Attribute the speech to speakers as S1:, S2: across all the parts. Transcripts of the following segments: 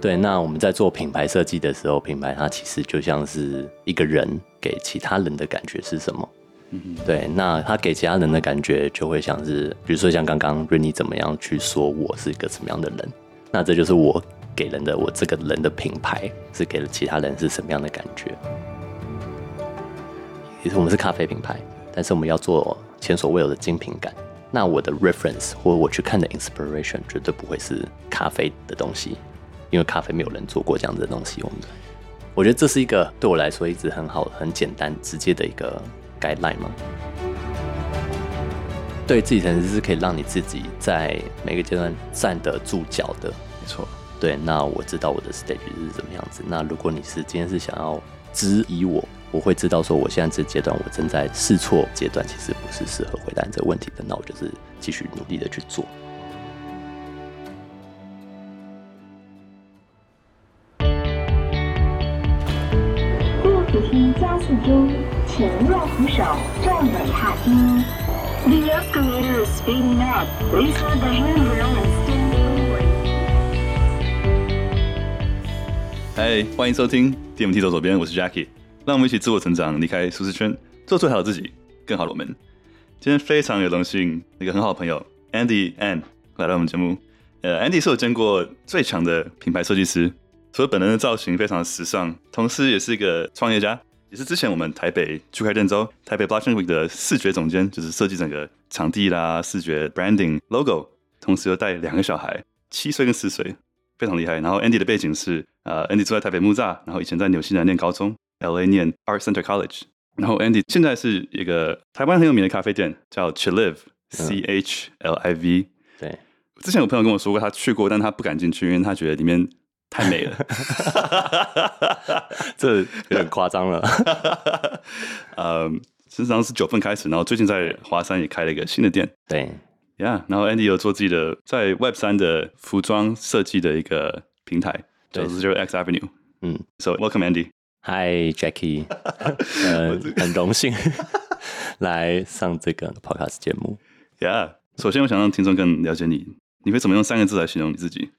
S1: 对，那我们在做品牌设计的时候，品牌它其实就像是一个人给其他人的感觉是什么？对，那他给其他人的感觉就会像是，比如说像刚刚 Rainy 怎么样去说我是一个什么样的人，那这就是我给人的我这个人的品牌是给了其他人是什么样的感觉。其实我们是咖啡品牌，但是我们要做前所未有的精品感。那我的 reference 或我去看的 inspiration 绝对不会是咖啡的东西，因为咖啡没有人做过这样子的东西。我们我觉得这是一个对我来说一直很好、很简单、直接的一个 guideline 嘛。对自己诚实是可以让你自己在每个阶段站得住脚的。
S2: 没错，
S1: 对，那我知道我的 stage 是怎么样子。那如果你是今天是想要质疑我，我会知道说我现在这阶段我正在试错阶段，其实不是适合回答你这个问题的。那我就是继续努力的去做。
S3: 路子厅加四厅，前路扶手，站稳踏梯。The escalator is speeding up. Please hold the handrail and stand forward.
S2: 嗨，欢迎收听 DMT 走左边，我是 Jackie，让我们一起自我成长，离开舒适圈，做最好的自己，更好的我们。今天非常有荣幸，一个很好的朋友 Andy Ann 来到我们节目。呃，Andy 是我见过最强的品牌设计师，除了本人的造型非常时尚，同时也是一个创业家，也是之前我们台北区块链周台北 Blockchain Week 的视觉总监，就是设计整个场地啦、视觉 branding、logo，同时又带两个小孩，七岁跟四岁，非常厉害。然后 Andy 的背景是，呃，Andy 住在台北木栅，然后以前在纽西兰念高中，LA 念 Art Center College。然后 Andy 现在是一个台湾很有名的咖啡店，叫 Chilive，C H L I V。
S1: 对，
S2: 之前有朋友跟我说过，他去过，但他不敢进去，因为他觉得里面太 美了。
S1: 这有点夸张了。
S2: 呃，实际上是九份开始，然后最近在华山也开了一个新的店。
S1: 对，
S2: Yeah，然后 Andy 有做自己的在 Web 三的服装设计的一个平台，
S1: 对
S2: 叫 Zero X Avenue。
S1: 嗯
S2: ，So welcome Andy。
S1: 嗨 Jackie，呃，很荣幸 来上这个 podcast 节目。
S2: Yeah，首先我想让听众更了解你，你会怎么用三个字来形容你自己？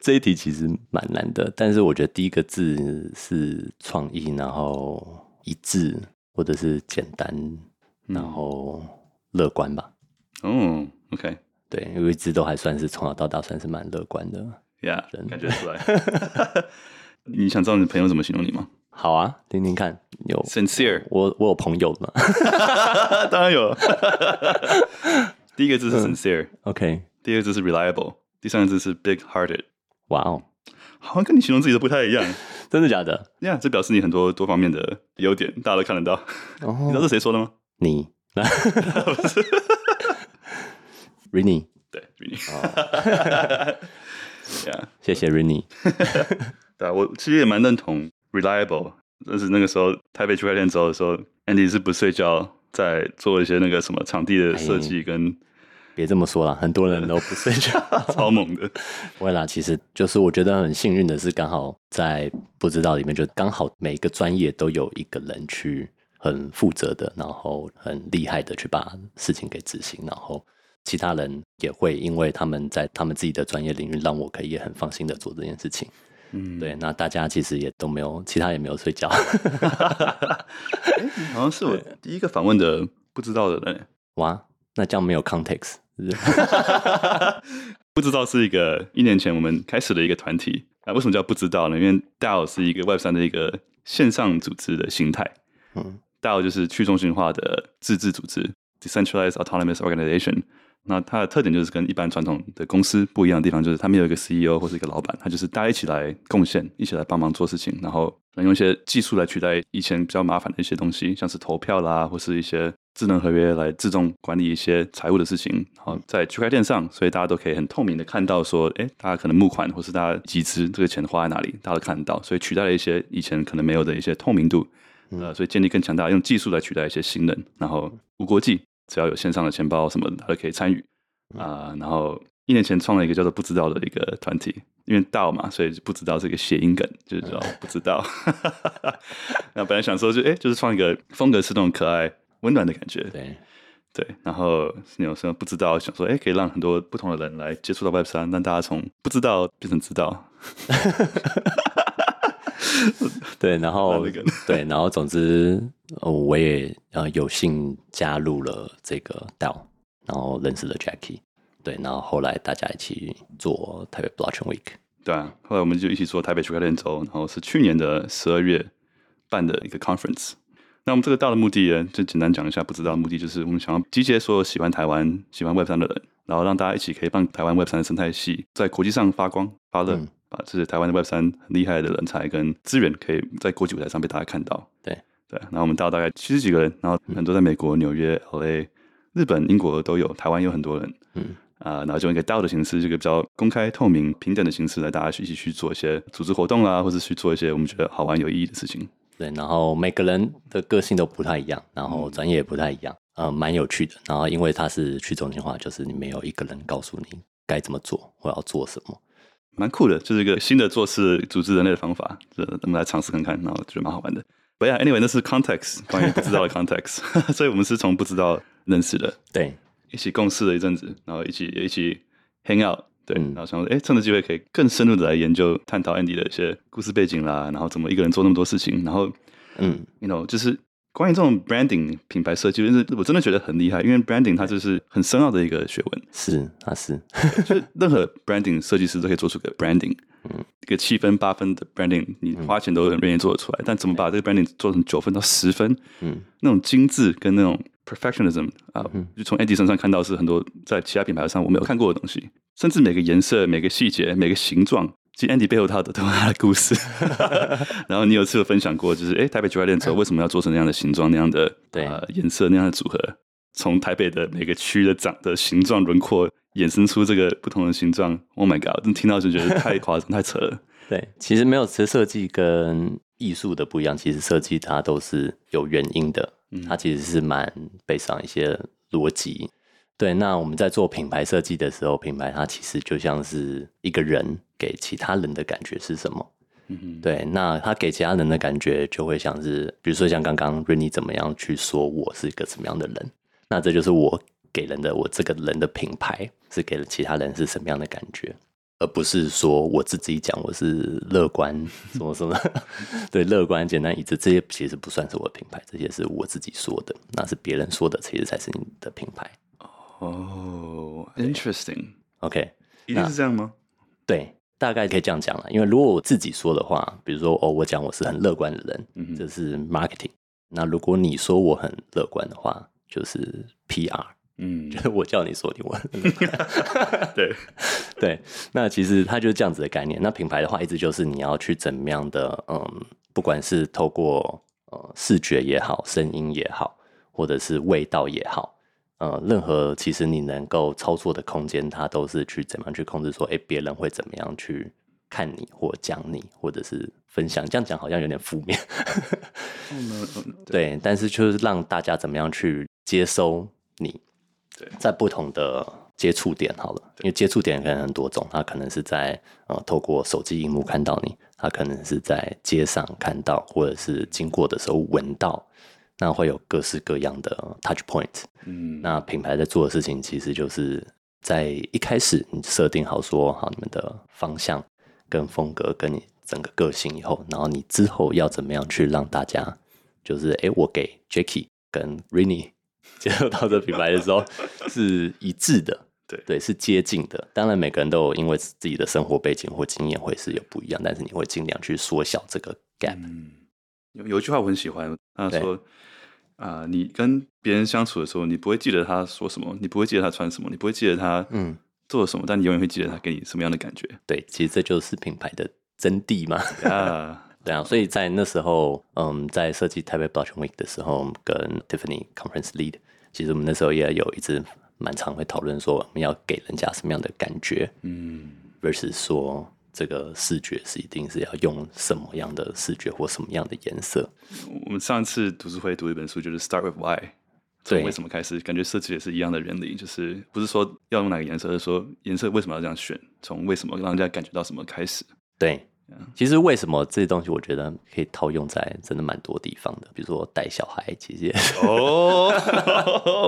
S1: 这一题其实蛮难的，但是我觉得第一个字是创意，然后一致或者是简单，然后乐观吧。
S2: 哦、o k
S1: 对，因为一直都还算是从小到大算是蛮乐观的。
S2: y e a
S1: 真
S2: h
S1: 的
S2: 感觉出来。 你想知道你的朋友怎么形容你吗
S1: 好啊，听听看，有
S2: ？Sincere，
S1: 我我有朋友嘛
S2: 当然有。第一个字
S1: 嗯
S2: 是 sincere，、
S1: ？OK，
S2: 第二个字是 reliable，第三个字是 big-hearted。
S1: 哇哦，
S2: 好像跟你形容自己都不太一样。
S1: 真的假的？
S2: 呀、这表示你很多多方面的优点，大家都看得到。你知道
S1: 哦，
S2: 是谁说的吗？
S1: 你 ，Rainy，
S2: 对，Vinny。呀，
S1: 谢谢 Rainy。
S2: 对啊，我其实也蛮认同 reliable，但是那个时候台北区块链走的时候，Andy 是不睡觉，在做一些那个什么场地的设计跟
S1: 别这么说啦，很多人都不睡觉。
S2: 超猛的。
S1: 不会啦，其实就是我觉得很幸运的是，刚好在不知道里面，就刚好每一个专业都有一个人去很负责的，然后很厉害的去把事情给执行，然后其他人也会因为他们在他们自己的专业领域，让我可以也很放心的做这件事情。
S2: 嗯，
S1: 对，那大家其实也都没有，其他也没有睡觉。
S2: 好像是我第一个访问的不知道的人，
S1: 哇，那这样没有 context，是不 是
S2: 不知道是一个一年前我们开始的一个团体啊。为什么叫不知道呢？因为 DAO 是一个 Web 三的一个线上组织的形态。
S1: 嗯
S2: DAO 就是去中心化的自治组织 （Decentralized Autonomous Organization）。那它的特点就是跟一般传统的公司不一样的地方，就是它没有一个 CEO 或是一个老板，它就是大家一起来贡献，一起来帮忙做事情，然后能用一些技术来取代以前比较麻烦的一些东西，像是投票啦，或是一些智能合约来自动管理一些财务的事情。然后在区块链上，所以大家都可以很透明的看到说，哎，大家可能募款或是大家集资这个钱花在哪里，大家都看得到，所以取代了一些以前可能没有的一些透明度。呃，所以建立更强大，用技术来取代一些新人，然后无国际，只要有线上的钱包什么的，他都可以参与啊、然后一年前创了一个叫做“不知道”的一个团体，因为“道”嘛，所以“不知道”是一个谐音梗，就是叫“不知道” 。那本来想说就哎、诶就是创一个风格是那种可爱温暖的感觉，
S1: 对，
S2: 对，然后你有时候不知道，想说，哎，可以让很多不同的人来接触到 Web 三，让大家从不知道变成知道，
S1: 对，然后
S2: 那个
S1: 对，然后总之，呃我也呃有幸加入了这个道，然后认识了 Jackie。对，然后后来大家一起做台北 Blockchain Week。
S2: 对啊，后来我们就一起做台北区块链周，然后是去年的十二月办的一个 conference。那我们这个大的目的呢，就简单讲一下，不知道的目的就是我们想要集结所有喜欢台湾、喜欢 Web 三的人，然后让大家一起可以帮台湾 Web 三的生态系在国际上发光发热，
S1: 嗯
S2: 把这些台湾的 Web 三很厉害的人才跟资源，可以在国际舞台上被大家看到。
S1: 对
S2: 对，然后我们到大概七十几个人，然后很多在美国、纽约、LA、日本、英国都有，台湾有很多人。
S1: 嗯，
S2: 啊、然后就用一个 DAO 的形式，这个比较公开、透明、平等的形式来大家一起去做一些组织活动啦，或者去做一些我们觉得好玩、有意义的事情。
S1: 对，然后每个人的个性都不太一样，然
S2: 嗯
S1: 后专业也不太一样，呃，蛮有趣的。然后因为它是去中心化，就是你没有一个人告诉你该怎么做或要做什么。
S2: 蛮酷的，就是一个新的做事、组织人类的方法，这我们来尝试看看，然后觉得蛮好玩的。But yeah, anyway，那是 context 关于不知道的 context，所以我 们是从不知道认识的，
S1: 对，
S2: 一起共事了一阵子，然后一起一起 hang out，对，
S1: 嗯
S2: 然后想说，哎，趁着机会可以更深入的来研究、探讨 Andy 的一些故事背景啦，然后怎么一个人做那么多事情，然后
S1: 嗯，
S2: you know，就是关于这种 branding 品牌设计，就是我真的觉得很厉害，因为 branding 它就是很深奥的一个学问，
S1: 是，它是，
S2: 就是任何 branding 设计师都可以做出个 branding，一个七分八分的 branding，你花钱都很愿意做得出来，但怎么把这个 branding 做成九分到十分，
S1: 嗯，
S2: 那种精致跟那种 perfectionism 啊，就从 Andy 身上看到是很多在其他品牌上我没有看过的东西，甚至每个颜色、每个细节、每个形状。其实 Andy 背后他的都有他的 故事，然后你有一次有分享过，就是哎、诶台北区块链之后为什么要做成那样的形状、那样的
S1: 嗯对
S2: 呃颜色、那样的组合？从台北的每个区的长的形状轮廓衍生出这个不同的形状，Oh my god！真听到就觉得太夸张、太扯 了。
S1: 对，其实没有，其实设计跟艺术的不一样。其实设计它都是有原因的，它其实是蛮背上一些逻辑。对，那我们在做品牌设计的时候，品牌它其实就像是一个人给其他人的感觉是什么？
S2: 嗯
S1: 对，那他给其他人的感觉就会像是，比如说像刚刚 Rainy 怎么样去说我是一个什么样的人，那这就是我给人的我这个人的品牌是给了其他人是什么样的感觉，而不是说我自己讲我是乐观什么什么， 对，乐观简单一致这些其实不算是我的品牌，这些是我自己说的，那是别人说的，其实才是你的品牌。
S2: 哦、i n t e r e s t i n g
S1: OK，
S2: 一定是这样吗？
S1: 对，大概可以这样讲了。因为如果我自己说的话，比如说哦，我讲我是很乐观的人，
S2: 嗯哼
S1: 这是 marketing。那如果你说我很乐观的话，就是 PR，
S2: 嗯
S1: 就，是 我叫你说你我很乐观
S2: 对，
S1: 对，那其实它就是这样子的概念。那品牌的话，一直就是你要去怎么样的，嗯，不管是透过呃视觉也好，声音也好，或者是味道也好，呃，任何其实你能够操作的空间，它都是去怎么样去控制说，哎，别人会怎么样去看你或讲你，或者是分享。这样讲好像有点负面，
S2: 呃
S1: 对，但是就是让大家怎么样去接收你，
S2: 对
S1: 在不同的接触点好了，因为接触点可能很多种，它可能是在呃透过手机荧幕看到你，它可能是在街上看到，或者是经过的时候闻到，那会有各式各样的呃 touch point。
S2: 嗯
S1: 那品牌在做的事情，其实就是在一开始你设定好说好你们的方向、跟风格、跟你整个个性以后，然后你之后要怎么样去让大家，就是诶，我给 Jacky 跟 Rainy 接受到这品牌的时候是一致的，
S2: 对
S1: 对，是接近的。当然，每个人都有因为自己的生活背景或经验会是有不一样，但是你会尽量去缩小这个 gap。
S2: 嗯，有有一句话我很喜欢，他
S1: 对
S2: 说啊、你跟别人相处的时候，你不会记得他说什么，你不会记得他穿什么，你不会记得他
S1: 嗯
S2: 做了什么，但你永远会记得他给你什么样的感 觉
S1: 对，其实这就是品牌的真谛嘛。
S2: 啊。
S1: 对啊，所以在那时候，嗯，在设计台北 Blockchain Week 的时候，跟 Tiffany Conference Lead，其实我们那时候也有一直蛮常会讨论说，我们要给人家什么样的感觉
S2: 嗯，
S1: ，versus 说这个视觉是一定是要用什么样的视觉或什么样的颜色。
S2: 我们上次读书会读一本书，就是《Start with Why》。
S1: 对
S2: 为什么开始？感觉设计也是一样的原理，就是不是说要用哪个颜色，而是说颜色为什么要这样选，从为什么让人家感觉到什么开始。
S1: 对，其实为什么这些东西，我觉得可以套用在真的蛮多地方的，比如说带小孩，其实也 是
S2: 哦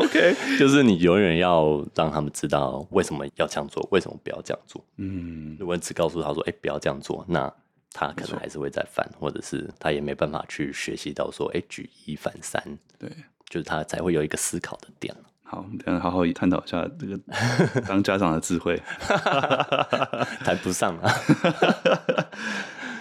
S2: ，OK，
S1: 就是你永远要让他们知道为什么要这样做，为什么不要这样做。
S2: 嗯，
S1: 如果你只告诉他说：“哎、不要这样做”，那他可能还是会再犯，或者是他也没办法去学习到说：“哎、举一反三”，
S2: 对。
S1: 就是他才会有一个思考的点。
S2: 好，我们等一下好好探讨一下这个当家长的智慧。
S1: 谈不上啊，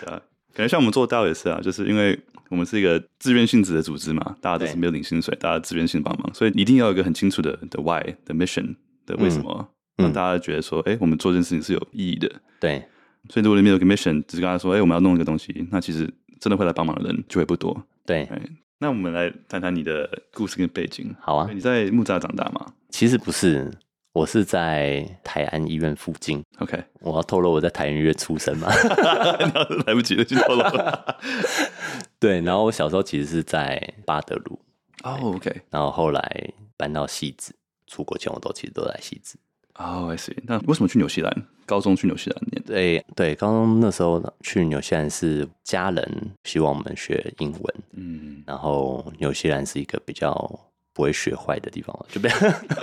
S2: 啊感觉像我们做道也是啊，就是因为我们是一个自愿性质的组织嘛，大家都是
S1: 对
S2: 没有领薪水，大家自愿性帮忙，所以一定要有一个很清楚的的 why 的 mission 的为什么，
S1: 嗯
S2: 让大家觉得说，哎、我们做这件事情是有意义的。
S1: 对
S2: 所以如果你没有一个 mission，只是跟他说，哎、我们要弄一个东西，那其实真的会来帮忙的人就会不多。
S1: 对，
S2: 哎，那我们来谈谈你的故事跟背景。
S1: 好啊
S2: 所以。你在木栅长大嘛
S1: 其实不是，我是在台安医院附近。
S2: ？OK，
S1: 我要透露我在台安医院出生嘛？
S2: 来不及了，就透露了。
S1: 对，然后我小时候其实是在巴德路，
S2: 哦，OK、o k
S1: 然后后来搬到戏子。出国前我都其实都在戏子。
S2: 哦、i see。那为什么去纽西兰？高中去纽西兰念的？
S1: 对对，高中那时候呢去纽西兰是家人希望我们学英文，
S2: 嗯，
S1: 然后纽西兰是一个比较不会学坏的地方嘛，就比较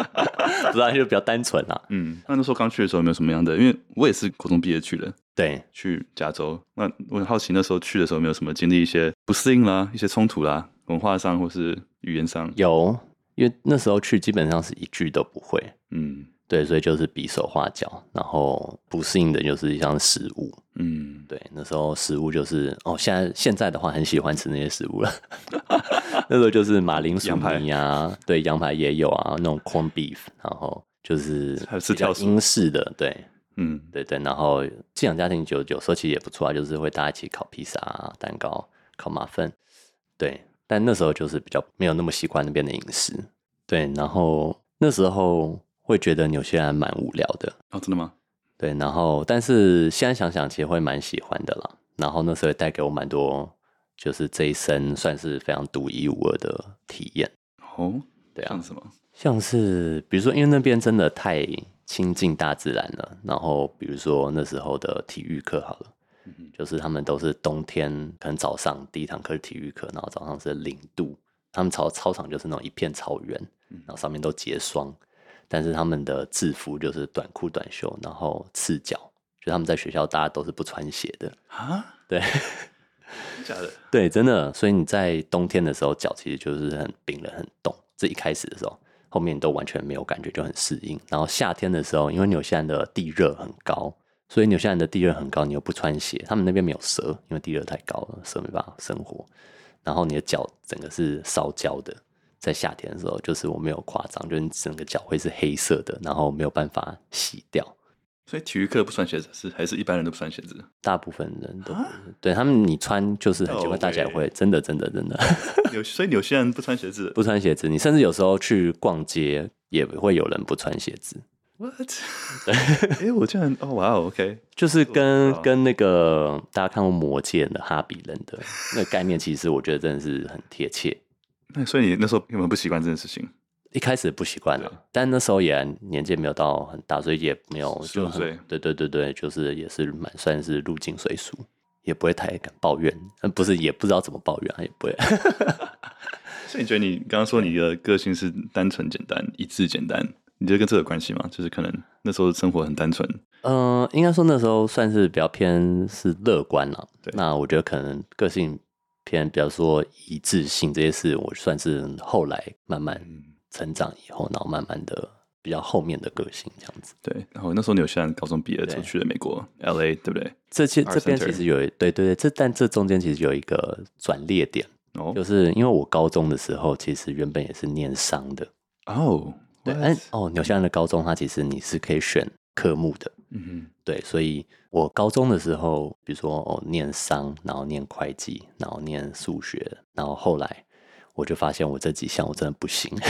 S1: 不知道就比较单纯啦。
S2: 嗯，那那时候刚去的时候有没有什么样的？因为我也是高中毕业去的，
S1: 对，
S2: 去加州。那我很好奇那时候去的时候有没有什么经历一些不适应啦、一些冲突啦，文化上或是语言上。
S1: 有，因为那时候去基本上是一句都不会，
S2: 嗯
S1: 对，所以就是比手画脚，然后不适应的就是像食物，
S2: 嗯，
S1: 对，那时候食物就是哦，现在现在的话很喜欢吃那些食物了， 那时候就是马铃薯
S2: 羊排
S1: 泥啊，对，羊排也有啊，那种 corn beef，然后就是
S2: 还有吃
S1: 比较
S2: 跳蚤
S1: 英式的，对。
S2: 嗯，
S1: 对对，然后寄养家庭有有时候其实也不错啊，就是会大家一起烤披萨、啊、蛋糕、烤马芬，对。但那时候就是比较没有那么习惯那边的饮食，对。然后那时候会觉得纽西兰蛮无聊的，
S2: 哦，真的吗？
S1: 对。然后但是现在想想，其实会蛮喜欢的啦。然后那时候也带给我蛮多，就是这一生算是非常独一无二的体验，
S2: 哦，
S1: 对啊
S2: 像。什么？
S1: 像是比如说，因为那边真的太亲近大自然了，然后比如说那时候的体育课好了。就是他们都是冬天，可能早上第一堂课是体育课，然后早上是零度，他们操操场就是那种一片草原，然后上面都结霜，但是他们的制服就是短裤短袖，然后赤脚，就他们在学校大家都是不穿鞋的，
S2: 啊，
S1: 对
S2: 真假的？
S1: 对，真的，所以你在冬天的时候脚其实就是很冰冷很冻，这一开始的时候，后面你都完全没有感觉，就很适应。然后夏天的时候，因为纽西兰的地热很高。所以纽西兰的地热很高，你又不穿鞋，他们那边没有蛇，因为地热太高了，蛇没办法生活。然后你的脚整个是烧焦的，在夏天的时候，就是我没有夸张，就是你整个脚会是黑色的，然后没有办法洗掉。
S2: 所以体育课不穿鞋子，是还是一般人都不穿鞋子？
S1: 大部分人都不对他们，你穿就是很奇怪，
S2: 哦
S1: 大家也
S2: 喂
S1: 会真的真的真的
S2: 有，所以 纽西兰不穿鞋子
S1: 不穿鞋子。你甚至有时候去逛街也会有人不穿鞋子，
S2: ？What？哎、我竟然哦，哇哦，OK，
S1: 就是跟
S2: 啊
S1: 跟那个大家看过《魔戒》的哈比人的那个概念，其实我觉得真的是很贴切。
S2: 那所以你那时候根本不习惯这件事情，
S1: 一开始不习惯
S2: 对
S1: 了，但那时候也年纪没有到很大，所以也没有
S2: 十
S1: 就
S2: 五
S1: 很
S2: 岁
S1: 对对对对，就是也是蛮算是入境随俗，也不会太敢抱怨，呃不是也不知道怎么抱怨啊，也不会。
S2: 所以你觉得你刚刚说你的个性是单纯、简单、一致、简单，你觉得跟这有关系吗？就是可能那时候生活很单纯，
S1: 嗯，应该说那时候算是比较偏是乐观了
S2: 对。
S1: 那我觉得可能个性偏，比较说一致性这些事，我算是后来慢慢
S2: 嗯
S1: 成长以后，然后慢慢的比较后面的个性这样子。
S2: 对。然后那时候纽西兰高中毕业的时候
S1: 对
S2: 去了美国 L A，对不对？
S1: 这些
S2: Our
S1: 这边
S2: center
S1: 其实有一对对对，这但这中间其实有一个转捩点，
S2: 哦
S1: 就是因为我高中的时候其实原本也是念商的，
S2: 哦，
S1: 对，
S2: what？
S1: 哎哦，纽西兰的高中它其实你是可以选科目的，
S2: 嗯
S1: 对，所以我高中的时候，比如说哦，念商，然后念会计，然后念数学，然后后来我就发现我这几项我真的不行。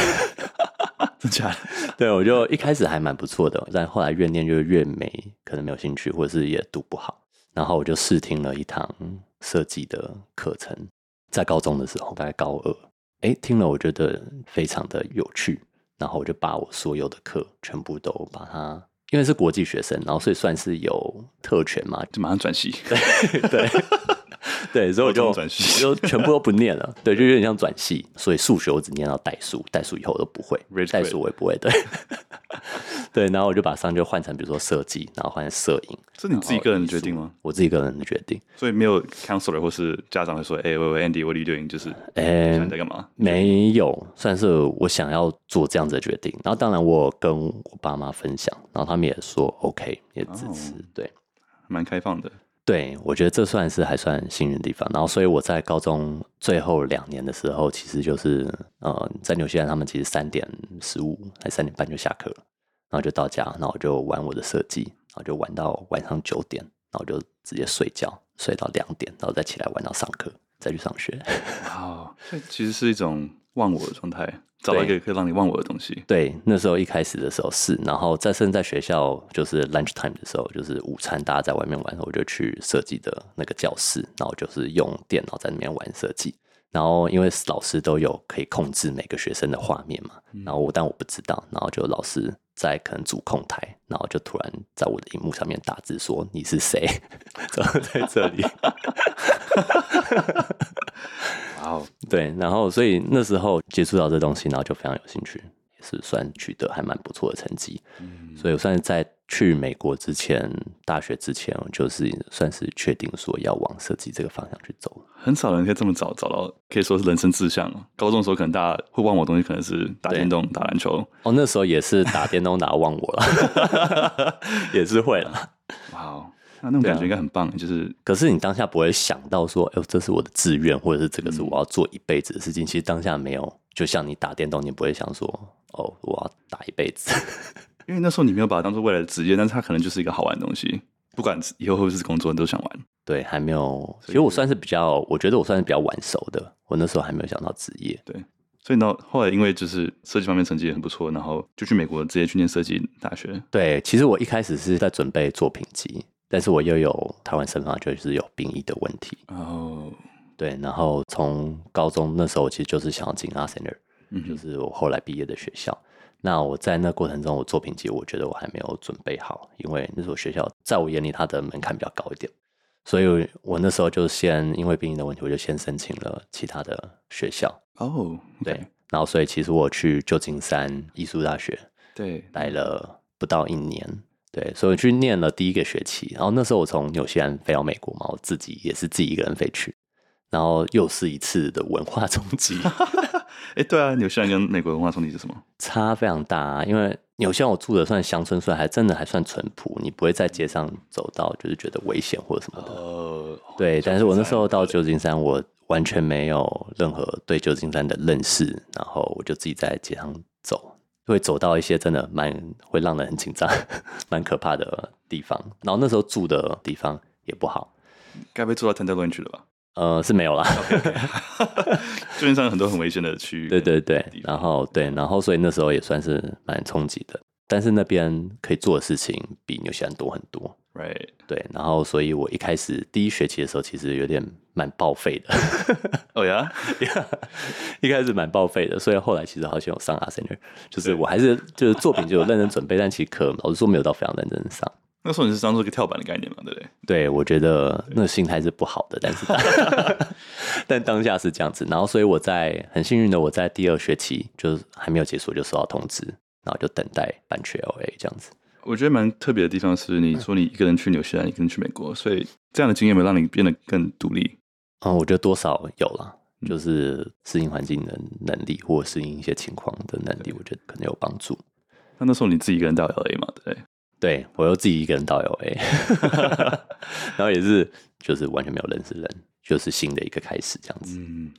S2: 哼，真假的？
S1: 对，我就一开始还蛮不错的，但后来越念就越没，可能没有兴趣，或者是也读不好。然后我就试听了一堂设计的课程，在高中的时候，大概高二，哎，听了我觉得非常的有趣，然后我就把我所有的课全部都把它，因为是国际学生，然后所以算是有特权嘛，
S2: 就马上转系。
S1: 对对，所以我
S2: 高
S1: 就
S2: 中转系
S1: 就全部都不念 了，对，就有点像转系。所以数学我只念到代数，代数以后我都不会
S2: Rich
S1: 代数我也不会，对 对。然后我就把商就换成比如说设计，然后换成摄影，
S2: 是你
S1: 哦
S2: 自己个人决定吗？
S1: 我自己个人的决定。
S2: 所以没有 counselor 或是家长会说，哎、喂喂，Andy，what are you doing？就是，
S1: 哎
S2: 你在干嘛？
S1: 没有，算是我想要做这样子的决定。然后当然我跟我爸妈分享，然后他们也说 OK，也支持。
S2: 哦
S1: 对
S2: 蛮开放的。
S1: 对，我觉得这算是还算幸运的地方。然后所以我在高中最后两年的时候，其实就是呃，在纽西兰他们其实三点十五还三点半就下课了，然后就到家，然后我就玩我的设计，然后就玩到晚上九点，然后我就直接睡觉，睡到两点，然后再起来玩到上课，再去上学。哦
S2: 哇，这其实是一种忘我的状态，找到一个可以让你忘我的东西。
S1: 对，那时候一开始的时候是，然后在甚至在学校就是 lunch time 的时候，就是午餐大家在外面玩，我就去设计的那个教室，然后就是用电脑在那边玩设计。然后因为老师都有可以控制每个学生的画面嘛，然后我但我不知道，然后就老师在可能主控台，然后就突然在我的荧幕上面打字说你是谁， 然后在这里。
S2: 哇哦，
S1: 对，然后所以那时候接触到这东西，然后就非常有兴趣，也是算取得还蛮不错的成绩。所以我算是在去美国之前，大学之前，我就是算是确定说要往设计这个方向去走了。
S2: 很少人可以这么早找到，可以说是人生志向哦。高中的时候，可能大家会忘我的东西，可能是打
S1: 对
S2: 电动、打篮球。
S1: 哦，那时候也是打电动打忘我了， 也是会了。
S2: 哇哦，那那种
S1: 啊
S2: 感觉应该很棒，欸就是
S1: 可是你当下不会想到说，哎呦，这是我的志愿，或者是这个是我要做一辈子的事情。其实当下没有，就像你打电动，你不会想说，哦，我要打一辈子。
S2: 因为那时候你没有把它当做未来的职业，但是它可能就是一个好玩的东西，不管以后会不会是工作，你都想玩。
S1: 对，还没有。其
S2: 以
S1: 实我算是比较，我觉得我算是比较晚熟的。我那时候还没有想到职业。
S2: 所以呢，后来因为就是设计方面成绩也很不错，然后就去美国直接去念设计大学。
S1: 对，其实我一开始是在准备作品集，但是我又有台湾身份，就是有兵役的问题。
S2: 哦，
S1: 对，然后从高中那时候，我其实就是想要进阿 s e
S2: 嗯哼
S1: 就是我后来毕业的学校。那我在那过程中，我作品集我觉得我还没有准备好，因为那所学校在我眼里它的门槛比较高一点，所以我那时候就先因为兵役的问题，我就先申请了其他的学校。
S2: 哦，
S1: 对，然后所以其实我去旧金山艺术大学
S2: 对，
S1: 待了不到一年，对，所以我去念了第一个学期。然后那时候我从纽西兰飞到美国嘛，我自己也是自己一个人飞去，然后又是一次的文化冲击，
S2: 哎，对啊，纽西兰跟美国文化冲突是什么？
S1: 差非常大、啊。因为纽西兰我住的算乡村，所以还真的还算淳朴，你不会在街上走到就是觉得危险或者什么的。
S2: 哦，
S1: 呃对，但是我那时候到
S2: 就
S1: 旧金山，我完全没有任何对旧金山的认识，然后我就自己在街上走，会走到一些真的蛮会让人很紧张、 蛮可怕的地方。然后那时候住的地方也不好，
S2: 该不会住到 Tenderloin 去了吧？
S1: 呃，是没有啦。
S2: 旧金山有很多很危险的区域，
S1: 对对对
S2: 地，方
S1: 然后对，然后所以那时候也算是蛮冲击的，但是那边可以做的事情比纽西兰多很多。
S2: ，right，
S1: 对，然后所以我一开始第一学期的时候，其实有点蛮报废的。
S2: 哦呀，
S1: 一开始蛮报废的，所以后来其实好像有上阿 s e n 就是我还是就是作品就有认真准备，但其实课老实说没有到非常认真上。
S2: 那时候你是当做一个跳板的概念嘛，对不对？
S1: 对，我觉得那个心态是不好的，但是 但当下是这样子。然后，所以我在很幸运的，我在第二学期就是还没有结束我就收到通知，然后就等待办去 LA 这样子。
S2: 我觉得蛮特别的地方是，你说你一个人去纽西兰，一个人去美国，所以这样的经验有没有让你变得更独立？
S1: 嗯，我觉得多少有啦，就是适应环境的能力，或适应一些情况的能力，我觉得可能有帮助。
S2: 那那时候你自己一个人到 LA 嘛，对不对？
S1: 对我又自己一个人到 LA，然后也是就是完全没有认识人，就是新的一个开始这样子。
S2: 嗯，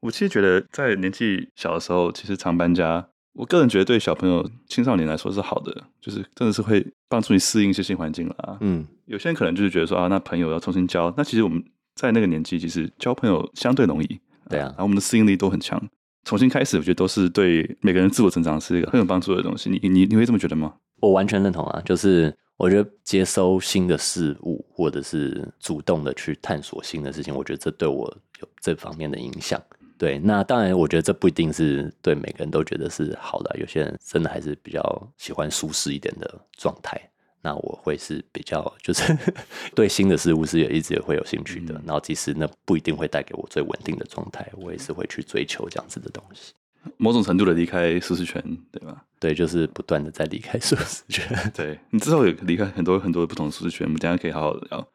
S2: 我其实觉得在年纪小的时候，其实常搬家，我个人觉得对小朋友、青少年来说是好的，就是真的是会帮助你适应一些新环境啦。
S1: 嗯，
S2: 有些人可能就是觉得说啊，那朋友要重新交，那其实我们在那个年纪，其实交朋友相对容易，
S1: 对啊
S2: 然后我们的适应力都很强。重新开始，我觉得都是对每个人自我成长是一个很有帮助的东西。你你你会这么觉得吗？
S1: 我完全认同啊，就是我觉得接收新的事物，或者是主动的去探索新的事情，我觉得这对我有这方面的影响。对，那当然，我觉得这不一定是对每个人都觉得是好的啊、有些人真的还是比较喜欢舒适一点的状态。那我会是比较就是 对新的事物是也一直也会有兴趣的。然后即使那不一定会带给我最稳定的状态，我也是会去追求这样子的东西。
S2: 某种程度的离开舒适圈，对吧？
S1: 对，就是不断的在离开舒适圈。
S2: 对你之后有离开很多很多不同的舒适圈，我们等一下可以好好地聊。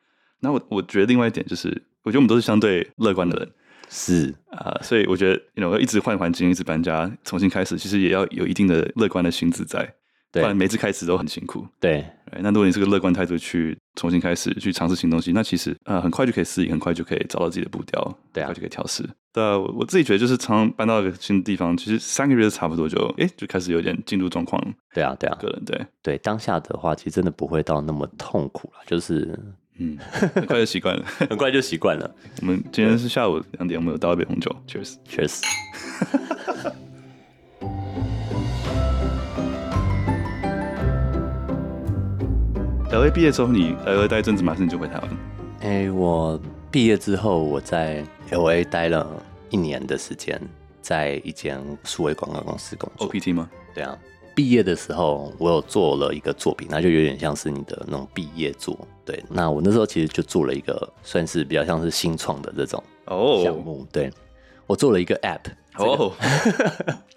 S2: 那我我觉得另外一点就是，我觉得我们都是相对乐观的人
S1: 是，
S2: 啊、所以我觉得你 y 一直换环境，一直搬家，重新开始，其实也要有一定的乐观的心智在，不
S1: 对
S2: 然每次开始都很辛苦。
S1: 对，
S2: 哎那如果你是个乐观态度去重新开始，去尝试新东西，那其实呃很快就可以适应，很快就可以找到自己的步调，
S1: 对啊
S2: 很快就可以调试。但我我自己觉得，就是常常搬到一个新的地方，其实三个月差不多就哎就开始有点进入状况了，
S1: 对啊，对啊，
S2: 个人对，
S1: 对当下的话，其实真的不会到那么痛苦了，就是
S2: 嗯，很快就习惯了。
S1: 很快就习惯了。
S2: 我们今天是下午两点，我们有倒一杯红酒，Cheers。
S1: 确实，
S2: LA 毕业之后，你来 LA 待一阵子嘛，马上你就回台湾。
S1: 哎、我毕业之后，我在 L A 待了一年的时间，在一间数位广告公司工作。
S2: OPT 吗？
S1: 对啊，毕业的时候我有做了一个作品，那就有点像是你的那种毕业作。对，那我那时候其实就做了一个算是比较像是新创的这种项
S2: 哦
S1: 目。对，我做了一个 App，
S2: 哦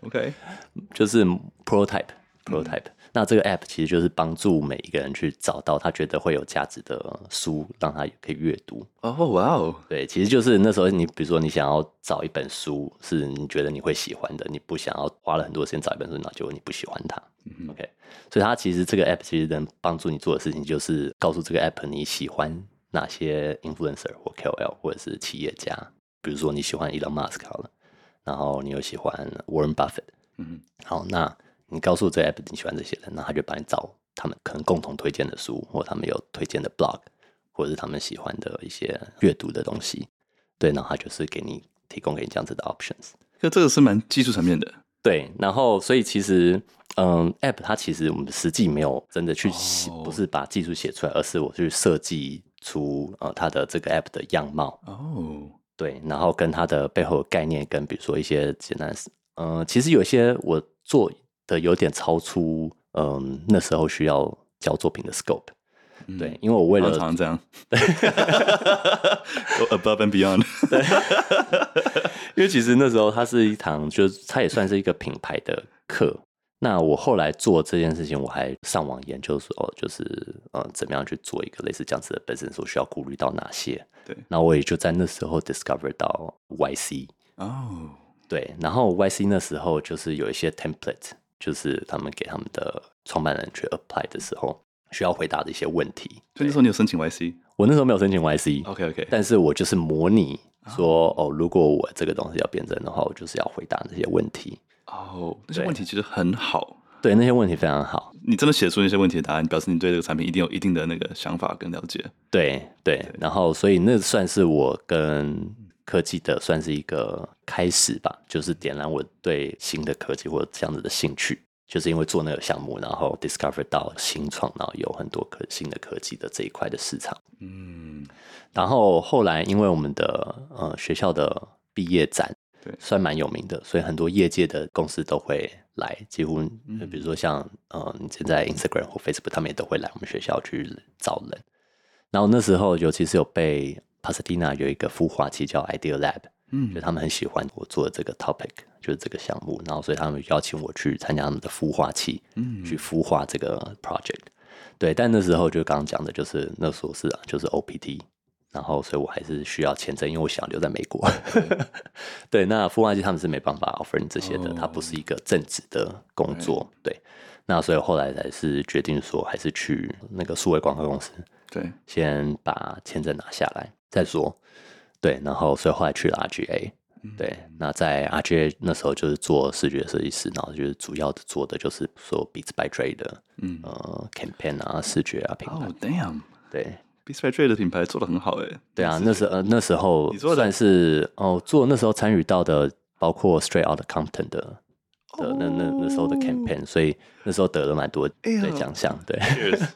S2: ，OK，
S1: 就是 prototype prototype、那这个 app 其实就是帮助每一个人去找到他觉得会有价值的书，让他可以阅读。
S2: 哦哇哦，
S1: 对，其实就是那时候你，比如说你想要找一本书，是你觉得你会喜欢的，你不想要花了很多时间找一本书，那结果你不喜欢它。OK，所以它其实这个 app 其实能帮助你做的事情，就是告诉这个 app 你喜欢哪些 influencer 或 KOL 或者是企业家，比如说你喜欢 Elon Musk 好了，然后你又喜欢 Warren Buffett，
S2: 嗯
S1: 好，那你告诉这个 app 你喜欢这些人，那他就帮你找他们可能共同推荐的书，或他们有推荐的 blog，或者是他们喜欢的一些阅读的东西。对，然后他就是给你提供给你这样子的 options。
S2: 就这个是蛮技术层面的，
S1: 对，然后所以其实，嗯，app 它其实我们实际没有真的去写，
S2: 哦
S1: 不是把技术写出来，而是我去设计出呃它的这个 app 的样貌，
S2: 哦，
S1: 对，然后跟它的背后的概念，跟比如说一些简单的事，嗯、其实有些我做的有点超出，嗯、那时候需要交作品的 scope，、
S2: 嗯
S1: 对，，因为我为
S2: 常
S1: 了
S2: 常 这样都，above and beyond，
S1: 因为其实那时候它是一堂，就是它也算是一个品牌的课。那我后来做这件事情，我还上网研究说，哦，就是呃，怎么样去做一个类似这样子的 business，我需要顾虑到哪些？
S2: 对
S1: 那我也就在那时候 discover 到 YC，
S2: 哦，
S1: 对，然后 YC 那时候就是有一些 template，就是他们给他们的创办人去 apply 的时候需要回答的一些问题。
S2: 所以那时候你有申请 YC，OK
S1: 我那时候没有申请 YC，、
S2: OK，啊
S1: 但是我就是模拟说，哦，如果我这个东西要变真的话，我就是要回答那些问题。
S2: 哦，那些
S1: 对
S2: 问题其实很好，
S1: 对，那些问题非常好。
S2: 你真的写出那些问题的答案，表示你对这个产品一定有一定的那个想法跟了解，
S1: 对对，然后所以那算是我跟科技的算是一个开始吧，就是点燃我对新的科技或者这样子的兴趣，就是因为做那个项目，然后 discover 到新创，然后有很多科新的科技的这一块的市场。
S2: 嗯，
S1: 然后后来因为我们的呃学校的毕业展，
S2: 对
S1: 算蛮有名的，所以很多业界的公司都会来，几乎呃比如说像呃你现在 Instagram 或 Facebook，他们也都会来我们学校去找人。然后那时候尤其是有被 Pasadena 有一个孵化器叫 Idea Lab，
S2: 嗯
S1: 就他们很喜欢我做的这个 topic，就是这个项目，然后所以他们邀请我去参加他们的孵化器，
S2: 嗯
S1: 去孵化这个 project。对，但那时候就刚刚讲的，就是那时候是啊，就是 OPT，然后所以我还是需要签证，因为我想留在美国。 对，那孵化器他们是没办法 offer 你这些的，
S2: 哦
S1: 它不是一个正职的工作。对，那所以后来才是决定说，还是去那个数位广告公司，
S2: 对，
S1: 先把签证拿下来再说。对，然后所以后来去了 RGA。对，
S2: 嗯
S1: 那在 RGA 那时候就是做视觉设计师，然后就是主要的做的就是说 Beats by Dre 的
S2: 嗯，
S1: 呃 campaign 啊、视觉啊、品牌。
S2: 哦，damn，Beats
S1: 对
S2: by Dre 的品牌做的很好哎，
S1: 对啊，那时候、呃、那时候
S2: 你做的
S1: 算是哦做那时候参与到的包括 Straight Out Compton 的的那那那时候的 campaign，所以那时候得了蛮多
S2: 哦哎呀
S1: 对奖项。对，
S2: Cheers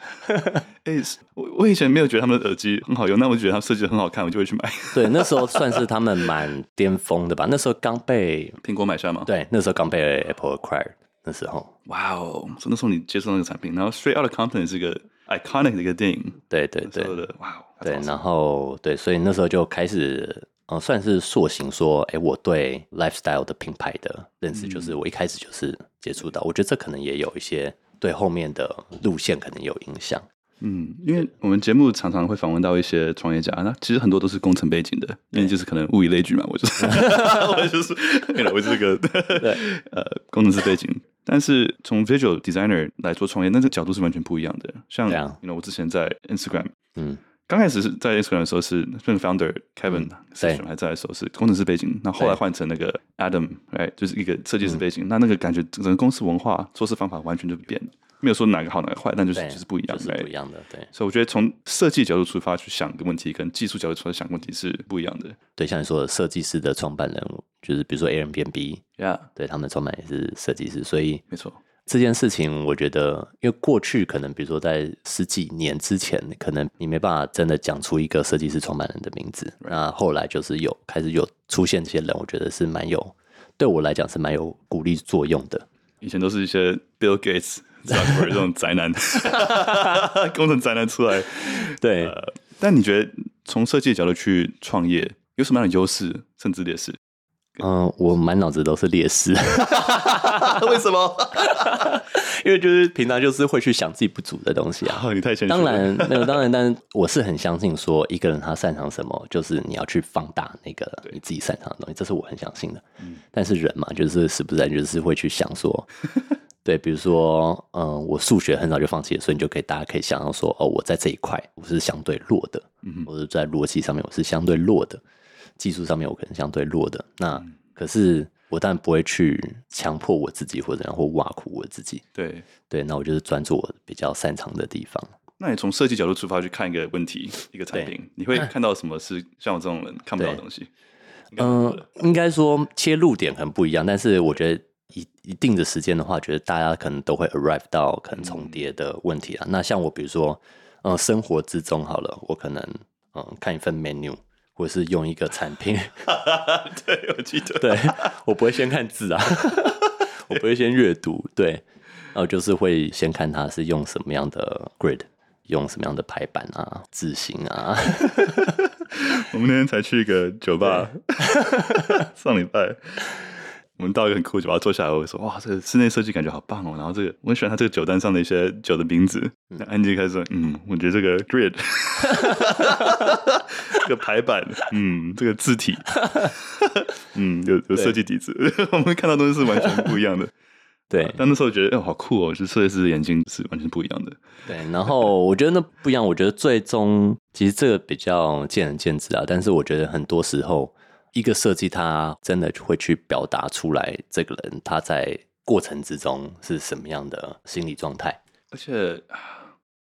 S2: 哎、我我以前没有觉得他们的耳机很好用，那我就觉得他们设计的很好看，我就会去买。
S1: 对，那时候算是他们蛮巅峰的吧。那时候刚被
S2: 苹果买下嘛，，
S1: 对，那时候刚被 Apple acquired，那时候
S2: 哇哦，所以那时候你接触到那个产品，然后 Straight Outta Compton 是一个 iconic 的一个电影。
S1: 对对
S2: 所
S1: 对
S2: 有的哇，
S1: 对，
S2: 然
S1: 然后对，所以那时候就开始，嗯，算是塑形说，哎，我对 lifestyle 的品牌的认
S2: 嗯
S1: 识，就是我一开始就是接触到，我觉得这可能也有一些对后面的路线可能有影响。
S2: 嗯，因为我们节目常常会访问到一些创业家，那其实很多都是工程背景的，因为就是可能物以类聚嘛，我就是 我就是原来我就是个 呃工程师背景，但是从 visual designer 来做创业，那这个角度是完全不一样的。像
S1: 对啊
S2: you know 我之前在 Instagram
S1: 嗯，
S2: 刚开始是在 Instagram 的时候是那个 founder Kevin
S1: 对
S2: Session 还在的时候是工程师背景，那后来
S1: 对嗯
S2: 换成那个 Adam，哎，就是一个设计师背景，那那个感觉整个公司文化做事方法完全就变了，没有说哪个好哪个坏，但就是
S1: 对，
S2: 就是不一样，哎
S1: 就是
S2: ，right？
S1: 不一样的，对。
S2: 所以我觉得从设计角度出发去想个问题，跟技术角度出发想个问题是不一样的。
S1: 对，像你说的，设计师的创办人，就是比如说 Airbnb，
S2: Yeah，
S1: 对，他们的创办人也是设计师，所以
S2: 没错。
S1: 这件事情，我觉得，因为过去可能比如说在十几年之前，可能你没办法真的讲出一个设计师创办人的名字。那后来就是有开始有出现这些人，我觉得是蛮有，对我来讲是蛮有鼓励作用的。
S2: 以前都是一些 Bill Gates、Zuckerberg 这种宅男，工程宅男出来。
S1: 对，
S2: 但你觉得从设计角度去创业有什么样的优势，甚至劣势？
S1: 嗯、我满脑子都是劣势，
S2: 为什么？
S1: 因为就是平常就是会去想自己不足的东西啊。
S2: 啊，你太谦虚。
S1: 当，然，那个当然，但是我是很相信说，一个人他擅长什么，就是你要去放大那个你自己擅长的东西，这是我很相信的。
S2: 嗯
S1: 但是人嘛，就是时不然就是会去想 说，对，比如说，嗯、我数学很早就放弃了，所以你就可以大家可以想象说，哦，我在这一块我是相对弱的，
S2: 嗯哼
S1: 我是在逻辑上面我是相对弱的，技术上面我可能相对弱的。那
S2: 嗯
S1: 可是我当然不会去强迫我自己或者然后挖苦我自己，
S2: 对。
S1: 对，那我就是专注我比较擅长的地方。
S2: 那你从设计角度出发去看一个问题、一个产品，你会看到什么是像我这种人看不到的东西？
S1: 嗯，应该说切入点很不一样，但是我觉得一一定的时间的话，觉得大家可能都会 arrive 到可能重叠的问题啊。那像我，比如说，嗯、生活之中好了，我可能嗯、看一份 menu，或者是用一个产品，
S2: 对，我记得。
S1: 对我不会先看字啊， 我不会先阅 读，对，然后就是会先看它是用什么样的 grid，用什么样的排版啊、字型 啊。
S2: 我们那天才去一个酒吧， 上礼拜我们到一个很酷的酒吧坐下来，我说哇，这个室内设计感觉好棒哦。然后这个我很喜欢它这个酒单上的一些酒的名字。那安吉开始说，嗯，我觉得这个 grid，这个排版，嗯，这个字 体，嗯，有有设计底子。 我们看到东西是完全不一 样的。
S1: 对，
S2: 但那时候觉得，哦，好酷哦，就是设计师的眼睛是完全不一样的。
S1: 对，然后我觉得那不一样，我觉得最终其实这个比较见仁见智啊，但是我觉得很多时候一个设计它真的会去表达出来这个人他在过程之中是什么样的心理状态。
S2: 而且啊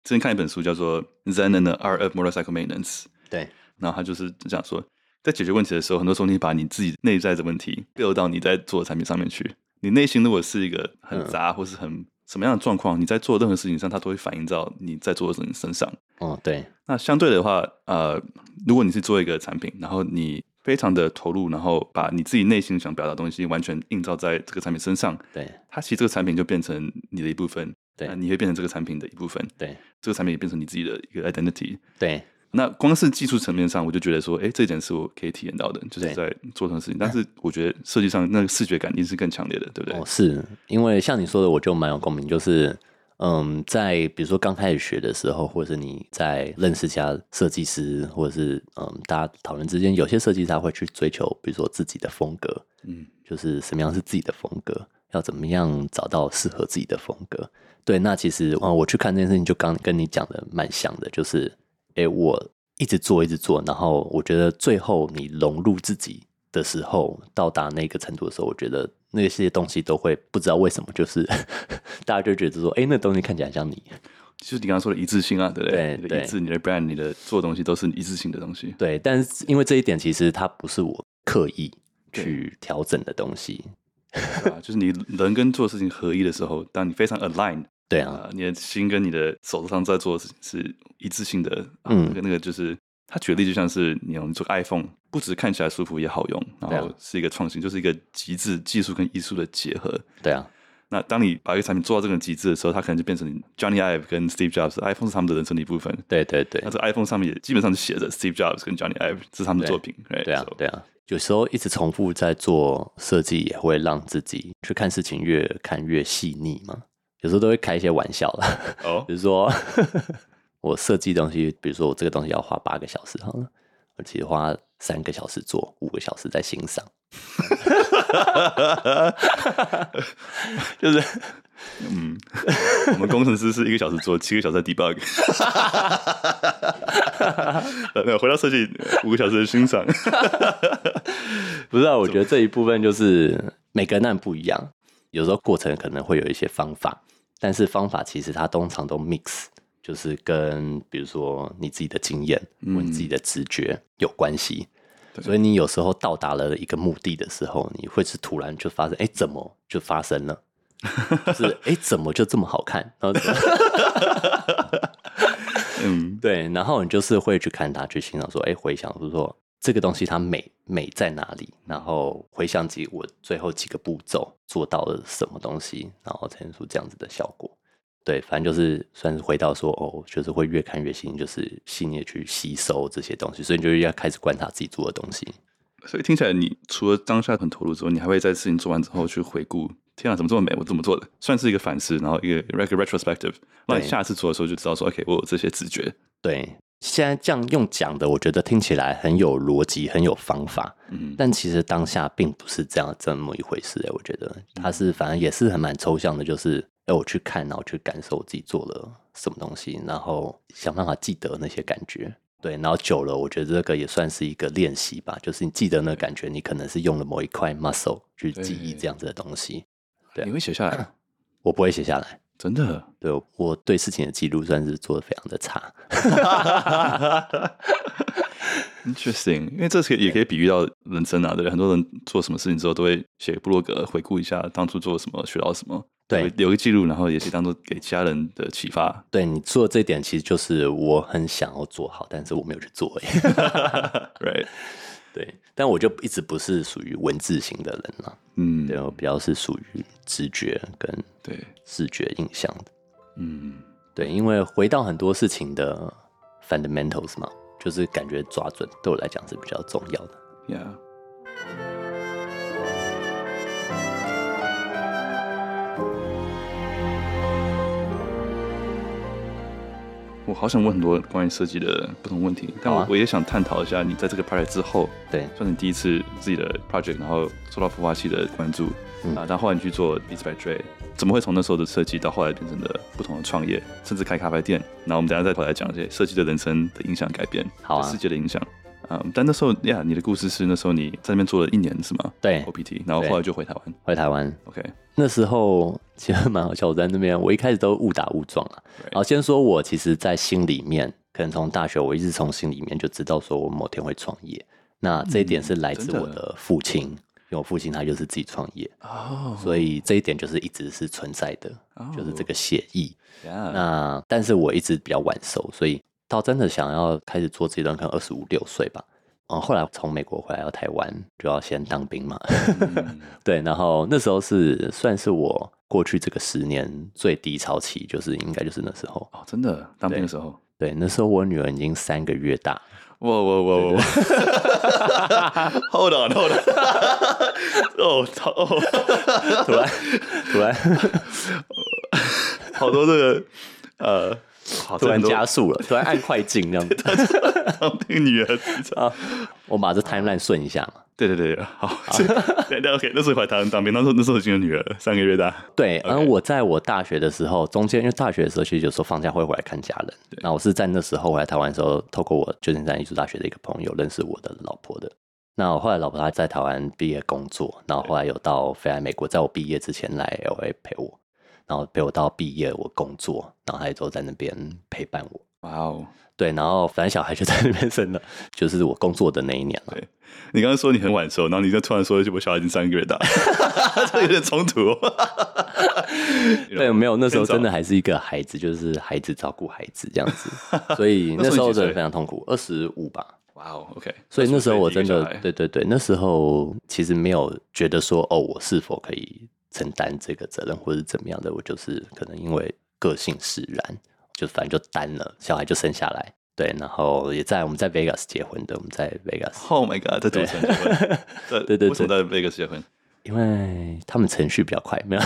S2: 之前看一本书叫做《Zen and the Art of Motorcycle Maintenance》。
S1: 对
S2: 然后他就是讲说，在解决问题的时候，很多时候你把你自己内在的问题 build 到你在做的产品上面去。你内心如果是一个很
S1: 嗯
S2: 杂、或是很什么样的状况，你在做任何事情上，它都会反映到你在做的事情身上。
S1: 哦，对，
S2: 那相对的话，呃，如果你是做一个产品，然后你非常的投入，然后把你自己内心想表达的东西完全映照在这个产品身上，
S1: 对，
S2: 它其实这个产品就变成你的一部分，
S1: 对
S2: 那你会变成这个产品的一部分，
S1: 对，
S2: 这个产品也变成你自己的一个 identity，
S1: 对，
S2: 那光是技术层面上，我就觉得说，哎、这一点是我可以体验到的，就是在做这种事情。但是我觉得设计上那个视觉感一定是更强烈的，对不对？
S1: 哦，是因为像你说的，我就蛮有共鸣，就是嗯，在比如说刚开始学的时候，或者是你在认识其他设计师，或者是嗯，大家讨论之间，有些设计师他会去追求，比如说自己的风格，
S2: 嗯，
S1: 就是什么样是自己的风格，要怎么样找到适合自己的风格。对，那其实啊、呃我去看这件事情，就刚跟你讲的蛮像的，就是，诶，我一直做，一直做，然后我觉得最后你融入自己的时候，到达那个程度的时候，我觉得那些东西都会不知道为什么，就是 大家就觉得说，诶，那东西看起来像你，
S2: 就是你刚刚说的一致性啊，对不
S1: 对
S2: 你的一致，你的 brand，你的做的东西都是一致性的东西。
S1: 对，但是因为这一点，其实它不是我刻意去调整的东西，
S2: 对吧？就是 你人跟做的事情合一的时候，当你非常 aligned，
S1: 对啊，
S2: 啊、你的心跟你的手头上在做的事情是一致性的，啊、
S1: 嗯
S2: 那个那个就是。他举例就像是你用做 iPhone，不只看起来舒服也好用，然
S1: 对啊
S2: 后是一个创新，就是一个极致技术跟艺术的结合。
S1: 对啊，
S2: 那当你把一个产品做到这个极致的时候，它可能就变成 Johnny Ive 跟 Steve Jobs，iPhone 是他们的人生的一部分。
S1: 对对对
S2: 那，这 iPhone 上面也基本上是写着 Steve Jobs 跟 Johnny Ive 这是他们的作品。right？
S1: 对啊
S2: So，
S1: 对啊。有时候一直重复在做设计，也会让自己去看事情越看越细腻嘛。有时候都会开一些玩笑啦，
S2: 哦
S1: 比如说 我设计东西，比如说我这个东西要花八个小时好了，我其实花三个小时做，五个小时在欣赏， 就是
S2: 我们工程师是一个小时做，七个小时 在 debug。呃那回到设计，五个小时的欣赏。
S1: 不是啊，我觉得这一部分就是每个人案不一样，有时候过程可能会有一些方法，但是方法其实它通常都 mix，就是跟比如说你自己的经验或你自己的直觉有关系。
S2: 对
S1: 所以你有时候到达了一个目的的时候，你会是突然就发生，哎、怎么就发生了？就是哎、诶怎么就这么好看？然后怎么
S2: 嗯，
S1: 对，然后你就是会去看它，去欣赏，说，哎，回想，就是说这个东西它美美在哪里，然后回想起我最后几个步骤做到了什么东西，然后才能出这样子的效果。对，反正就是算是回到说，哦，就是会越看越新，就是细腻地去吸收这些东西，所以你就要开始观察自己做的东西。
S2: 所以听起来，你除了当下很投入之后，你还会在事情做完之后去回顾。天啊，怎么这么美？我怎么做的？算是一个反思，然后一个 rec- retrospective，让你
S1: 对
S2: 下次做的时候就知道说，OK，我有这些直觉。
S1: 对，现在这样用讲的，我觉得听起来很有逻辑，很有方法。
S2: 嗯，
S1: 但其实当下并不是这样这么一回事、欸、我觉得它是反正也是很蛮抽象的，就是哎、我去看，然后去感受自己做了什么东西，然后想办法记得那些感觉。对，然后久了，我觉得这个也算是一个练习吧，就是你记得那感觉，你可能是用了某一块 muscle 去记忆这样子的东西。对啊
S2: 你会写下来，
S1: 我不会写下来，
S2: 真的。
S1: 对我我对事情的记录算是做的非常的差。
S2: Interesting，因 为这是也可以比喻到人生啊，对不对？很多人做什么事情之后都会写部落格，回顾一下当初做了什么，学到什么，
S1: 对
S2: 有留个记录，然后也是当做给其他人的启发。
S1: 对你做这点，其实就是我很想要做好，但是我没有去做欸而已。
S2: Right，
S1: 对，但我就一直不是属于文字型的人啦，
S2: 嗯，
S1: 对我比较是属于直觉跟
S2: 对，
S1: 视觉印象的。
S2: 嗯，
S1: 对，因为回到很多事情的 fundamentals 嘛，就是感觉抓准对我来讲是比较重要的。
S2: Yeah，我好想问很多关于设计的不同问题，但
S1: 好
S2: 我、
S1: 啊
S2: 我也想探讨一下你在这个 project 之后，
S1: 对
S2: 算是你第一次自己的 project，然后受到孵化器的关注，
S1: 嗯
S2: 啊，但后来你去做 b e a t s by Dre，怎么会从那时候的设计到后来变成了不同的创业，甚至开咖啡店？然后我们等一下再回来讲这些设计对人生的影响改变，
S1: 好啊
S2: 对世界的影响。啊、但那时候呀，你的故事是那时候你在那边做了一年是吗
S1: 对，
S2: ？OPT，然后后来就回台湾。
S1: 回台湾
S2: OK，
S1: 那时候其实蛮好笑，我在那边我一开始都误打误撞啊。
S2: Right
S1: 然后先说我其实，在心里面，可能从大学我一直从心里面就知道说我某天会创业。那这一点是来自
S2: 嗯真的
S1: 我的父亲，因为我父亲他就是自己创业，
S2: 哦
S1: 所以这一点就是一直是存在的，
S2: 哦
S1: 就是这个协议。
S2: 以呀，
S1: 那但是我一直比较晚熟，所以到真的想要开始做这一段，可能二十五六岁吧。嗯，后来从美国回来到台湾，就要先当兵嘛。
S2: 嗯
S1: 对，然后那时候是算是我过去这个十年最低潮期，就是应该就是那时候。
S2: 哦，真的，当兵的时候，
S1: 对，那时候我女儿已经三个月大，
S2: 哇哇哇哇哇 ！Hold on，Hold on，哦，操，哦，
S1: 突然突然
S2: 好多这个呃，好
S1: 突然
S2: 这很多
S1: 加速了，突然按快进这样子
S2: 当兵女儿职场。
S1: 啊！我把这 timeline 顺一下嘛。
S2: 对对对，对好，所以
S1: 啊
S2: 对对 OK，那时候回台湾当兵，那时候那时候已经有女儿，三个月大。
S1: 对，然后
S2: OK
S1: 我在我大学的时候，中间因为大学的时候，其实有时候放假会回来看家人。那我是在那时候回来台湾的时候，透过我旧金山艺术大学的一个朋友认识我的老婆的。那我后来老婆她在台湾毕业工作，然后后来有到飞来美国，在我毕业之前来 LA 陪我，然后陪我到毕业我工作，然后她也都在那边陪伴我。
S2: 哇哦！
S1: 对，然后反正小孩就在那边生了，就是我工作的那一年了。
S2: 你刚刚说你很晚熟，然后你就突然说我小孩已经三个 月大，这有点冲突。哦
S1: 对，没有，那时候
S2: 趁早
S1: 真的还是一个孩子，就是孩子照顾孩子这样 子，所以
S2: 那
S1: 那
S2: 时
S1: 时
S2: 候
S1: 候
S2: 你几岁
S1: 真的非常痛苦，二十五吧。
S2: 哇哦，OK。
S1: 所以那时候我
S2: 25岁
S1: 真
S2: 第一个
S1: 的
S2: 小孩
S1: 对对对，那时候其实没有觉得说哦，我是否可以承担这个责任，或者怎么样的，我就是可能因为个性使然，就反正就担了，小孩就生下来。对，然后也在我们在 Vegas 结婚的，我们在 Vegas，
S2: Oh my god！在赌城结婚，在
S1: 对对
S2: 为什么在 Vegas 结婚？
S1: 因为他们程序比较快，没有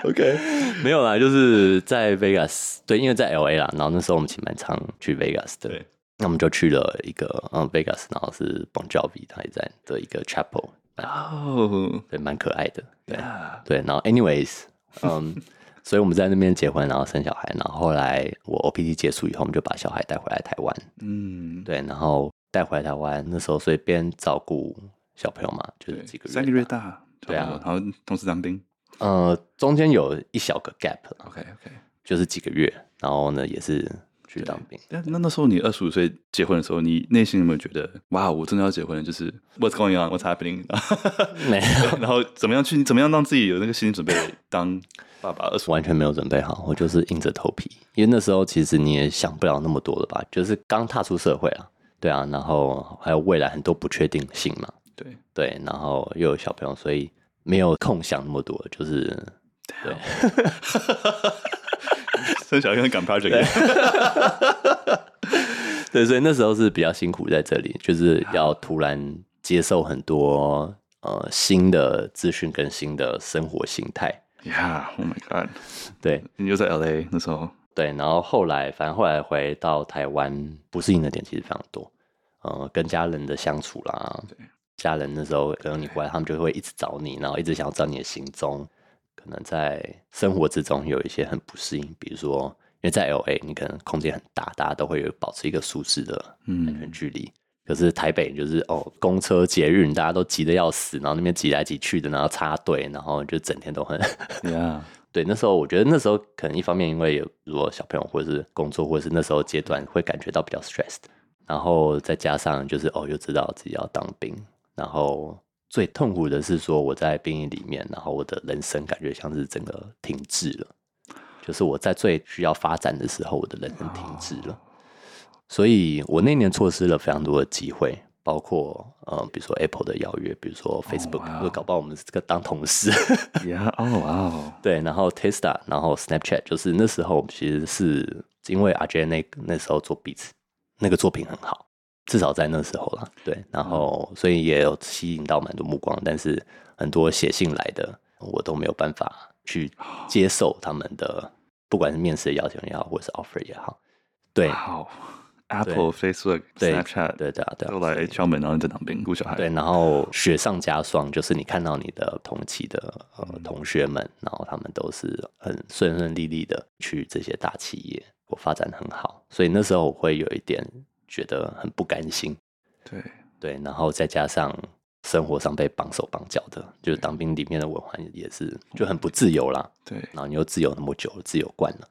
S2: OK，
S1: 没有啦，就是在 Vegas，对，因为在 LA 啦，然后那时候我们其实蛮常去 Vegas 的，
S2: 对，
S1: 那我们就去了一个嗯 Vegas，然后是 Bon Jovi 他也在的一个 chapel，
S2: 哦，
S1: 对，蛮可爱的，Oh，对
S2: Yeah
S1: 对，然后 anyways，嗯， 所以我们在那边结婚，然后生小孩，然后后来我 OPT 结束以后，我们就把小孩带回来台湾，
S2: 嗯，
S1: 对，然后带回来台湾，那时候所以边照顾小朋友嘛，就是几个月，
S2: 三个月，大，
S1: 对啊
S2: 差不多然后同时当兵。
S1: 呃，中间有一小个 gap，
S2: OK OK，
S1: 就是几个月，然后呢也是去当兵。
S2: 那那那时候你二十五岁结婚的时候，你内心有没有觉得哇，我真的要结婚了？就是 What's going on? What's happening?
S1: 没有，
S2: 然后怎么样去？你怎么样让自己有那个心理准备当爸爸？二十五
S1: 完全没有准备好，我就是硬着头皮，因为那时候其实你也想不了那么多了吧，就是刚踏出社会啊，对啊，然后还有未来很多不确定性嘛，
S2: 对，
S1: 对，然后又有小朋友，所以没有空想那么多，就是
S2: 生小孩跟赶 project 一样
S1: 对，所以那时候是比较辛苦在这里，就是要突然接受很多呃新的资讯跟新的生活形态，
S2: ，Yeah, Oh my God！
S1: 对，
S2: 你又在 LA 那时候，
S1: 对，然后后来，反正后来回到台湾，不适应的点其实非常多。呃，跟家人的相处啦，家人那时候可能你回来，他们就会一直找你，然后一直想要找你的行踪。可能在生活之中有一些很不适应，比如说，因为在 L A 你可能空间很大，大家都会有保持一个舒适的安全距离。可是台北就是哦，公车、捷运大家都急得要死，然后那边挤来挤去的，然后插队，然后就整天都很
S2: Yeah，
S1: 对，那时候我觉得那时候可能一方面因为有如果小朋友或者是工作或者是那时候阶段会感觉到比较 stressed，然后再加上就是哦又知道自己要当兵，然后最痛苦的是说我在兵役里面，然后我的人生感觉像是整个停滞了，就是我在最需要发展的时候，我的人生停滞了。所以我那年错失了非常多的机会，包括呃，比如说 Apple 的邀约，比如说 Facebook，、
S2: 哇哦
S1: 就搞不好我们是这个当同事，
S2: Yeah，哦哇哦，
S1: 对，然后 Tesla，然后 Snapchat，就是那时候其实是因为 RJ 那那时候做 Beats 那个作品很好，至少在那时候啦。对，然后
S2: 嗯
S1: 所以也有吸引到蛮多目光，但是很多写信来的我都没有办法去
S2: 啊
S1: 接受他们的，不管是面试的邀请也好，或者是 offer 也好。对
S2: 好，Apple、Facebook、
S1: 对
S2: Snapchat，
S1: 对对啊对啊
S2: 都来敲门，然后你在当兵顾小孩，
S1: 对，，然后雪上加霜，就是你看到你的同期的呃同学们，然后他们都是很顺顺利利的去这些大企业，我发展很好，所以那时候我会有一点觉得很不甘心，
S2: 对，
S1: 对，然后再加上生活上被绑手绑脚的，就是当兵里面的文化也是就很不自由啦，
S2: 对，
S1: 然后你又自由那么久，自由惯了，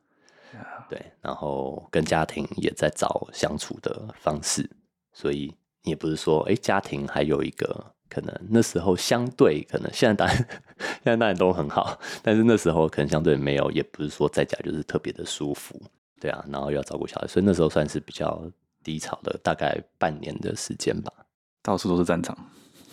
S2: 啊
S1: 对，然后跟家庭也在找相处的方式，所以你也不是说，哎，家庭还有一个可能那时候相对可能现在当然现在当然都很好，但是那时候可能相对没有，也不是说在家就是特别的舒服，对啊，然后又要照顾小孩，所以那时候算是比较低潮的大概半年的时间吧。
S2: 到处都是战场。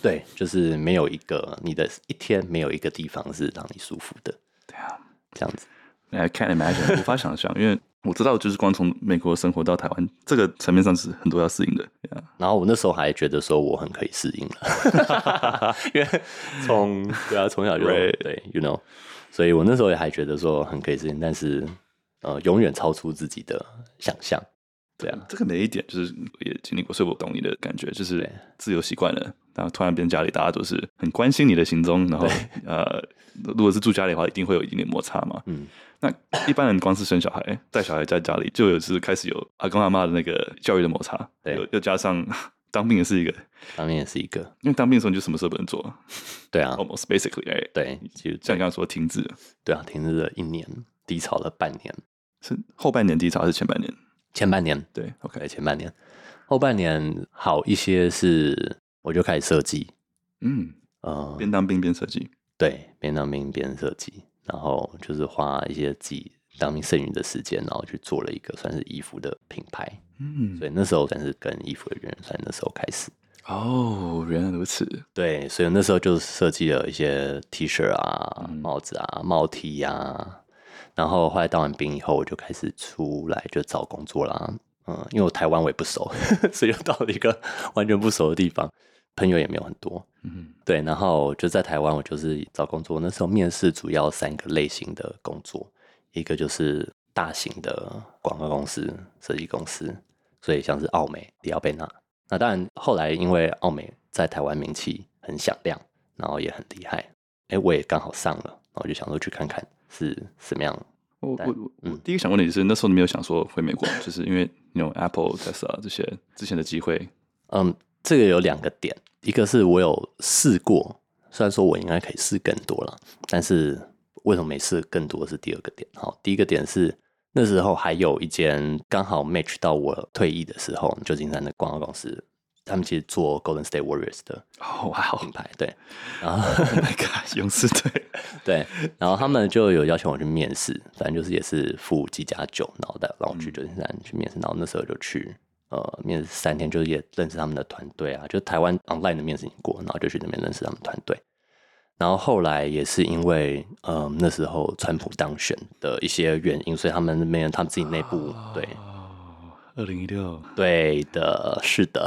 S1: 对，就是没有一个你的一天没有一个地方是让你舒服的，
S2: 对啊，
S1: 这样子。
S2: I can't imagine，无法想象，因为我知道，就是光从美国生活到台湾这个层面上是很多要适应的。Yeah.
S1: 然后我那时候还觉得说我很可以适应了，因为从对啊从小就
S2: Right
S1: 对，you know，所以我那时候也还觉得说很可以适应，但是呃永远超出自己的想象，对啊，
S2: 这个每一点就是我也经历过，所以我懂你的感觉，就是
S1: 对
S2: 自由习惯了，然后突然变家里，大家都是很关心你的行踪，然后呃，如果是住家里的话，一定会有一定的摩擦嘛。
S1: 嗯，
S2: 那一般人光是生小孩，带小孩在家里，就有是开始有阿公阿妈的那个教育的摩擦，
S1: 对
S2: 又又加上 当兵也是一个，
S1: 当年也是一个，
S2: 因为当兵的时候你就什么事都不能做
S1: 对啊，
S2: ，almost basically，right?
S1: 对，就
S2: 像你刚刚说停滞了，
S1: 对啊，停滞了一年，低潮了半年，
S2: 是后半年低潮还是前半年？
S1: 前半年
S2: 对，OK，
S1: 对，前半年，后半年好一些是我就开始设计，
S2: 嗯，
S1: 呃，
S2: 边当兵边设计，
S1: 对，边当兵边设计，然后就是花一些自己当兵剩余的时间，然后去做了一个算是衣服的品牌，
S2: 嗯
S1: 所以那时候算是跟衣服的渊源，算那时候开始。
S2: 哦，原来如此。
S1: 对，所以那时候就设计了一些 T 恤啊、帽子啊、帽 T 啊。然后后来当完兵以后，我就开始出来就找工作啦。嗯，因为我台湾我也不熟， 所以又到了一个完全不熟的地方，朋友也没有很多。
S2: 嗯
S1: 对，然后就在台湾，我就是找工作。那时候面试主要三个类型的工作，一个就是大型的广告公司、设计公司，所以像是奥美、迪奥贝纳。那当然，后来因为奥美在台湾名气很响亮，然后也很厉害，哎，我也刚好上了，然后我就想说去看看是什么样。
S2: 我我
S1: 但
S2: 我我
S1: 嗯
S2: 第一个想问你是，那时候你没有想说回美国， 就是因为那种 Apple、Tesla 这些之前的机会，
S1: 嗯，这个有两个点，一个是我有试过，虽然说我应该可以试更多了，但是为什么没试更多是第二个点。好，第一个点是那时候还有一间刚好 match 到我退役的时候，旧金山的广告公司，他们其实做 Golden State Warriors 的
S2: 哦哇哦
S1: 品牌，对，然后
S2: ，Oh my God，勇士 队，
S1: 对，然后他们就有邀请我去面试，反正就是也是付几加酒，然后带让我去旧金山去面试，然后那时候就去呃面试三天，就是也认识他们的团队啊，就台湾 online 的面试已经过，然后就去那边认识他们团队。然后后来也是因为，呃，那时候川普当选的一些原因，所以他们那边他们自己内部对
S2: 哦二零一六
S1: 对的，是的，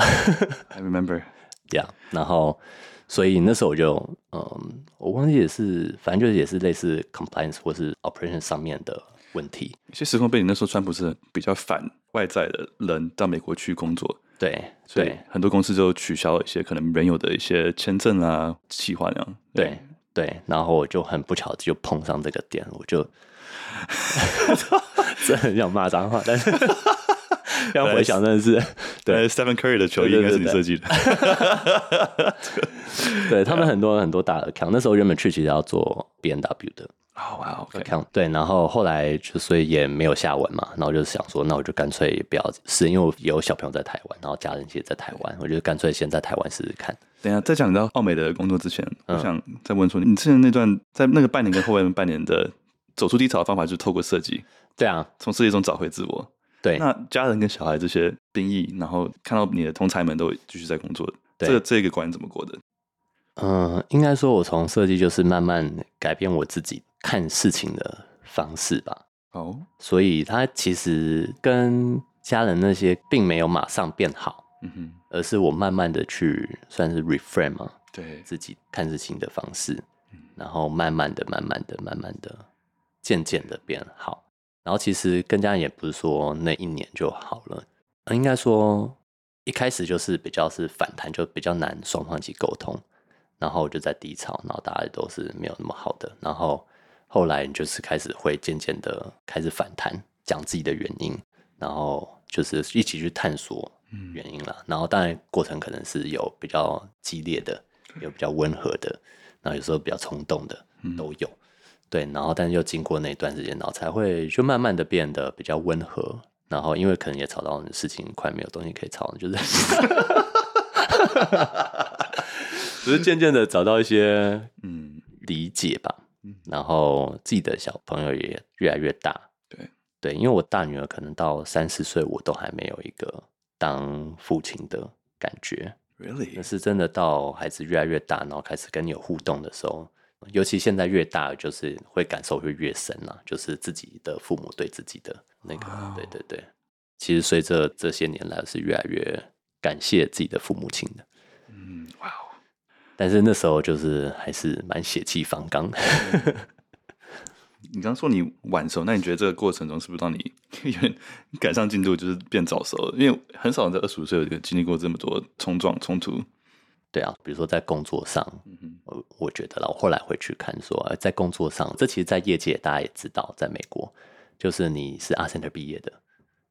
S2: ，I remember，
S1: 这样，然后所以那时候我就嗯，我忘记也是，反正就是也是类似 compliance 或是 operation 上面的问题。
S2: 一些时空背景，那时候川普是比较反外在的人到美国去工作，
S1: 对
S2: 所以
S1: 对
S2: 很多公司就取消一些可能原有的一些签证啊、企划那样。
S1: 对对，然后我就很不巧就碰上这个点，我 就真的很想骂脏话，但 是要回想真的是对
S2: 对，Stephen Curry 的球衣应该是你设计的。
S1: 对啊他们很多很多大 account，那时候原本去其实要做 B N W 的，
S2: 哦哇，OK，
S1: account 对，然后后来就所以也没有下文嘛，然后就想说，那我就干脆不要试，因为我有小朋友在台湾，然后家人也在台湾，我就干脆先在台湾试试看。
S2: 等一下，在讲到奥美的工作之前，我想再问说，你之前那段在那个半年跟后面半年的走出低潮的方法，就是透过设计，
S1: 对啊，
S2: 从设计中找回自我。
S1: 对，
S2: 那家人跟小孩这些兵役，然后看到你的同才们都继续在工作，
S1: 对
S2: 这这个关怎么过的？
S1: 嗯、应该说我从设计就是慢慢改变我自己看事情的方式吧，
S2: 哦，
S1: 所以它其实跟家人那些并没有马上变好，
S2: 嗯哼，
S1: 而是我慢慢的去算是 reframe 嘛、
S2: 对，
S1: 自己看事情的方式，然后慢慢的、慢慢的、慢慢的、渐渐的变好。然后其实跟家人也不是说那一年就好了，呃应该说一开始就是比较是反弹，就比较难双方一起沟通。然后就在低潮，然后大家都是没有那么好的。然后后来你就是开始会渐渐的开始反弹，讲自己的原因，然后就是一起去探索
S2: 嗯
S1: 原因啦。然后当然过程可能是有比较激烈的，有比较温和的，然后有时候比较冲动的
S2: 嗯
S1: 都有。对，然后但是又经过那一段时间，然后才会就慢慢的变得比较温和。然后因为可能也吵到事情快没有东西可以吵了，就是 只是渐渐的找到一些
S2: 嗯，
S1: 理解吧
S2: 嗯。
S1: 然后自己的小朋友也越来越大，
S2: 对
S1: 对，因为我大女儿可能到三四岁，我都还没有一个当父亲的感觉。那
S2: ，really，
S1: 是真的到孩子越来越大，然后开始跟你有互动的时候，尤其现在越大，就是会感受会越深啦、就是自己的父母对自己的那个
S2: 哇哦
S1: 对对对。其实随着这些年来，是越来越感谢自己的父母亲的。
S2: 嗯，哇哦，
S1: 但是那时候就是还是蛮血气方刚，
S2: 你刚刚说你晚熟，那你觉得这个过程中是不是让你 有点赶上进度，就是变早熟了？因为很少人在二十五岁有经历过这么多冲撞冲突。
S1: 对啊，比如说在工作上，
S2: 嗯哼，
S1: 我我觉得啦，我后来回去看说，呃在工作上，这其实，在业界大家也知道，在美国，就是你是 a r center 毕业的，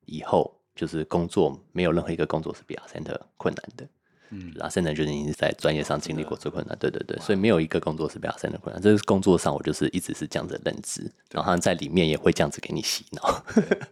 S1: 以后就是工作没有任何一个工作是比 a r center 困难的。
S2: 嗯
S1: 阿森呢，就是你在专业上经历过最困难，对对对，所以没有一个工作是比阿森的困难。这是工作上，我就是一直是这样子的认知，然后他在里面也会这样子给你洗脑，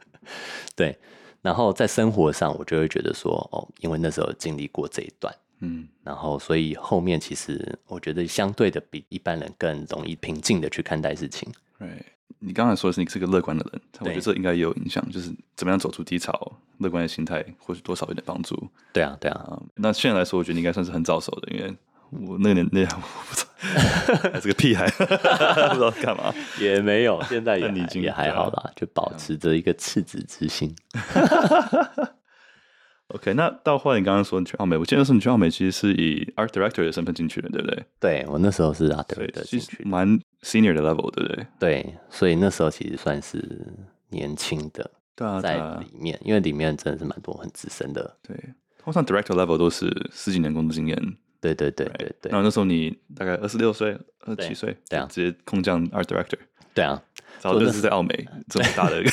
S1: 对。然后在生活上，我就会觉得说，哦，因为那时候经历过这一段，
S2: 嗯
S1: 然后所以后面其实我觉得相对的比一般人更容易平静的去看待事情。
S2: ，right。你刚才说的是你是个乐观的人，我觉得
S1: 对
S2: 这应该也有影响，就是怎么样走出低潮，乐观的心态或许多少有点帮助。
S1: 对啊，对啊，
S2: 啊、那现在来说，我觉得你应该算是很早熟的，因为我那个年 代我不知道，还是个屁孩，不知道干嘛。
S1: 也没有，现在也
S2: 那你已
S1: 还
S2: 经啊
S1: 也还好啦，就保持着一个赤子之心。
S2: OK，那到后来你刚刚说你去澳美，我记得是你去澳美其实是以 art director 的身份进去的，对不对？
S1: 对我那时候是啊，对
S2: 对，
S1: 的
S2: 其
S1: 进
S2: 实
S1: 去，
S2: 蛮 senior 的 level，对不对？
S1: 对，所以那时候其实算是年轻的
S2: 对啊，对
S1: 在
S2: 啊
S1: 里，面，因为里面真的是蛮多很资深的。
S2: 对。通常 director level 都是十几年工作经验，
S1: 对对对
S2: right？
S1: 对对
S2: 然后那时候你大概二十六岁、二十
S1: 对
S2: 七岁，
S1: 对啊
S2: 就直接空降 art director，
S1: 对啊，
S2: 然后就是在 澳美这么大的一个，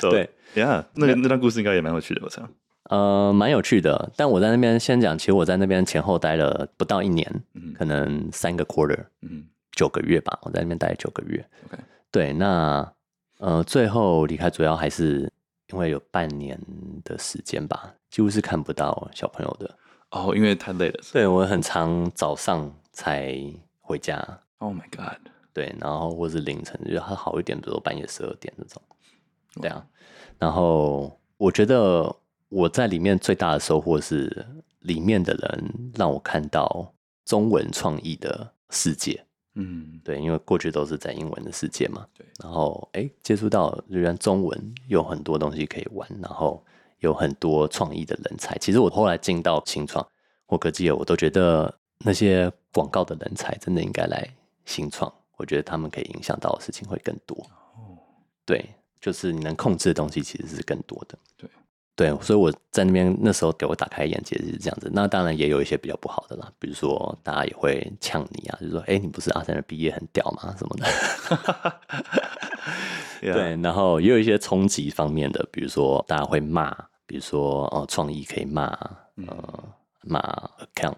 S2: So，
S1: 对
S2: ，Yeah，那个那段故事应该也蛮有趣的，我想。
S1: 呃，蛮有趣的。但我在那边先讲，其实我在那边前后待了不到一年，
S2: 嗯
S1: 可能三个 quarter，
S2: 嗯
S1: 九个月吧，我在那边待了九个月。
S2: ，OK，
S1: 对，那呃，最后离开主要还是因为有半年的时间吧，几乎是看不到小朋友的。
S2: 哦，因为太累了。
S1: 对我很常早上才回家，
S2: Oh my god，
S1: 对，然后或是凌晨，就是他好一点，比如说半夜十二点这种，对啊。然后我觉得我在里面最大的收获是，里面的人让我看到中文创意的世界。
S2: 嗯，
S1: 对，因为过去都是在英文的世界嘛，
S2: 对
S1: 然后哎，诶接触到原来中文有很多东西可以玩，然后有很多创意的人才。其实我后来进到新创或科技业，我都觉得那些广告的人才真的应该来新创，我觉得他们可以影响到的事情会更多。
S2: 哦，
S1: 对，就是你能控制的东西其实是更多的。
S2: 对
S1: 对，所以我在那边那时候给我打开眼界是这样子。那当然也有一些比较不好的啦，比如说大家也会呛你啊，就说：“哎，你不是阿三的毕业很屌吗？”什么的。
S2: 啊
S1: 对，然后也有一些冲击方面的，比如说大家会骂，比如说哦，创意可以骂，
S2: 嗯
S1: 呃，骂 account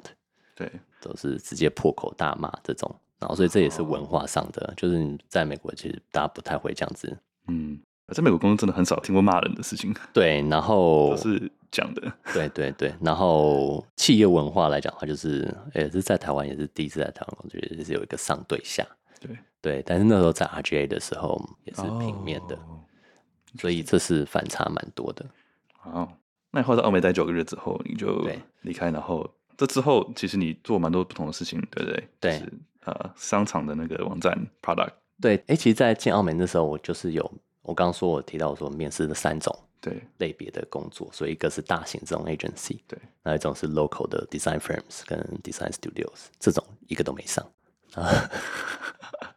S2: 对对，
S1: 都是直接破口大骂这种。然后，所以这也
S2: 哦
S1: 是文化上的，就是你在美国其实大家不太会这样子。
S2: 嗯，在美国工作真的很少听过骂人的事情，
S1: 对，然后
S2: 都是讲的。
S1: 对对对，然后企业文化来讲的话，就是也是在台湾也是第一次在台湾工作，就是有一个上对下。
S2: 对，
S1: 对，但是那时候在 RGA 的时候也是平面的，
S2: 哦。
S1: 所以这是反差蛮多的。
S2: 好，那你后来在澳美待九个月之后，你就
S1: 对
S2: 离开，然后这之后其实你做蛮多不同的事情，对不对？
S1: 对
S2: 就是呃，商场的那个网站 product，
S1: 对，哎，其实，在进澳门的时候，我就是有我刚刚说我提到说面试的三种
S2: 对
S1: 类别的工作，所以一个是大型这种 agency，
S2: 对，
S1: 那一种是 local 的 design firms 跟 design studios，这种一个都没上， 啊，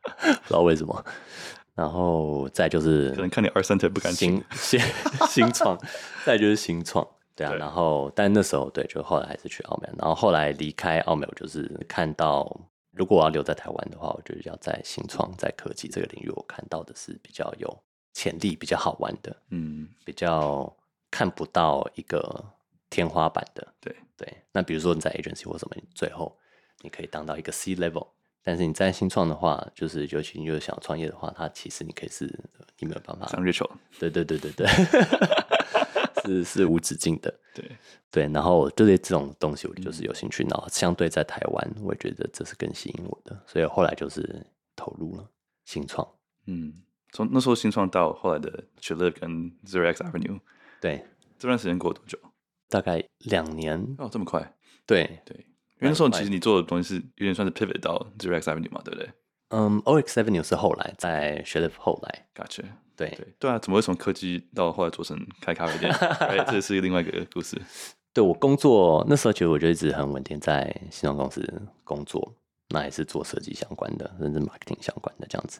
S1: 不知道为什么。然后再就是
S2: 可能看你二三腿不敢请
S1: 新 新新创， 再就是新创，对啊。
S2: 对
S1: 然后，但那时候对，就后来还是去澳门，然后后来离开澳门，我就是看到，如果我要留在台湾的话，我就是要在新创、在科技这个领域，我看到的是比较有潜力、比较好玩的，
S2: 嗯，
S1: 比较看不到一个天花板的。
S2: 对，
S1: 对，那比如说你在 agency 或什么，你最后你可以当到一个 C level，但是你在新创的话，就是尤其你又想创业的话，它其实你可以是你没有办法
S2: 像 Rachel，
S1: 对对对对 对，是是无止境的。
S2: 对，
S1: 对，然后我对这种东西我就是有兴趣，然后相对在台湾，我也觉得这是更吸引我的，所以后来就是投入了新创。
S2: 嗯，从那时候新创到后来的 c h i l l 跟 Zero X Avenue，
S1: 对，
S2: 这段时间过了多久？
S1: 大概两年。
S2: 哦，这么快？
S1: 对，
S2: 对，因为那时候
S1: 蛮快
S2: 其实你做的东西是有点算是 pivot 到 Zero X Avenue 嘛，对不对
S1: 嗯，OX Avenue 是后来，在 s h e l f 后来。
S2: ？Gotcha。
S1: 对
S2: 对对啊，怎么会从科技到后来做成开咖啡 店？哎，这是另外一个故事。
S1: 对我工作那时候，其实我就一直很稳定在新创公司工作，那也是做设计相关的，甚至 marketing 相关的这样子。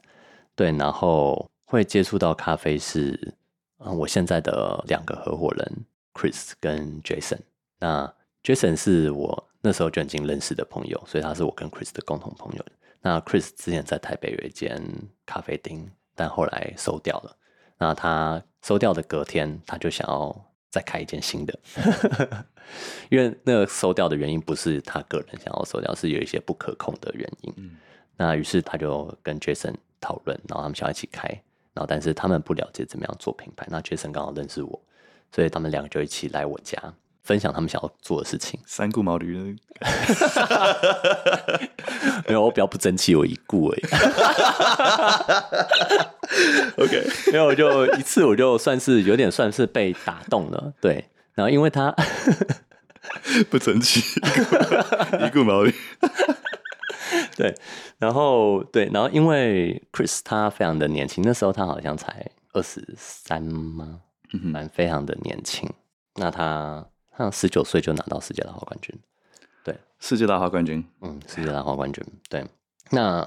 S1: 对，然后会接触到咖啡是，嗯，我现在的两个合伙人 Chris 跟 Jason。那 Jason 是我那时候就已经认识的朋友，所以他是我跟 Chris 的共同朋友。那 Chris 之前在台北有一间咖啡厅，但后来收掉了。那他收掉的隔天，他就想要再开一间新的，因为那个收掉的原因不是他个人想要收掉，是有一些不可控的原因。
S2: 嗯
S1: 那于是他就跟 Jason 讨论，然后他们想要一起开，然后但是他们不了解怎么样做品牌，那 Jason 刚好认识我，所以他们两个就一起来我家。分享他们想要做的事情。
S2: 三顾茅庐的
S1: 没有，我比较不争气，我一顾而已。
S2: ，OK，
S1: 没有，我就一次我就算是有点算是被打动了，对。然后因为他，
S2: 不争气， 一顾毛驴。
S1: 对，然后对，然后因为 Chris 他非常的年轻，那时候他好像才二十三吗？
S2: 嗯哼，
S1: 蛮非常的年轻。那他他好像十九岁就拿到世界大花冠军，
S2: 世界大花冠军，
S1: 嗯，世界大花冠军。对，那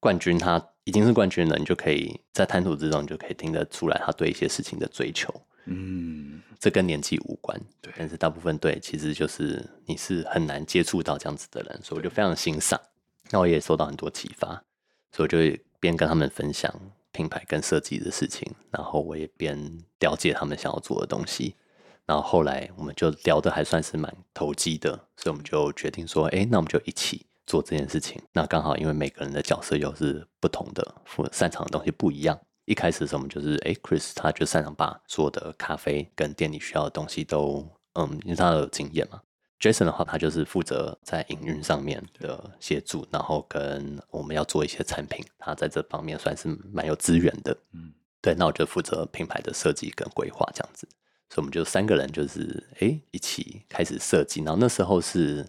S1: 冠军他已经是冠军了，你就可以在谈吐之中，你就可以听得出来他对一些事情的追求。
S2: 嗯，
S1: 这跟年纪无关，
S2: 对
S1: 但是大部分对，其实就是你是很难接触到这样子的人，所以我就非常欣赏。那我也受到很多启发，所以我就会边跟他们分享品牌跟设计的事情，然后我也边了解他们想要做的东西。然后后来我们就聊得还算是蛮投机的，所以我们就决定说，哎，那我们就一起做这件事情。那刚好因为每个人的角色又是不同的，负擅长的东西不一样。一开始的时候，我们就是，哎，Chris 他就擅长把所有的咖啡跟店里需要的东西都，嗯，因为他有经验嘛。Jason 的话，他就是负责在营运上面的协助，然后跟我们要做一些产品，他在这方面算是蛮有资源的。
S2: 嗯，
S1: 对，那我就负责品牌的设计跟规划这样子。所以我们就三个人就是哎、诶一起开始设计，然后那时候是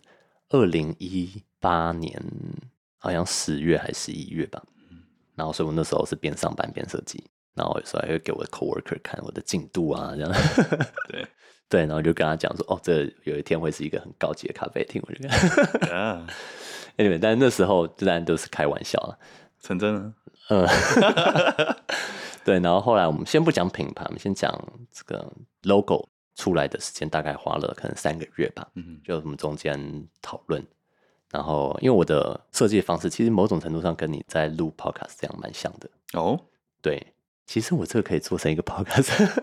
S1: 二零一八年，好像十月还是十一月吧。然后所以我那时候是边上班边设计，然后有时候还会给我的 coworker 看我的进度啊，这样。
S2: 对
S1: 对，然后就跟他讲说，哦，这有一天会是一个很高级的咖啡厅，我就跟他。
S2: 啊，
S1: anyway，但是那时候当然都是开玩笑了。
S2: 成真了，
S1: 嗯，对，然后后来我们先不讲品牌，我们先讲这个 logo 出来的时间，大概花了可能三个月吧。
S2: 嗯
S1: 就我们中间讨论，然后因为我的设计方式，其实某种程度上跟你在录 podcast 这样蛮像的。
S2: 哼，哦，
S1: 对，其实我这个可以做成一个 podcast。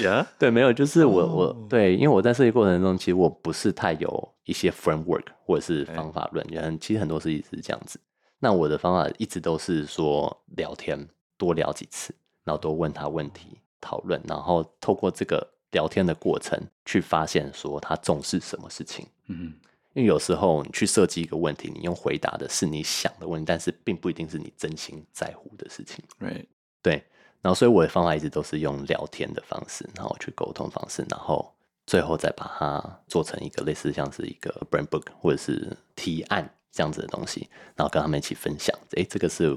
S2: 呀，
S1: 对，没有，就是我、
S2: 哦
S1: 我对，因为我在设计过程中，其实我不是太有一些 framework 或者是
S2: 哎
S1: 方法论，也很其实很多事情是这样子。那我的方法一直都是说聊天，多聊几次，然后多问他问
S2: 哦
S1: 题，讨论，然后透过这个聊天的过程去发现说他重视什么事情。
S2: 嗯
S1: 因为有时候你去设计一个问题，你用回答的是你想的问题，但是并不一定是你真心在乎的事情。
S2: 哼，right，
S1: 对，然后所以我的方法一直都是用聊天的方式，然后去沟通方式，然后最后再把它做成一个类似像是一个 brand book 或者是提案这样子的东西，然后跟他们一起分享。诶，这个是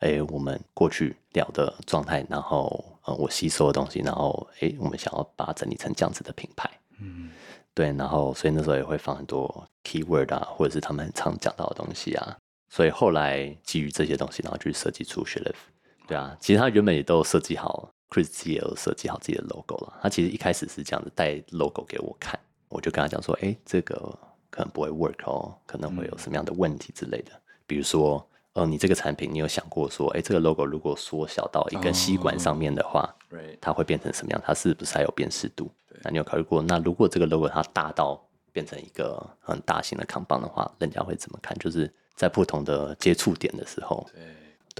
S1: 诶我们过去聊的状态，然后呃我吸收的东西，然后诶我们想要把它整理成这样子的品牌。
S2: 嗯，
S1: 对，然后所以那时候也会放很多 keyword 啊，或者是他们很常讲到的东西啊。所以后来基于这些东西，然后去设计出 s h i l i f 对啊，其实他原本也都有设计好，Chris 自己也有设计好自己的 logo 了。他其实一开始是这样子带 logo 给我看，我就跟他讲说，哎，这个可能不会 work 哦，可能会有什么样的问题之类的。比如说，呃，你这个产品，你有想过说，哎，这个 logo 如果缩小到一根吸管上面的话，
S2: Right，
S1: 它会变成什么样？它是不是还有辨识度？那你有考虑过？那如果这个 logo 它大到变成一个很大型的扛棒的话，人家会怎么看？就是在不同的接触点的时候，
S2: 对，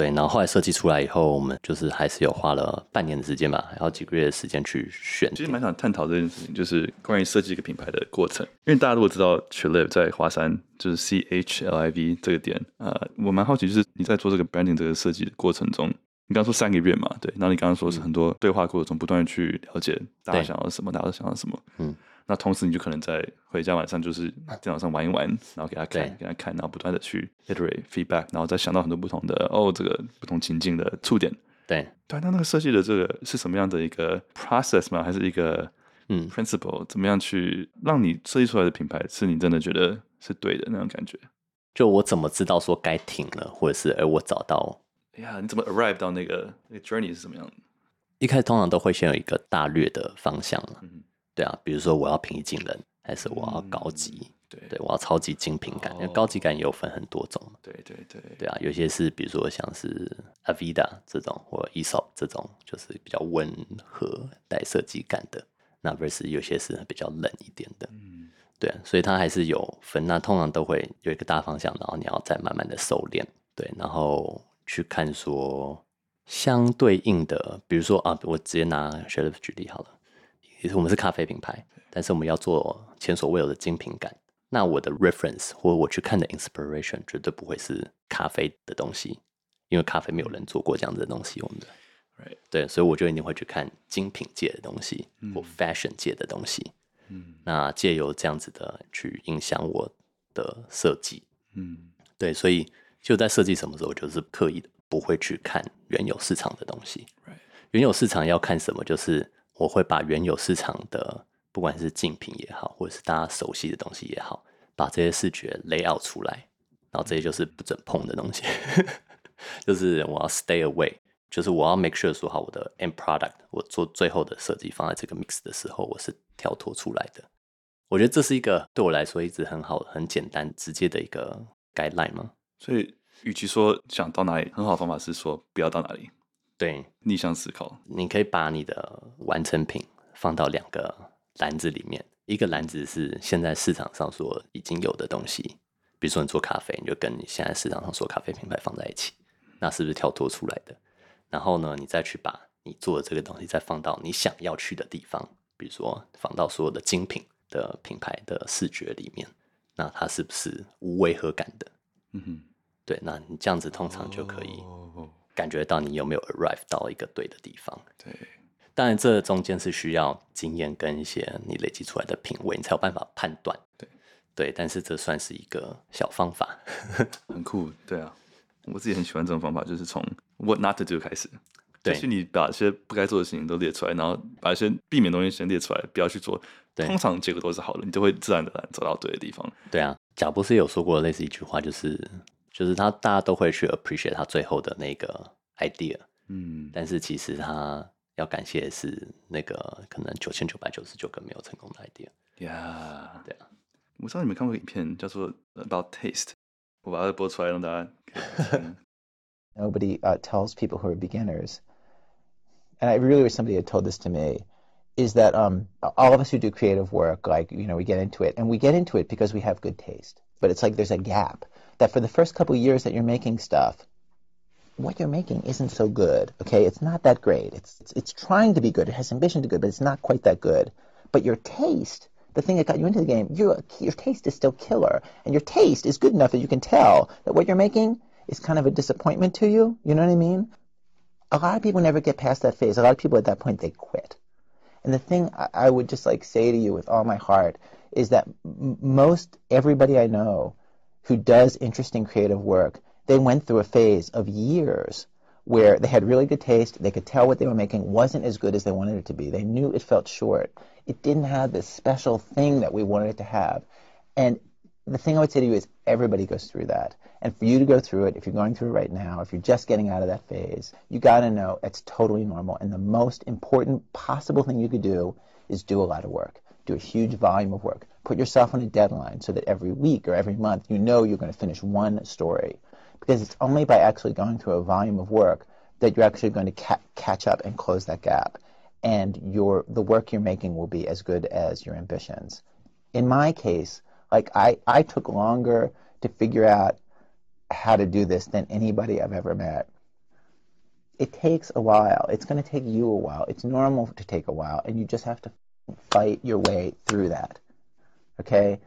S1: 对。然后后来设计出来以后，我们就是还是有花了半年的时间吧，还有几个月的时间去选
S2: 其。实蛮想探讨这件事情，就是关于设计一个品牌的过程。因为大家如果知道 Chiliv 在华山，就是 C H L I V 这个点，呃，我蛮好奇，就是你在做这个 branding 这个设计的过程中，你刚刚说三个月嘛，对，然后你刚刚说是很多对话过程中不断地去了解大家
S1: 嗯对
S2: 想要什么，大家想要什么，
S1: 嗯，
S2: 那同时你就可能在回家晚上就是电脑上玩一玩，然后给他看
S1: 对，
S2: 给他看，然后不断的去 iterate feedback，然后再想到很多不同的哦，这个不同情境的触点。
S1: 对，
S2: 对，啊那那个设计的这个是什么样的一个 process 吗？还是一个
S1: 嗯
S2: principle？怎么样去让你设计出来的品牌是你真的觉得是对的那种感觉？
S1: 就我怎么知道说该停了，或者是哎我找到
S2: 哎呀，你怎么 arrive 到那个那个 journey 是怎么样的？
S1: 一开始通常都会先有一个大略的方向了，
S2: 嗯，
S1: 对啊，比如说我要平易近人，还是我要高级，
S2: 对
S1: 对我要超级精品感，因为
S2: 哦
S1: 高级感也有分很多种嘛。
S2: 对对对
S1: 对啊，有些是比如说像是 Avida 这种或 Esop 这种，就是比较温和带设计感的。那 versus 有些是比较冷一点的，
S2: 嗯
S1: 对啊、所以它还是有分。那通常都会有一个大方向，然后你要再慢慢的收敛，对，然后去看说相对应的，比如说啊，我直接拿 s h e l f 举例好了，其实我们是咖啡品牌，但是我们要做前所未有的精品感。那我的 reference 或我去看的 inspiration 绝对不会是咖啡的东西，因为咖啡没有人做过这样子的东西。我们的
S2: 嗯 Right
S1: 对，所以我就一定会去看精品界的东西或 fashion 界的东西。
S2: 嗯
S1: 那借由这样子的去影响我的设计，
S2: 嗯
S1: 对，所以就在设计什么时候，我就是刻意的不会去看原有市场的东西。
S2: ，right，
S1: 原有市场要看什么，就是我会把原有市场的，不管是竞品也好，或者是大家熟悉的东西也好，把这些视觉 layout 出来，然后这些就是不准碰的东西， 就是我要 stay away，就是我要 make sure 说好我的 end product，我做最后的设计放在这个 mix 的时候，我是跳脱出来的。我觉得这是一个对我来说一直很好、很简单、直接的一个 guideline 嘛。
S2: 所以与其说想到哪里，很好的方法是说不要到哪里，
S1: 对，
S2: 逆向思考。
S1: 你可以把你的完成品放到两个篮子里面，一个篮子是现在市场上所已经有的东西，比如说你做咖啡，你就跟你现在市场上所有咖啡品牌放在一起，那是不是跳脱出来的？然后呢，你再去把你做的这个东西再放到你想要去的地方，比如说放到所有的精品的品牌的视觉里面，那它是不是无违和感的？
S2: 嗯哼，
S1: 对，那你这样子通常就可以
S2: 哦，
S1: 感觉到你有没有 arrive 到一个对的地方。
S2: 对，
S1: 当然，这中间是需要经验跟一些你累积出来的品味，你才有办法判断。
S2: 对
S1: 对，但是这算是一个小方法。
S2: 很酷，对啊，我自己很喜欢这种方法，就是从 what not to do 开始。
S1: 对
S2: 就是你把一些不该做的事情都列出来，然后把一些避免的东西先列出来，不要去做。
S1: 对
S2: 通常结果都是好的，你就会自然而然走到对的地方。
S1: 对啊，贾博士有说过类似一句话，就是就是他大家都会去 appreciate 他最后的那个 idea，
S2: 嗯，
S1: 但是其实他要感谢的是那个可能九千九百九十九个没有成功的 idea。
S2: 呀，
S1: 对啊，
S2: 我知道你们看过一个影片叫做《About Taste》，我把它播出来让大家 可以听。
S4: Nobody uh, tells people who are beginners, and I really wish somebody had told this to me, is that um, all of us who do creative work, like, you know, we get into it, and we get into it because we have good taste. But it's like there's a gap that for the first couple years that you're making stuff, what you're making isn't so good, okay? It's not that great. It's, it's, it's trying to be good. It has ambition to good, but it's not quite that good. But your taste, the thing that got you into the game, your, your taste is still killer. And your taste is good enough that you can tell that what you're making is kind of a disappointment to you. You know what I mean? A lot of people never get past that phase. A lot of people at that point, they quit. And the thing I, I would just like say to you with all my heart is that m- most everybody I know who does interesting creative work, they went through a phase of years where they had really good taste. They could tell what they were making wasn't as good as they wanted it to be. They knew it felt short. It didn't have this special thing that we wanted it to have. And the thing I would say to you is everybody goes through that. And for you to go through it, if you're going through it right now, if you're just getting out of that phase, you got to know it's totally normal. And the most important possible thing you could do is do a lot of work, do a huge volume of work. Put yourself on a deadline so that every week or every month you know you're going to finish one story. Because it's only by actually going through a volume of work that you're actually going to ca- catch up and close that gap. And your, the work you're making will be as good as your ambitions in my case, like I, I took longer to figure out how to do this than anybody I've ever met. It takes a while. It's going to take you a while. It's normal to take a while, and you just have to fight your way through that. Okay?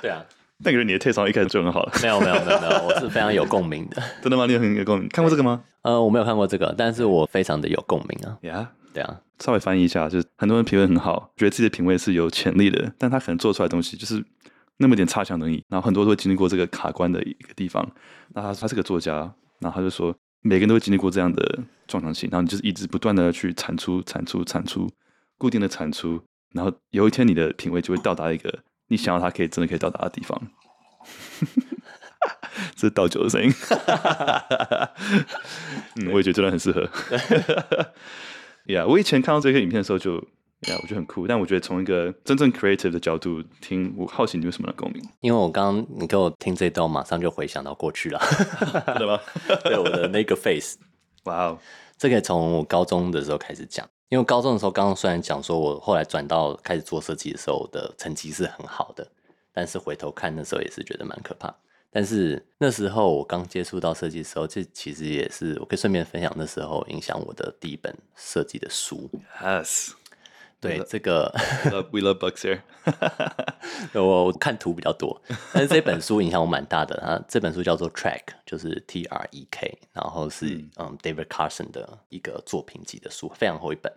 S1: 对啊，
S2: 那个人你的 taste 好像一开始就很好了，
S1: 没有没有没有没有，我是非常有共鸣的。
S2: 真的吗？你有很有共鸣，看过这个吗？
S1: 呃，我没有看过这个，但是我非常的有共鸣啊。
S2: 呀、
S1: 对啊，
S2: 稍微翻译一下，就是很多人品味很好，觉得自己的品味是有潜力的，但他可能做出来的东西就是那么点差强人意。然后很多都会经历过这个卡关的一个地方。那他他是个作家，然后他就说，每个人都会经历过这样的撞墙期，然后你就是一直不断的去产出、产出、产出，固定的产出，然后有一天你的品味就会到达一个你想要它可以真的可以到达的地方。这是倒酒的声音，嗯，我也觉得这段很适合。Yeah，我以前看到这个影片的时候就，Yeah，我觉得很酷。但我觉得从一个真正 creative 的角度听，我好奇你有什么样的共鸣，
S1: 因为我刚刚你给我听这段，我马上就回想到过去了。
S2: 真的吗？
S1: 对我的那个 face，
S2: 哇哦，
S1: 这可以从我高中的时候开始讲。因为我高中的时候，刚刚虽然讲说我后来转到开始做设计的时候，我的成绩是很好的，但是回头看的时候也是觉得蛮可怕。但是那时候我刚接触到设计的时候，这其实也是我可以顺便分享那时候影响我的第一本设计的书。
S2: Yes.
S1: 对
S2: 了
S1: 这个，
S2: We love, we love books here.
S1: 我我看图比较多，但是这本书影响我蛮大的。它这本书叫做《Track》，就是 T R E K，然后是嗯 David Carson 的一个作品集的书，非常厚一本，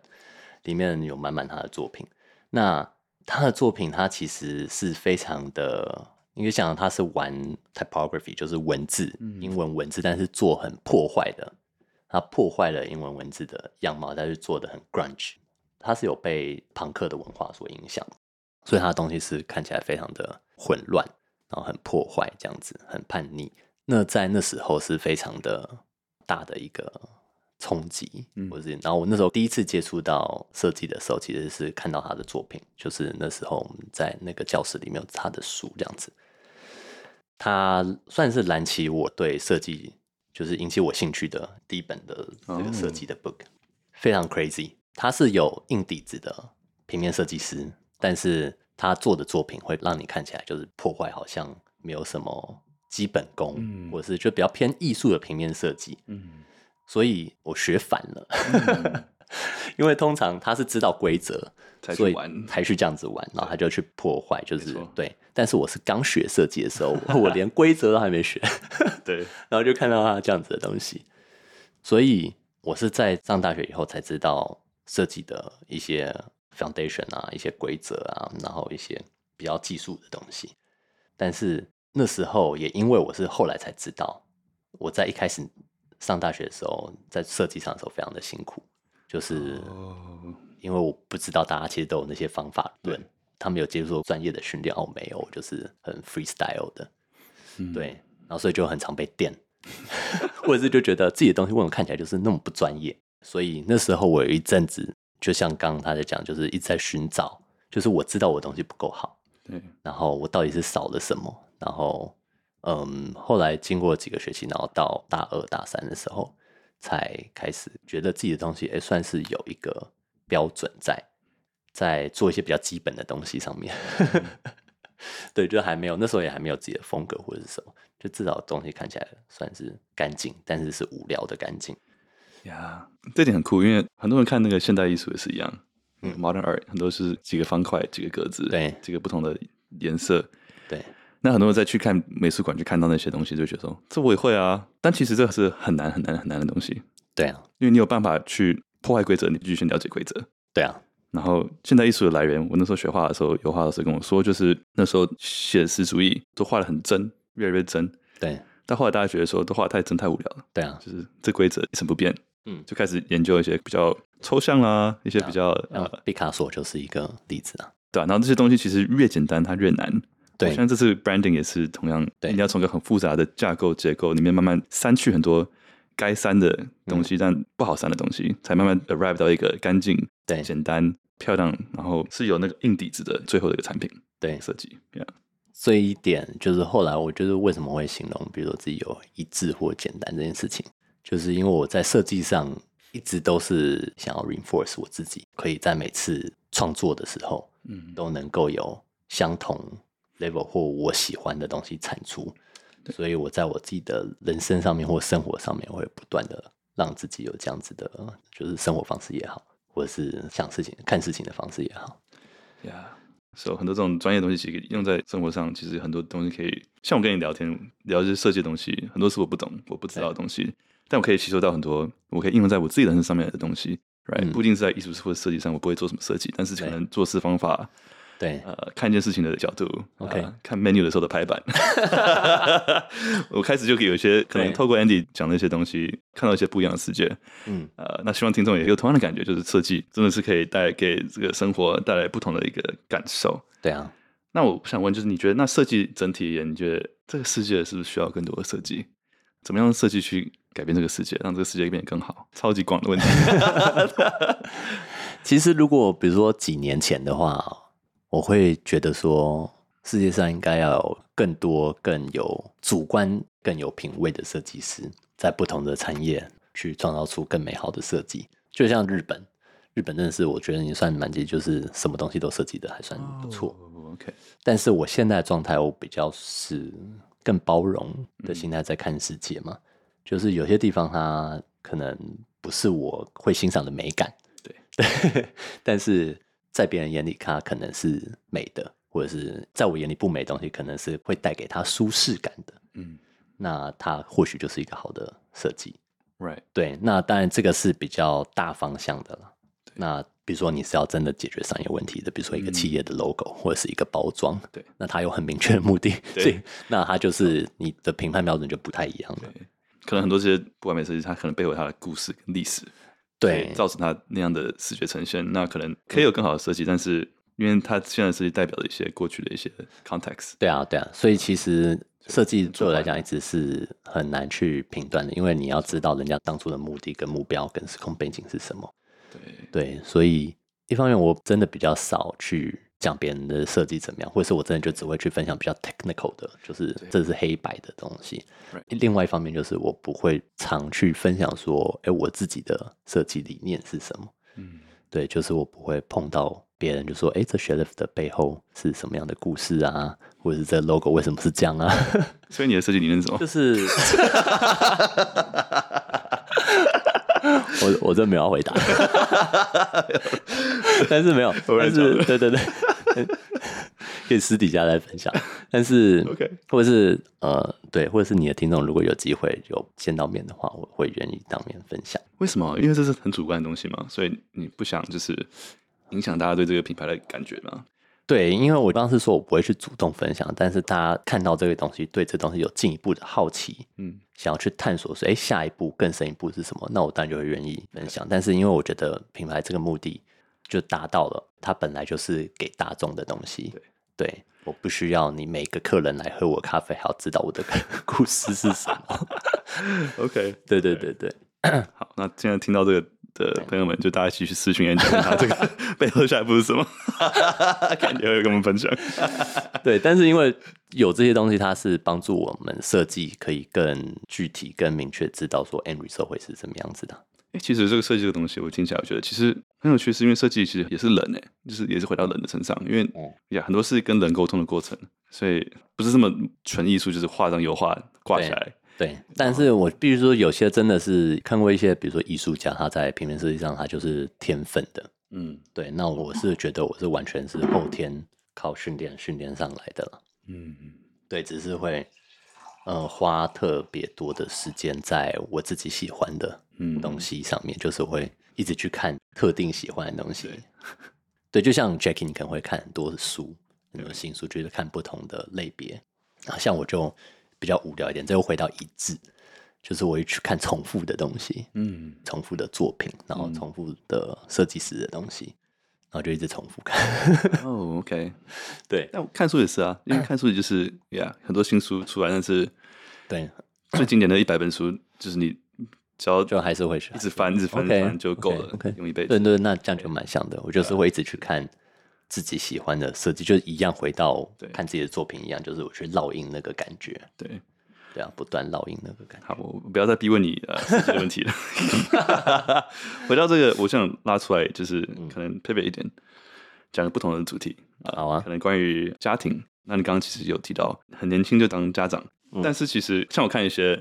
S1: 里面有满满他的作品。那他的作品，他其实是非常的，因为想他是玩 typography，就是文字，英文文字，但是做很破坏的，他破坏了英文文字的样貌，但是做的很 grunge。他是有被朋克的文化所影响，所以他的东西是看起来非常的混乱，然后很破坏，这样子很叛逆。那在那时候是非常的大的一个冲击，
S2: 嗯
S1: 我是然后我那时候第一次接触到设计的时候，其实是看到他的作品，就是那时候我们在那个教室里面有他的书这样子，他算是燃起我对设计，就是引起我兴趣的第一本的这个设计的 book，、非常 crazy。他是有硬底子的平面设计师，但是他做的作品会让你看起来就是破坏，好像没有什么基本功，
S2: 嗯
S1: 或者是就比较偏艺术的平面设计。
S2: 嗯
S1: 所以我学反了， 因为通常他是知道规则，
S2: 才去
S1: 所以
S2: 玩
S1: 才去这样子玩，然后他就去破坏，就是
S2: 没错
S1: 对。但是我是刚学设计的 时候，我我连规则都还没学，
S2: 对，
S1: 然后就看到他这样子的东西，所以我是在上大学以后才知道设计的一些 foundation 啊，一些规则啊，然后一些比较技术的东西。但是那时候也因为我是后来才知道，我在一开始上大学的时候，在设计上的时候非常的辛苦，就是
S2: 哦，
S1: 因为我不知道大家其实都有那些方法论，他们有接受专业的训练，哦，没有，我就是很 freestyle 的，
S2: 嗯
S1: 对，然后所以就很常被电， 或者是就觉得自己的东西为什么看起来就是那么不专业，所以那时候我有一阵子，就像刚刚他在讲，就是一直在寻找，就是我知道我的东西不够好，
S2: 对，
S1: 然后我到底是少了什么？然后，嗯，后来经过几个学期，然后到大二、大三的时候，才开始觉得自己的东西，哎，算是有一个标准在，在做一些比较基本的东西上面。
S2: 嗯
S1: 对，就还没有，那时候也还没有自己的风格或者是什么，就至少东西看起来算是干净，但是是无聊的干净。
S2: 呀这点很酷，因为很多人看那个现代艺术也是一样、
S1: 嗯
S2: m o d e r n art 很多是几个方块、几个格子，
S1: 对
S2: 几个不同的颜色。
S1: 对，
S2: 那很多人再去看美术馆，去看到那些东西，就会觉得说这我也会啊。但其实这是很难、很难、很难的东西，
S1: 对啊，
S2: 因为你有办法去破坏规则，你必须先了解规则。
S1: 对啊，
S2: 然后现代艺术的来源，我那时候学画的时候，油画老师跟我说，就是那时候写实主义都画的很真，越来越真。
S1: 对，
S2: 但后来大家觉得说，都画得太真太无聊了，
S1: 对啊，
S2: 就是这规则一成不变，
S1: 嗯啊
S2: 就开始研究一些比较抽象啦，一些比较、
S1: 像
S2: 呃，
S1: 毕卡索就是一个例子啊。
S2: 对、啊，然后这些东西其实越简单它越难。
S1: 对
S2: 我相信这次 branding 也是同样，
S1: 对
S2: 你要从一个很复杂的架构结构里面慢慢删去很多该删的东
S1: 嗯
S2: 西，但不好删的东西，才慢慢 arrive 到一个干净、
S1: 对
S2: 简单、漂亮，然后是有那个硬底子的最后的一个产品
S1: 对，
S2: 设计。Yeah.
S1: 这一点就是后来我就是为什么会形容，比如说自己有一致或简单这件事情，就是因为我在设计上一直都是想要 reinforce 我自己，可以在每次创作的时候
S2: 嗯，
S1: 都能够有相同 level 或我喜欢的东西产出，所以我在我自己的人生上面或生活上面，我会不断的让自己有这样子的，就是生活方式也好，或者是想事情、看事情的方式也好，
S2: Yeah，所、以很多这种专业的东西，其实用在生活上，其实很多东西可以，像我跟你聊天聊这些设计的东西，很多是我不懂、我不知道的东西，但我可以吸收到很多，我可以应用在我自己人生上面的东西。Right，、
S1: 嗯
S2: 不一定是在艺术或者设计上，我不会做什么设计，但是可
S1: 对
S2: 能做事方法，
S1: 对
S2: 呃，看一件事情的角度
S1: OK
S2: 呃看 menu 的时候的 排版， 我开始就可以有一些可能
S1: 对
S2: 透过 Andy 讲的一些东西，看到一些不一样的世界。
S1: 嗯，
S2: 呃，那希望听众也有同样的感觉，就是设计真的是可以带给这个生活带来不同的一个感受。
S1: 对啊。
S2: 那我想问，就是你觉得那设计整体而言，你觉得这个世界是不是需要更多的设计？怎么样设计去改变这个世界，让这个世界变得更好？超级广的问题。
S1: 其实，如果比如说几年前的话，我会觉得说，世界上应该要有更多、更有主观、更有品味的设计师，在不同的产业去创造出更美好的设计。就像日本，日本真的是我觉得你算蛮级，就是什么东 西都设计的还算不错。
S2: 哦 OK，
S1: 但是我现在的状态，我比较是更包容的心态在看世界嘛。就是有些地方它可能不是我会欣赏的美感，
S2: 对
S1: 对， 但是在别人眼里它可能是美的，或者是在我眼里不美的东西，可能是会带给他舒适感的。
S2: 嗯
S1: 那它或许就是一个好的设计。
S2: ，right，
S1: 对，那当然这个是比较大方向的了。那比如说你是要真的解决商业问题的，比如说一个企业的 logo、或者是一个包装，
S2: 嗯对
S1: 那它有很明确的目的，
S2: 对
S1: 所以那它就是你的评判标准就不太一样了。
S2: 可能很多这些不完美设计，它可能背后有它的故事跟历史，
S1: 对
S2: 所以，造成它那样的视觉呈现。那可能可以有更好的设计，但是因为它现在的设计代表了一些过去的一些 context，
S1: 对啊，对啊，所以其实设计对我来讲一直是很难去评断的，因为你要知道人家当初的目的、跟目标、跟时空背景是什么。
S2: 对，
S1: 对，所以一方面我真的比较少去讲别人的设计怎么样，或者是我真的就只会去分享比较 technical 的，就是这是黑白的东西。
S2: Right
S1: 另外一方面就是我不会常去分享说，哎，我自己的设计理念是什么。
S2: 嗯，
S1: 对，就是我不会碰到别人就说，哎，这 shelf 的背后是什么样的故事啊，或者是这 logo 为什么是这样啊？
S2: 所以你的设计理念是什么
S1: 就？是， 我我真没有要回答，但是没有，
S2: 我来
S1: 但
S2: 讲
S1: 是
S2: 了
S1: 对对对，可以私底下再分享。但是
S2: OK
S1: 或者是呃，对，或者是你的听众如果有机会有见到面的话，我会愿意当面分享。
S2: 为什么？因为这是很主观的东西嘛，所以你不想就是影响大家对这个品牌的感觉嘛？
S1: 对，因为我刚刚是说我不会去主动分享，但是大家看到这个东西，对这东西有进一步的好奇，
S2: 嗯，
S1: 想要去探索说，哎，下一步更深一步是什么？那我当然就会愿意分享。但是因为我觉得品牌这个目的就达到了，它本来就是给大众的东西。对，我不需要你每个客人来喝我咖啡还要知道我的 故事是什么。
S2: OK，
S1: 对对对对，
S2: 好，那现在听到这个的朋友们，就大家一起去私讯 a n 问他这个 背后下一步是什么，看你会跟我们分享。
S1: 对，但是因为有这些东西，它是帮助我们设计可以更具体、更明确知道说 end result 会是什么样子的。
S2: 哎、其实这个设计这个东西，我听起来我觉得其实很有趣，是因为设计其实也是人哎、就是也是回到人的身上，因为
S1: 哦
S2: 呀很多是跟人沟通的过程，所以不是这么纯艺术，就是画张油画挂起来。
S1: 对，但是我必须说，有些真的是看过一些，比如说艺术家，他在平面设计上他就是天分的。
S2: 嗯
S1: 对，那我是觉得我是完全是后天靠训练训练上来的了。
S2: 嗯，
S1: 对，只是会呃花特别多的时间在我自己喜欢的
S2: 嗯
S1: 东西上面，就是会一直去看特定喜欢的东西。 对，就像 Jackie，你可能会看很多书，很多新书，就是看不同的类别。啊，像我就比较无聊一点，这又回到一致，就是我会去看重复的东西，
S2: 嗯，
S1: 重复的作品，然后重复的设计师的东西，然后就一直重复看。
S2: 哦，OK，
S1: 对
S2: 但我看书也是啊，因为看书就是呀很多新书出来，但是
S1: 对，
S2: 最经典的一百本书，就是你只要
S1: 就还是会去
S2: 一直翻，一直翻，一直
S1: OK，
S2: 翻就够了
S1: OK，OK
S2: 用一辈
S1: 对
S2: 子。啊
S1: 对，那这样就蛮像的。我就是会一直去看自己喜欢的设计，就是一样回到
S2: 对
S1: 看自己的作品一样，就是我去烙印那个感觉，
S2: 对，
S1: 对啊，不断烙印那个感觉。
S2: 好，我我不要再逼问你呃设计的问题了。 回到这个，我想拉出来，就是可能 pivot 一点，讲不同的主题。呃
S1: 嗯好啊
S2: 可能关于家庭。那你刚刚其实有提到，很年轻就当家长，
S1: 嗯
S2: 但是其实像我看一些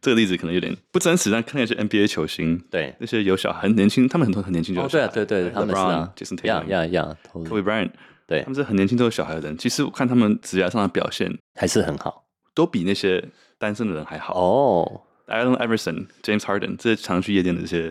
S2: 这个例子，可能有点不真实，但看一些 NBA 球星，
S1: 对
S2: 那些有小孩很年轻，他们很多很年轻就有
S1: 哦，
S2: 小
S1: 对
S2: 孩、
S1: 啊，对对，他们是啊
S2: LeBron，Jason，
S1: 呀
S2: Tatum，
S1: 呀呀，都
S2: Kobe Bryant，
S1: 对
S2: 他们，是很年轻就有小孩的人。其实我看他们职业上的表现，
S1: 还是很好
S2: 都比那些单身的人还好。
S1: 哦。
S2: Allen Iverson、James Harden 这些常去夜店的这些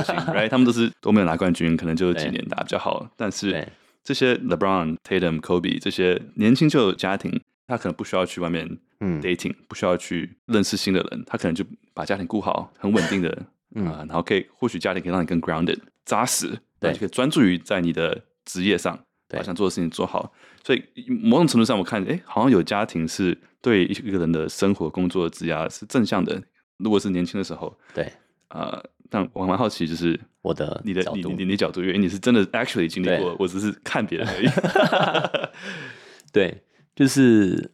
S2: 星，right？他们都是都没有拿冠军，可能就几
S1: 对
S2: 年打得比较好。但是
S1: 对
S2: 这些 LeBron、Tatum、Kobe 这些年轻就有家庭，他可能不需要去外面
S1: 嗯
S2: dating，、不需要去认识新的人，他可能就把家庭顾好，很稳定的啊、
S1: 嗯
S2: 然后可以或许家庭可以让你更 grounded、扎实，
S1: 对
S2: 对，就可以专注于在你的职业上，
S1: 对
S2: 把想做的事情做好。所以某种程度上，我看，哎、好像有家庭是对一个人的生活、工作、职业啊是正向的。如果是年轻的时候，
S1: 对，
S2: 呃，但我蛮好奇，就是
S1: 我的
S2: 你的
S1: 角
S2: 你
S1: 度
S2: 你你角度，因为你是真的 actually 经历
S1: 对
S2: 过，我只是看别 人而已。
S1: 对，就是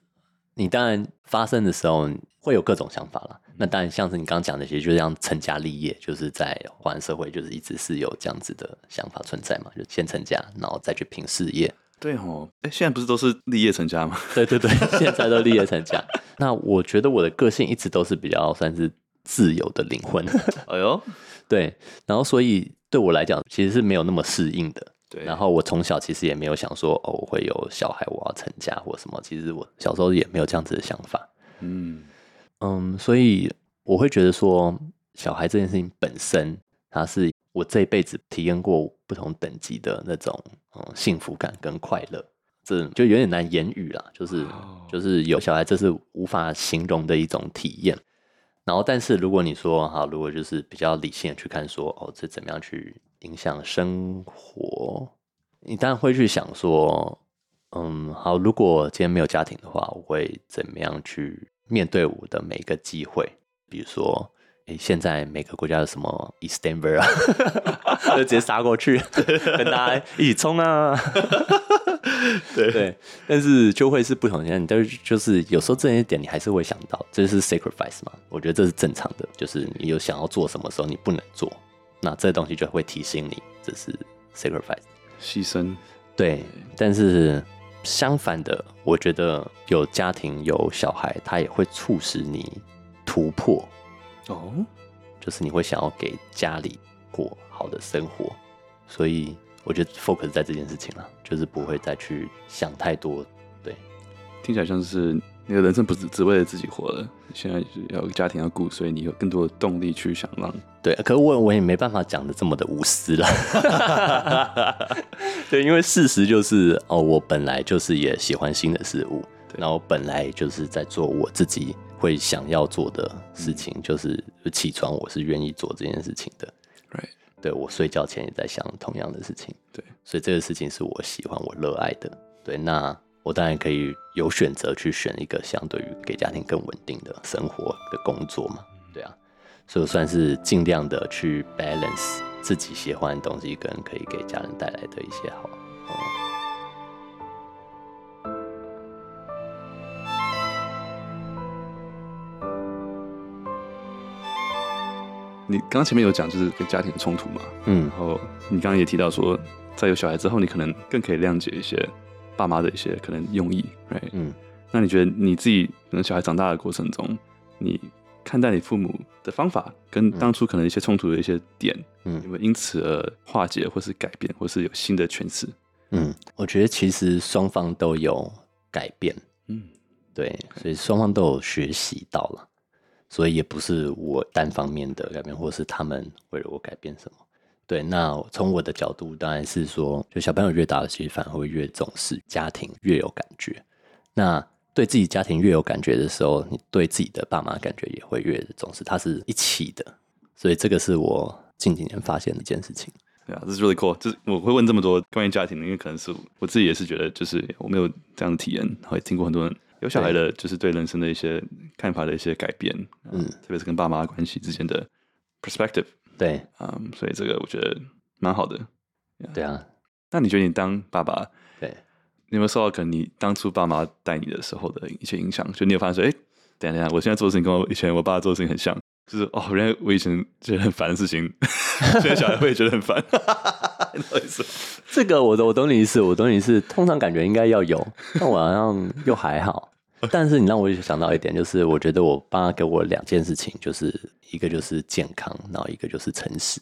S1: 你当然发生的时候会有各种想法啦。那当然，像是你刚刚讲的，其实就像成家立业，就是在华人社会，就是一直是有这样子的想法存在嘛，就先成家，然后再去拼事业，
S2: 对哦，哎，现在不是都是立业成家吗？
S1: 对对对， 现在都立业成家。那我觉得我的个性一直都是比较算是自由的灵 魂，
S2: 哎呦，
S1: 对。然后所以对我来讲，其实是没有那么适应的。
S2: 对，
S1: 然后我从小其实也没有想说哦，我会有小孩，我要成家或什么。其实我小时候也没有这样子的想法。
S2: 嗯，
S1: 嗯，所以我会觉得说，小孩这件事情本身，它是我这一辈子体验过不同等级的那种嗯幸福感跟快乐，这就有点难言语啦。就是
S2: 哦
S1: 就是有小孩，这是无法形容的一种体验。然后，但是如果你说好，如果就是比较理性的去看说，哦，这怎么样去影响生活？你当然会去想说，嗯，好，如果今天没有家庭的话，我会怎么样去面对我的每一个机会？比如说，诶，现在每个国家有什么 East Denver 啊， 就直接杀过去，跟大家一起冲啊！
S2: 对
S1: 对，但是就会是不同的，你但是就是有时候这一点你还是会想到，这是 sacrifice 嘛？我觉得这是正常的，就是你有想要做什么时候你不能做，那这东西就会提醒你这是 sacrifice。
S2: 牺牲，
S1: 对，但是相反的，我觉得有家庭有小孩，它也会促使你突破，
S2: 哦，
S1: 就是你会想要给家里过好的生活，所以我觉得 focus 在这件事情了，就是不会再去想太多。对，
S2: 听起来像是你的人生不是只为了自己活了，现在是要有家庭要顾，所以你有更多的动力去想让。
S1: 对，可我我也没办法讲的这么的无私了。 对，因为事实就是，哦，我本来就是也喜欢新的事物，
S2: 对
S1: 然后本来就是在做我自己会想要做的事情，就是起床我是愿意做这件事情的。
S2: Right，
S1: 对我睡觉前也在想同样的事情，
S2: 对，
S1: 所以这个事情是我喜欢、我热爱的。对，那我当然可以有选择去选一个相对于给家庭更稳定的生活的工作嘛。对啊，所以我算是尽量的去 balance 自己喜欢的东西跟可以给家人带来的一些好。嗯
S2: 你刚刚前面有讲就是跟家庭的冲突嘛，
S1: 嗯
S2: 然后你刚刚也提到说，在有小孩之后，你可能更可以谅解一些爸妈的一些可能用意，right？
S1: 嗯
S2: 那你觉得你自己可能小孩长大的过程中，你看待你父母的方法，跟当初可能一些冲突的一些点，
S1: 嗯
S2: 有没有因此而化解，或是改变，或是有新的诠释？
S1: 嗯，我觉得其实双方都有改变，
S2: 嗯，
S1: 对，所以双方都有学习到了，所以也不是我单方面的改变，或是他们为了我改变什么。对，那从我的角度，当然是说，就小朋友越大，其实反而会越重视家庭，越有感觉。那对自己家庭越有感觉的时候，你对自己的爸妈感觉也会越重视，它是一起的。所以这个是我近几年发现的一件事情。
S2: 对啊，这是 really cool。就是我会问这么多关于家庭的，因为可能是我自己也是觉得，就是我没有这样的体验，然后也听过很多人有小孩的，就是对人生的一些看法的一些改变，啊
S1: 嗯
S2: 特别是跟爸妈关系之间的 perspective，
S1: 对，
S2: 嗯，所以这个我觉得蛮好的。
S1: 对啊，
S2: 那你觉得你当爸爸，
S1: 对。
S2: 你有没有受到可能你当初爸妈带你的时候的一些影响？就你有发现说，哎、等一下等一下，我现在做的事情跟我以前我爸做的事情很像，就是哦，原来我以前觉得很烦的事情，现在小孩会觉得很烦， 你懂我意思吗？
S1: 这个我懂，我懂你意思，我懂你意思。通常感觉应该要有，但我好像又还 好。但是你让我想到一点，就是我觉得我爸给我两件事情，就是一个就是健康，然后一个就是诚实。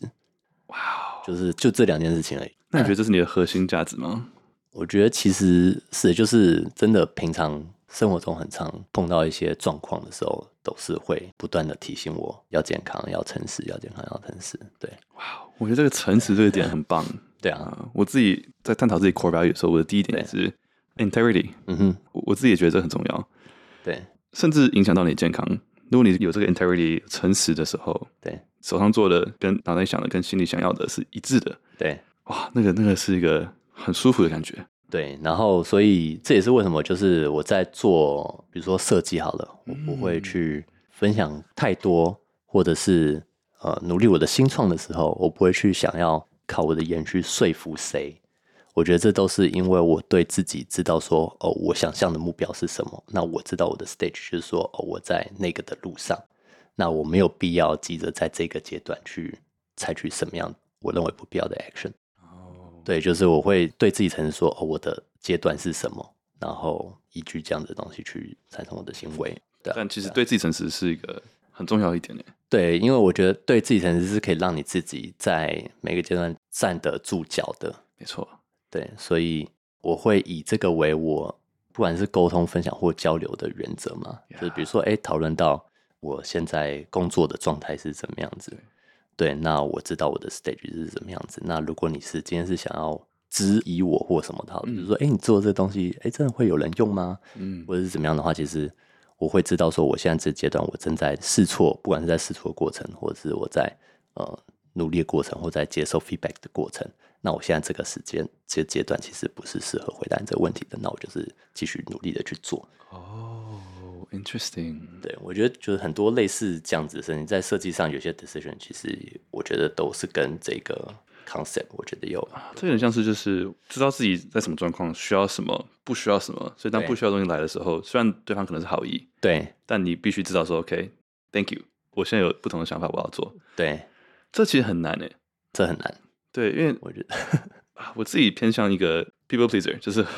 S1: 哇，哦就是就这两件事情而已。
S2: 那你觉得这是你的核心价值吗？
S1: 我觉得其实是，就是真的平常生活中很常碰到一些状况的时候，都是会不断的提醒我要健康，要诚实，要健康，要诚实。对，
S2: 我觉得这个诚实这个点很棒。
S1: 对啊，
S2: 啊！我自己在探讨自己 core value 的时候，我的第一点也是 integrity，
S1: 嗯哼，
S2: 我我自己也觉得这很重要，
S1: 对
S2: 甚至影响到你的健康。如果你有这个 integrity 诚实的时候，
S1: 对
S2: 手上做的跟脑袋想的跟心里想要的是一致的，
S1: 对。
S2: 哇，那个那个是一个很舒服的感觉。
S1: 对，然后所以这也是为什么，就是我在做，比如说设计好了，我不会去分享太多，或者是呃努力我的新创的时候，我不会去想要靠我的言去说服谁。我觉得这都是因为我对自己知道说，哦，我想象的目标是什么，那我知道我的 stage 就是说，哦，我在那个的路上，那我没有必要急着在这个阶段去采取什么样我认为不必要的 action。
S2: 哦，
S1: 对，就是我会对自己承认说，哦，我的阶段是什么，然后依据这样的东西去产生我的行为。对啊
S2: 但其实
S1: 啊
S2: 对自己诚实是一个很重要一点诶。
S1: 对，因为我觉得对自己诚实是可以让你自己在每个阶段站得住脚的。
S2: 没错，
S1: 对，所以我会以这个为我不管是沟通、分享或交流的原则嘛。就是比如说，哎，讨论到我现在工作的状态是怎么样子，对，那我知道我的 stage 是怎么样子。那如果你是今天是想要质疑我或什么的好了，比如说，哎，你做这东西，哎，真的会有人用吗？
S2: 嗯，
S1: 或者是怎么样的话，其实我会知道说，我现在这阶段我正在试错，不管是在试错的过程，或者是我在呃努力的过程，或在接受 feedback 的过程。那我现在这个时间这阶段其实不是适合回答你这个问题的，那我就是继续努力的去做。
S2: 哦，interesting，
S1: 对我觉得就是很多类似这样子的事情，在设计上有些 decision，其实我觉得都是跟这个 concept，我觉得有
S2: 这有点像是就是知道自己在什么状况需要什么，不需要什么，所以当
S1: 对
S2: 不需要的东西来的时候，虽然对方可能是好意，
S1: 对
S2: 但你必须知道说，OK，thank、you，我现在有不同的想法，我要做，
S1: 对，
S2: 这其实很难诶。
S1: 这很难，
S2: 对，因为
S1: 我觉得。
S2: 啊我自己偏向一个 people pleaser，就是
S1: Hi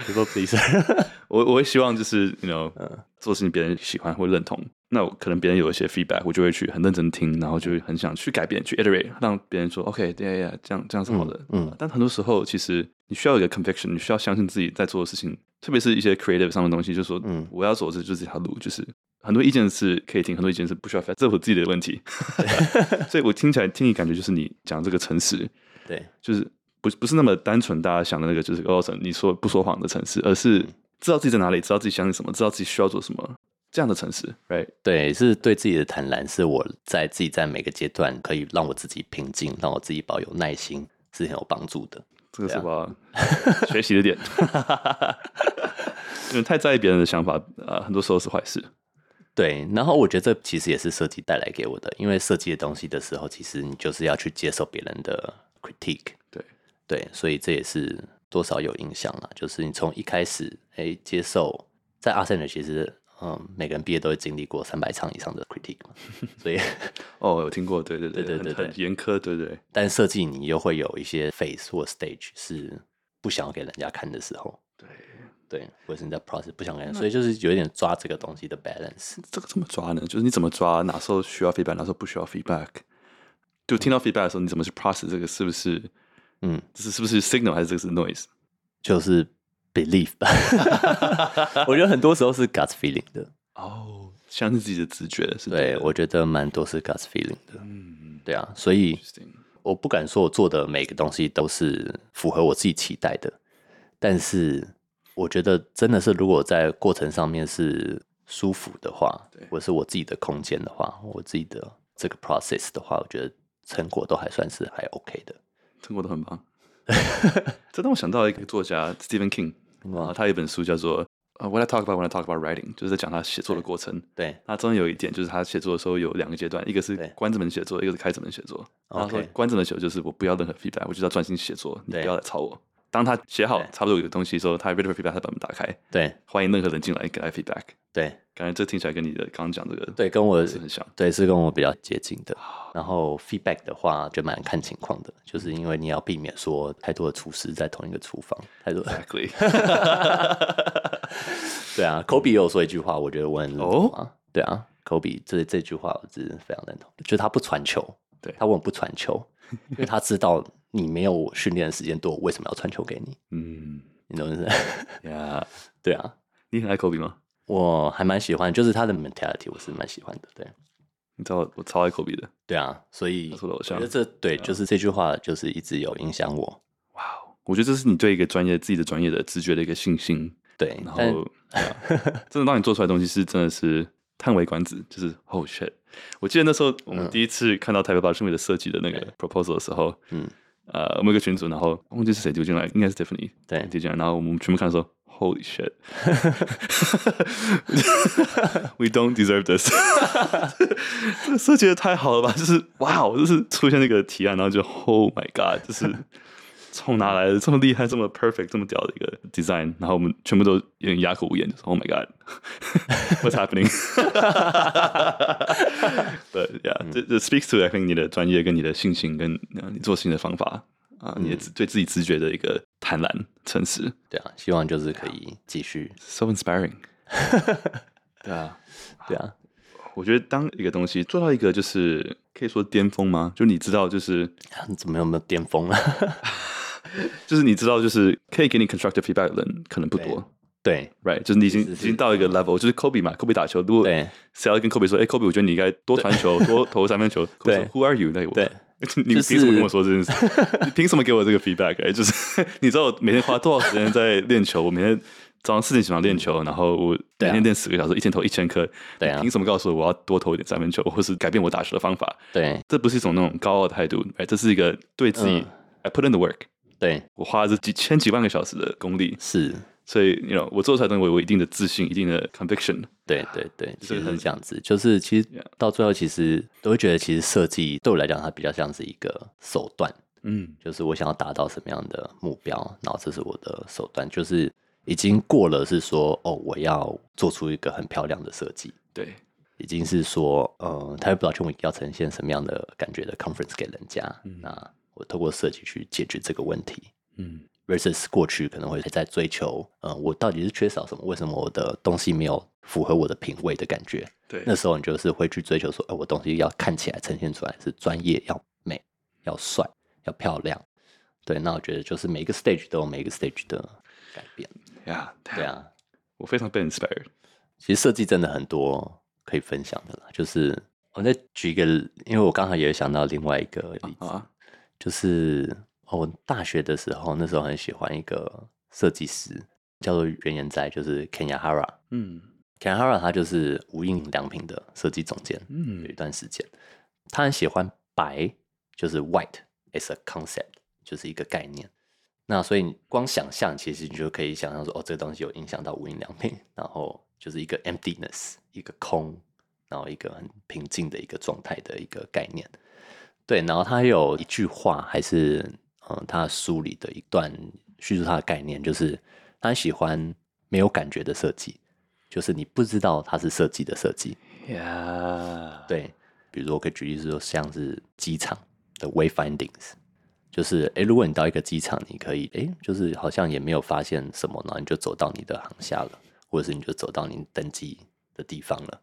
S1: people pleaser，
S2: 我我会希望就是，you
S1: 嗯
S2: know，做事情别人喜欢或认同。那我可能别人有一些 feedback，我就会去很认真听，然后就会很想去改变，去 iterate，让别人说 OK，对呀，这样这样是好的。
S1: 嗯嗯
S2: 但很多时候其实你需要有一个 conviction，你需要相信自己在做的事情，特别是一些 creative 上的东西，就是说，
S1: 嗯
S2: 我要走的就是这条路，就是很多意见是可以听，很多意见是不需要 feedback，这是我自己的问 题。 所以我听起来听你感觉就是你讲这个诚实，
S1: 对，
S2: 就是不不是那么单纯大家想的那个，就是哦，你说不说谎的城市，而是
S1: 嗯
S2: 知道自己在哪里，知道自己相信什么，知道自己需要做什么这样的城市，right？
S1: 对，是对自己的坦然，是我在自己在每个阶段可以让我自己平静，让我自己保有耐心，是很有帮助的。
S2: 这个是
S1: 对啊
S2: 我要学习 的点，因为太在意别人的想法，呃，很多时候是坏事。
S1: 对，然后我觉得这其实也是设计带来给我的，因为设计的东西的时候，其实你就是要去接受别人的 critique，
S2: 对
S1: 对，所以这也是多少有影响啦。就是你从一开始，哎，接受在阿森的其实，嗯，每个人毕业都会经历过三百场以上的 critique 嘛，所以。
S2: 哦，有听过，对对对
S1: 对对对
S2: 很
S1: 对
S2: 很严苛，对对对，
S1: 但设计你又会有一些 face 或 stage 是不想要给人家看的时候，
S2: 对，
S1: 对，或者是你在 process 不想给人，所以就是有一点抓这个东西的 balance。
S2: 这个怎么抓呢？就是你怎么抓，哪时候需要 feedback，哪时候不需要 feedback。就听到 feedback 的时候，你怎么去 process 这个是不是？
S1: 嗯，
S2: 这是是不是 signal 还是这个是 noise？
S1: 就是 belief 吧，我觉得很多时候是 gut feeling 的，
S2: 哦，相信自己的直觉是
S1: 对
S2: 的
S1: 我觉得蛮多是 gut feeling 的，
S2: 嗯
S1: 对啊，所以
S2: ，interesting，
S1: 我不敢说我做的每个东西都是符合我自己期待的，但是我觉得真的是，如果在过程上面是舒服的话
S2: 对，
S1: 或者是我自己的空间的话，我自己的这个 process 的话，我觉得成果都还算是还 OK 的。
S2: 中国都很棒。 这让我想到一个作家 Stephen King，啊，
S1: 嗯
S2: 他有一本书叫做《呃 What I Talk About When I Talk About Writing》，就是在讲他写作的过程。
S1: 对，
S2: 那中间有一点就是他写作的时候有两个阶段，一个是
S1: 对
S2: 关着门写作，一个是开着门写作。然后他说
S1: OK
S2: 关着门写作就是我不要任何 feedback，我就是要专心写作，你不
S1: 对
S2: 要来吵我。当他写好
S1: 对
S2: 差不多有个东西的时候，他 ready for feedback，他把门打开，
S1: 对，
S2: 欢迎任何人进来给他 feedback。
S1: 对，
S2: 感觉这听起来跟你的刚刚讲这个
S1: 对，跟我
S2: 是很像。
S1: 对，是跟我比较接近的。然后 feedback 的话，就蛮看情况的，就是因为你要避免说太多的厨师在同一个厨房，太多
S2: Exactly。
S1: 对啊，科比也有说一句话，我觉得我很认同
S2: 哦
S1: 啊。对啊，科比这这句话我是非常认同，就是他不传球，
S2: 对
S1: 他为什么不传 球？因为他知道你没有训练的时间多，我为什么要传球给你？
S2: 嗯
S1: 你懂我意思？
S2: 呀，
S1: 对啊，
S2: 你很爱 Kobe 吗？
S1: 我还蛮喜欢，就是他的 mentality，我是蛮喜欢的。对，
S2: 你知道我超爱 Kobe 的，
S1: 对啊，所以
S2: 他是我的偶
S1: 我
S2: 像
S1: 觉得这对
S2: 啊
S1: 就是这句话，就是一直有影响我。
S2: 哇哦！我觉得这是你对一个专业自己的专业的直觉的一个信心，
S1: 对，
S2: 然
S1: 但
S2: 后、啊真的让你做出来的东西是真的是叹为观止，就是 oh shit！我记得那时候我们第一次看到台北巴士美的设计的那个 proposal 的时候，
S1: 嗯，
S2: 呃，我们有个群组，然后忘记是谁丢进来，应该是 Tiffany
S1: 对
S2: 丢进来，然后我们全部看的时候 ，Holy shit！We don't deserve this 。 这个设计的太好了吧？就是哇哦，就是出现那个提案，然后就 Oh my God，就是从哪来的这么厉害、这么 perfect、这么屌的一个 design？然后我们全部都有点哑口无言，就是 Oh my God，what's happening？对，Yeah，这
S1: 嗯
S2: 这 speaks to I think 你的专业跟你的信心跟呃你做事情的方法啊，
S1: 嗯
S2: 你的自对自己直觉的一个坦然、诚实
S1: 对啊，希望就是可以继续，
S2: ，so inspiring。对啊，
S1: 对啊，
S2: 我觉得当一个东西做到一个就是可以说巅峰吗？就你知道，就是
S1: 啊怎么有没有巅峰啊？
S2: 就是你知道，就是可以给你 constructive feedback 的人可能不多。
S1: 对
S2: Right，就是你已经
S1: 是
S2: 已
S1: 是
S2: 经到一个 level，就是 Kobe 嘛，Kobe 打球，如果
S1: 对
S2: 谁要跟 Kobe 说，哎、k o b e 我觉得你应该多传 球，多投三分球，Kobe 说
S1: 对
S2: ，Who are you？那个我
S1: 对，
S2: 你
S1: 就
S2: 凭什
S1: 是
S2: 么跟我说这件事？你凭什么给我这个 feedback？哎、就是 你知道我每天花多少时间在练球？我每天早上四点起床练球，然后我
S1: 对
S2: 每
S1: 啊
S2: 天练十个小时，一天投一千颗，
S1: 对啊
S2: 你凭什么告诉我我要多投一点三分球，或是改变我打球的方法？
S1: 对
S2: 这不是一种那种高傲的态度，哎、这是一个对自己、
S1: 嗯
S2: I put in the work，
S1: 对，
S2: 我花了这几千几万个小时的功力，
S1: 是，
S2: 所以，you know，我做出来的东西，我有一定的自信，一定的 conviction。
S1: 对对对，
S2: 这
S1: 其
S2: 个
S1: 实
S2: 很
S1: 是这样子，就是其实
S2: Yeah
S1: 到最后，其实都会觉得，其实设计对我来讲，它比较像是一个手段，
S2: 嗯
S1: 就是我想要达到什么样的目标，然后这是我的手段，就是已经过了是说哦，我要做出一个很漂亮的设计，
S2: 对，
S1: 已经是说，呃，他也不知道全部要呈现什么样的感觉的 conference 给人家。那我透过设计去解决这个问题
S2: 嗯
S1: ，versus 过去可能会在追求，呃，我到底是缺少什么？为什么我的东西没有符合我的品味的感觉？
S2: 对
S1: 那时候你就是会去追求说，哎、我东西要看起来呈现出来是专业、要美、要帅、要漂亮。对，那我觉得就是每一个 stage 都有每一个 stage 的改变。
S2: 呀，
S1: 对，啊。
S2: 我非常被 inspired。
S1: 其实设计真的很多可以分享的啦。就是我再举一个，因为我刚好也有想到另外一个例子，
S2: 啊，
S1: 就是哦，我大学的时候，那时候很喜欢一个设计师，叫做原研哉，就是 Kenya Hara。
S2: 嗯
S1: Kenya Hara 他就是无印良品的设计总监，有一
S2: 嗯
S1: 段时间，他很喜欢白，就是 white as a concept，就是一个概念。那所以你光想象，其实你就可以想象说，哦，这个东西有影响到无印良品， 然后就是一个 emptiness，一个空，然后一个很平静的一个状态的一个概念。对，然后他有一句话，还是嗯，他书里的一段叙述他的概念，就是他喜欢没有感觉的设计，就是你不知道它是设计的设计。
S2: 呀，
S1: 对，比如说我可以举例是说，像是机场的 wayfindings，就是诶，如果你到一个机场，你可以诶，就是好像也没有发现什么，然后你就走到你的航厦了，或者是你就走到你登机的地方了。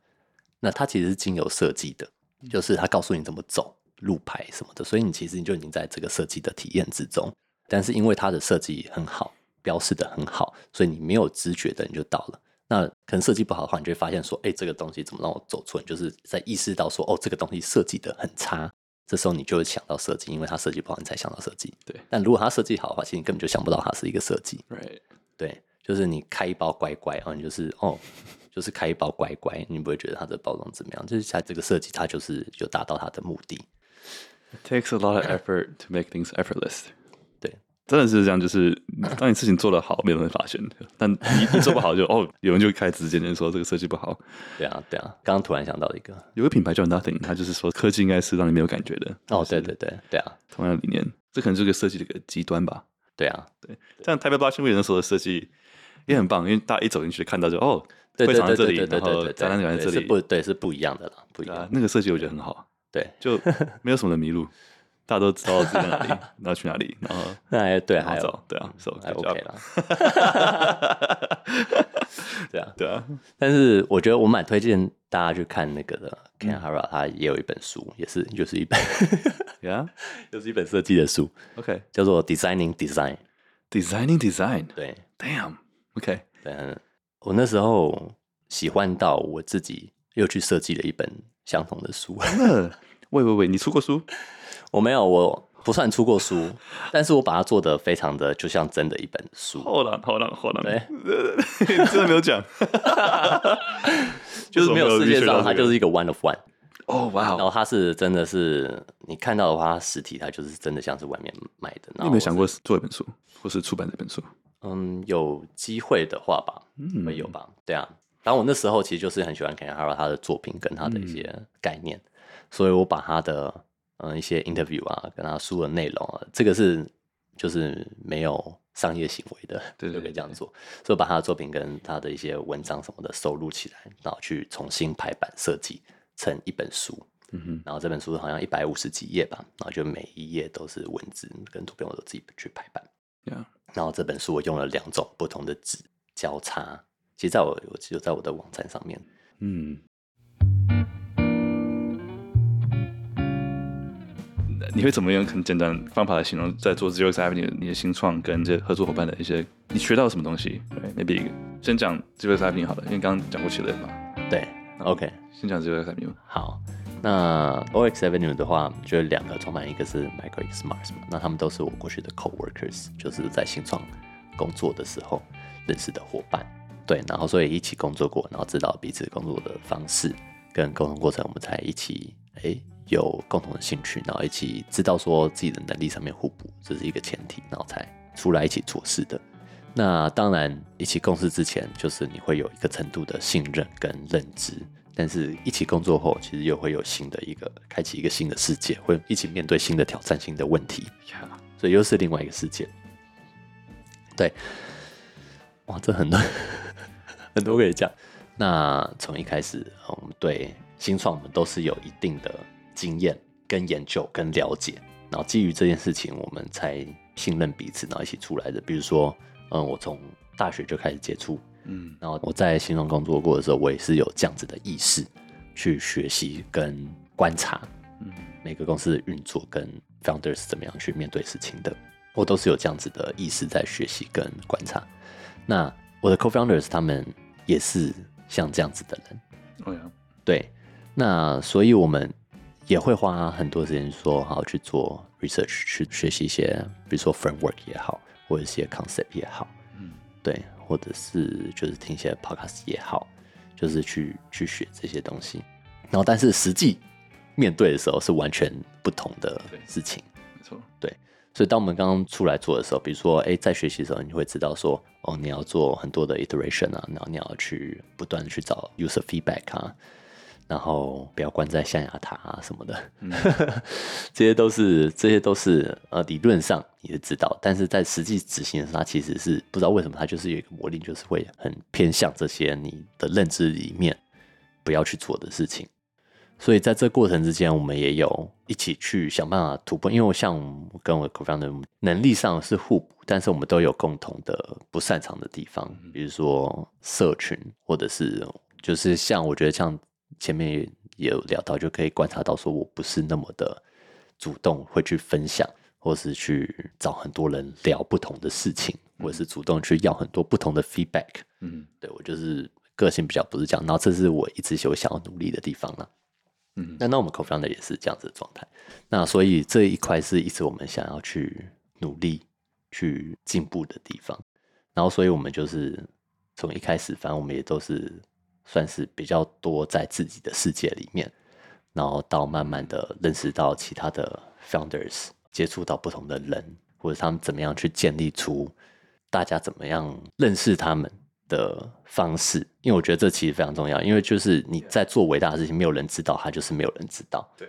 S1: 那它其实是经由设计的，就是它告诉你怎么走、路牌什么的，所以你其实你就已经在这个设计的体验之中。但是因为它的设计很好，标示的很好，所以你没有知觉的你就到了。那可能设计不好的话，你就会发现说，哎、这个东西怎么让我走错？你就是在意识到说，哦，这个东西设计的很差。这时候你就会想到设计，因为它设计不好，你才想到设计。
S2: 对
S1: 但如果它设计好的话，其实你根本就想不到它是一个设计。
S2: ，Right，
S1: 对，就是你开一包乖乖啊，你就是哦，就是开一包乖乖，你不会觉得它的包装怎么样，就是它这个设计，它就是有达到它的目的。
S2: It takes a lot of effort to make things effortless。
S1: 对，
S2: 真的是这样，就是当你事情做得好，没有人会发现；但你你做不 好就，哦，有人就开始直接间说这个设计不好。
S1: 对啊，对啊，刚刚突然想到一个，
S2: 有个品牌叫 Nothing，它就是说科技应该是让你没有感觉的。
S1: 哦，对对对对啊，
S2: 同样的理念，这可能是个设计的一个极端吧。
S1: 对啊，
S2: 对，像台北 Blockchain Week 那时候的设计也很棒，因为大家一走进去看到就哦，
S1: 对
S2: 会
S1: 对
S2: 场在
S1: 对对
S2: 这
S1: 对，
S2: 里
S1: 对
S2: 然后
S1: 对
S2: 展览馆
S1: 对，
S2: 在这
S1: 是
S2: 里，
S1: 不，对是不一样的啦，不一
S2: 对啊
S1: 样，，
S2: 那个设计我觉得很好，
S1: 对。
S2: 就没有什么人迷路，大家都知道自己在哪里， 然后去哪里，然后
S1: 那还哎对，
S2: 然
S1: 还
S2: 后
S1: 有
S2: 走，对啊，so
S1: 还嗯
S2: good
S1: 哎 OK
S2: job
S1: 啦， 对啊，
S2: 对啊，
S1: 但是我觉得我蛮推荐大家去看那个的 Ken Hara，他也有一本书，也是就是一本
S2: ，Yeah，OK，
S1: 就是一本设计的书，叫做《Designing Design》。
S2: designing design，damn，OK，
S1: 对
S2: OK，
S1: 对，嗯我那时候喜欢到我自己又去设计了一本相同的书。
S2: 呃喂喂喂，你出过书？
S1: 我没有，我不算出过书，但是我把它做的非常的就像真的一本书，
S2: 后浪后浪后浪，
S1: 对
S2: 真的没有讲，
S1: 就是没有世界上它就是是一个 one of one。
S2: 哦，哇
S1: 然
S2: 哦，
S1: 后它是真的是你看到的话，它实体它就是真的像是外面买的。
S2: 你
S1: 你
S2: 有没有想过做一本书，或是出版这本书？
S1: 嗯，有机会的话吧，
S2: 嗯
S1: 会有吧，对啊。然后我那时候其实就是很喜欢 Ken Hara 他的作品跟他的一些概念，呃所以我把他的嗯一些 interview 啊，跟他书的内容啊，这个是就是没有商业行为的，
S2: 对对
S1: 就可
S2: 对
S1: 以这样做。所以把他的作品跟他的一些文章什么的收录起来，然后去重新排版设计成一本书。
S2: 嗯哼，
S1: 然后这本书好像一百五十几页吧，然后就每一页都是文字跟图片，我都自己去排版。
S2: Yeah
S1: 然后这本书我用了两种不同的纸交叉，其实在我我就在我的网站上面，
S2: 嗯。你会怎么用很简单方法来形容在做 Zero Avenue 你的新创跟这些合作伙伴的一些你学到什么东西？Maybe 先讲 Zero Avenue 好了，因为刚刚讲过起来嘛。
S1: 对，OK，
S2: 先讲 Zero Avenue。
S1: 好，那 OX Avenue 的话，就有两个创办人，一个是 Michael X Mars 嘛，那他们都是我过去的 co-workers，就是在新创工作的时候认识的伙伴。对，然后所以一起工作过，然后知道彼此工作的方式跟沟通过程，我们才一起诶有共同的兴趣，然后一起知道说自己的能力上面互补，这是一个前提，然后才出来一起做事的。那当然，一起共事之前，就是你会有一个程度的信任跟认知，但是一起工作后，其实又会有新的一个开启一个新的世界，会一起面对新的挑战、新的问题，
S2: Yeah，
S1: 所以又是另外一个世界。对，哇，这很多很多可以讲。那从一开始，呃我们对新创我们都是有一定的经验、跟研究、跟了解，然后基于这件事情，我们才信任彼此，然后一起出来的。比如说，嗯，我从大学就开始接触
S2: 嗯
S1: 然后我在新创工作过的时候，我也是有这样子的意识去学习跟观察
S2: 嗯
S1: 每个公司的运作跟 founders 怎么样去面对事情的，我都是有这样子的意识在学习跟观察。那我的 co-founders 他们也是像这样子的人，
S2: 哦呀，
S1: 对，那所以我们也会花很多时间说好去做 research，去学习一些，比如说 framework 也好，或者一些 concept 也好，
S2: 嗯
S1: 对，或者是就是听一些 podcast 也好，就是去去学这些东西。然后，但是实际面对的时候是完全不同的
S2: 对
S1: 事情。
S2: 没错，
S1: 所以，当我们刚刚出来做的时候，比如说，哎，在学习的时候，你会知道说，哦，你要做很多的 iteration 啊，然后你要去不断的去找 user feedback 啊，然后不要关在象牙塔啊什么的， 这些都是这些都是呃理论上你是知道，但是在实际执行的时候，它其实是不知道为什么它就是有一个魔力，就是会很偏向这些你的认知里面不要去做的事情。所以在这过程之间，我们也有一起去想办法突破。因为我像我跟我 co-founder 我们能力上是互补，但是我们都有共同的不擅长的地方，比如说社群，或者是就是像我觉得像前面也也有聊到，就可以观察到说我不是那么的主动会去分享，或是去找很多人聊不同的事情，或者是主动去要很多不同的 feedback。
S2: 嗯
S1: 对我就是个性比较不是这样，然后这是我一直有想要努力的地方啦。
S2: 嗯
S1: 那那我们 co-founder 也是这样子的状态。那所以这一块是一直我们想要去努力、去进步的地方。然后，所以我们就是从一开始，反正我们也都是算是比较多在自己的世界里面，然后到慢慢的认识到其他的 founders，接触到不同的人，或者他们怎么样去建立出大家怎么样认识他们的方式，因为我觉得这其实非常重要，因为就是你在做伟大的事情，没有人知道，他就是没有人知道。
S2: 对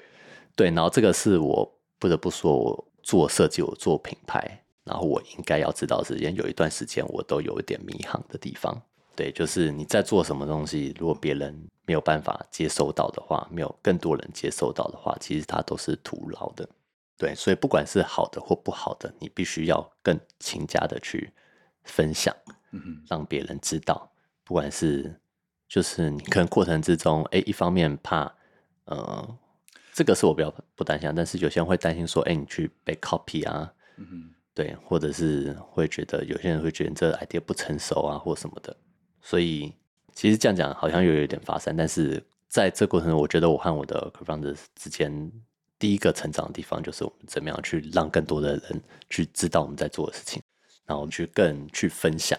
S1: 对，然后这个是我不得不说，我做设计，我做品牌，然后我应该要知道的时间，有一段时间我都有一点迷航的地方。对，就是你在做什么东西，如果别人没有办法接收到的话，没有更多人接收到的话，其实它都是徒劳的。对，所以不管是好的或不好的，你必须要更勤加的去分享，
S2: 嗯哼
S1: 让别人知道，不管是就是你可能过程之中，哎，一方面怕，呃，这个是我比较不担心啊，但是有些人会担心说，哎，你去被 copy 啊，
S2: 嗯哼
S1: 对，或者是会觉得有些人会觉得你这个 idea 不成熟啊，或什么的。所以其实这样讲好像又有一点发散，但是在这过程中，我觉得我和我的 co f o u n d e 之间第一个成长的地方就是我们怎么样去让更多的人去知道我们在做的事情，然后去更去分享。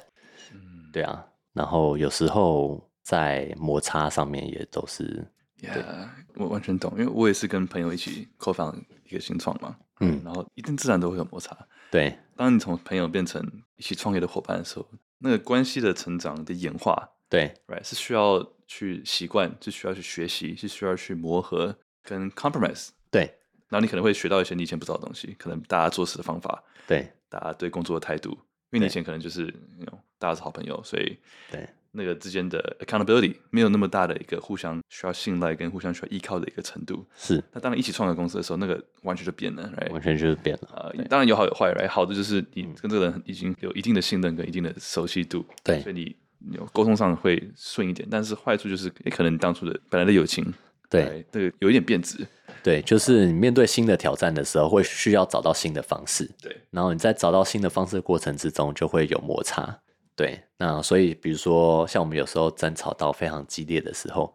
S2: 嗯
S1: 对啊，然后有时候在摩擦上面也都是，
S2: ，Yeah，我完全懂，因为我也是跟朋友一起 co-found 一个新创嘛，
S1: 嗯
S2: 然后一定自然都会有摩擦。
S1: 对，
S2: 当你从朋友变成一起创业的伙伴的时候，那个关系的成长的演化
S1: 对，
S2: ，right 是需要去习惯，是需要去学习，是需要去磨合跟 compromise。
S1: 对，
S2: 然后你可能会学到一些你以前不知道的东西，可能大家做事的方法，
S1: 对，
S2: 大家对工作的态度，因为你以前可能就是那种大家是好朋友，所以
S1: 对
S2: 那个之间的 accountability 没有那么大的一个互相需要信赖跟互相需要依靠的一个程度。
S1: 是
S2: 那当然一起创个公司的时候，那个完全就变了
S1: 完
S2: ，right？
S1: 全就是变了。
S2: 呃，当然有好有坏，right？好的就是你
S1: 嗯
S2: 跟这个人已经有一定的信任跟一定的熟悉度，
S1: 对
S2: 所以你你有沟通上会顺一点。但是坏处就是，也可能你当初的本来的友情，
S1: 对
S2: right，这个有一点变质，
S1: 对，就是你面对新的挑战的时候，会需要找到新的方式。
S2: 对，
S1: 然后你在找到新的方式的过程之中，就会有摩擦。对，那所以比如说，像我们有时候争吵到非常激烈的时候，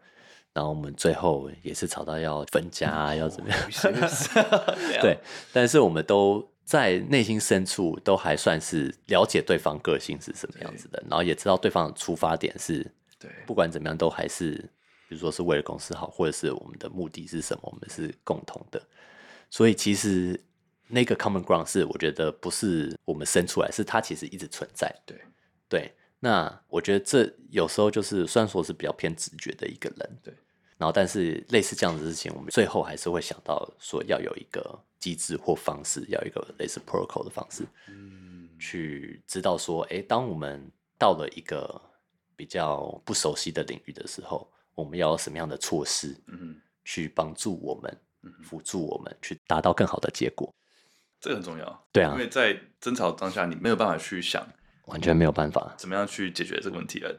S1: 然后我们最后也是吵到要分家啊，要怎么样？
S2: 哦
S1: 对，但是我们都在内心深处都还算是了解对方个性是什么样子的，然后也知道对方的出发点是
S2: 对
S1: 不管怎么样都还是，比如说是为了公司好，或者是我们的目的是什么，我们是共同的。所以其实那个 common ground 是我觉得不是我们生出来，是它其实一直存在。
S2: 对
S1: 对，那我觉得这有时候就是虽然说是比较偏直觉的一个人，
S2: 对，
S1: 然后但是类似这样的事情，我们最后还是会想到说要有一个机制或方式，要有一个类似 protocol 的方式，去知道说，哎，当我们到了一个比较不熟悉的领域的时候，我们要有什么样的措施，
S2: 嗯，
S1: 去帮助我们，辅助我们去达到更好的结果。
S2: 这个很重要。
S1: 对啊
S2: 因为在争吵当下，你没有办法去想
S1: 完全没有办法，
S2: 怎么样去解决这个问题啊，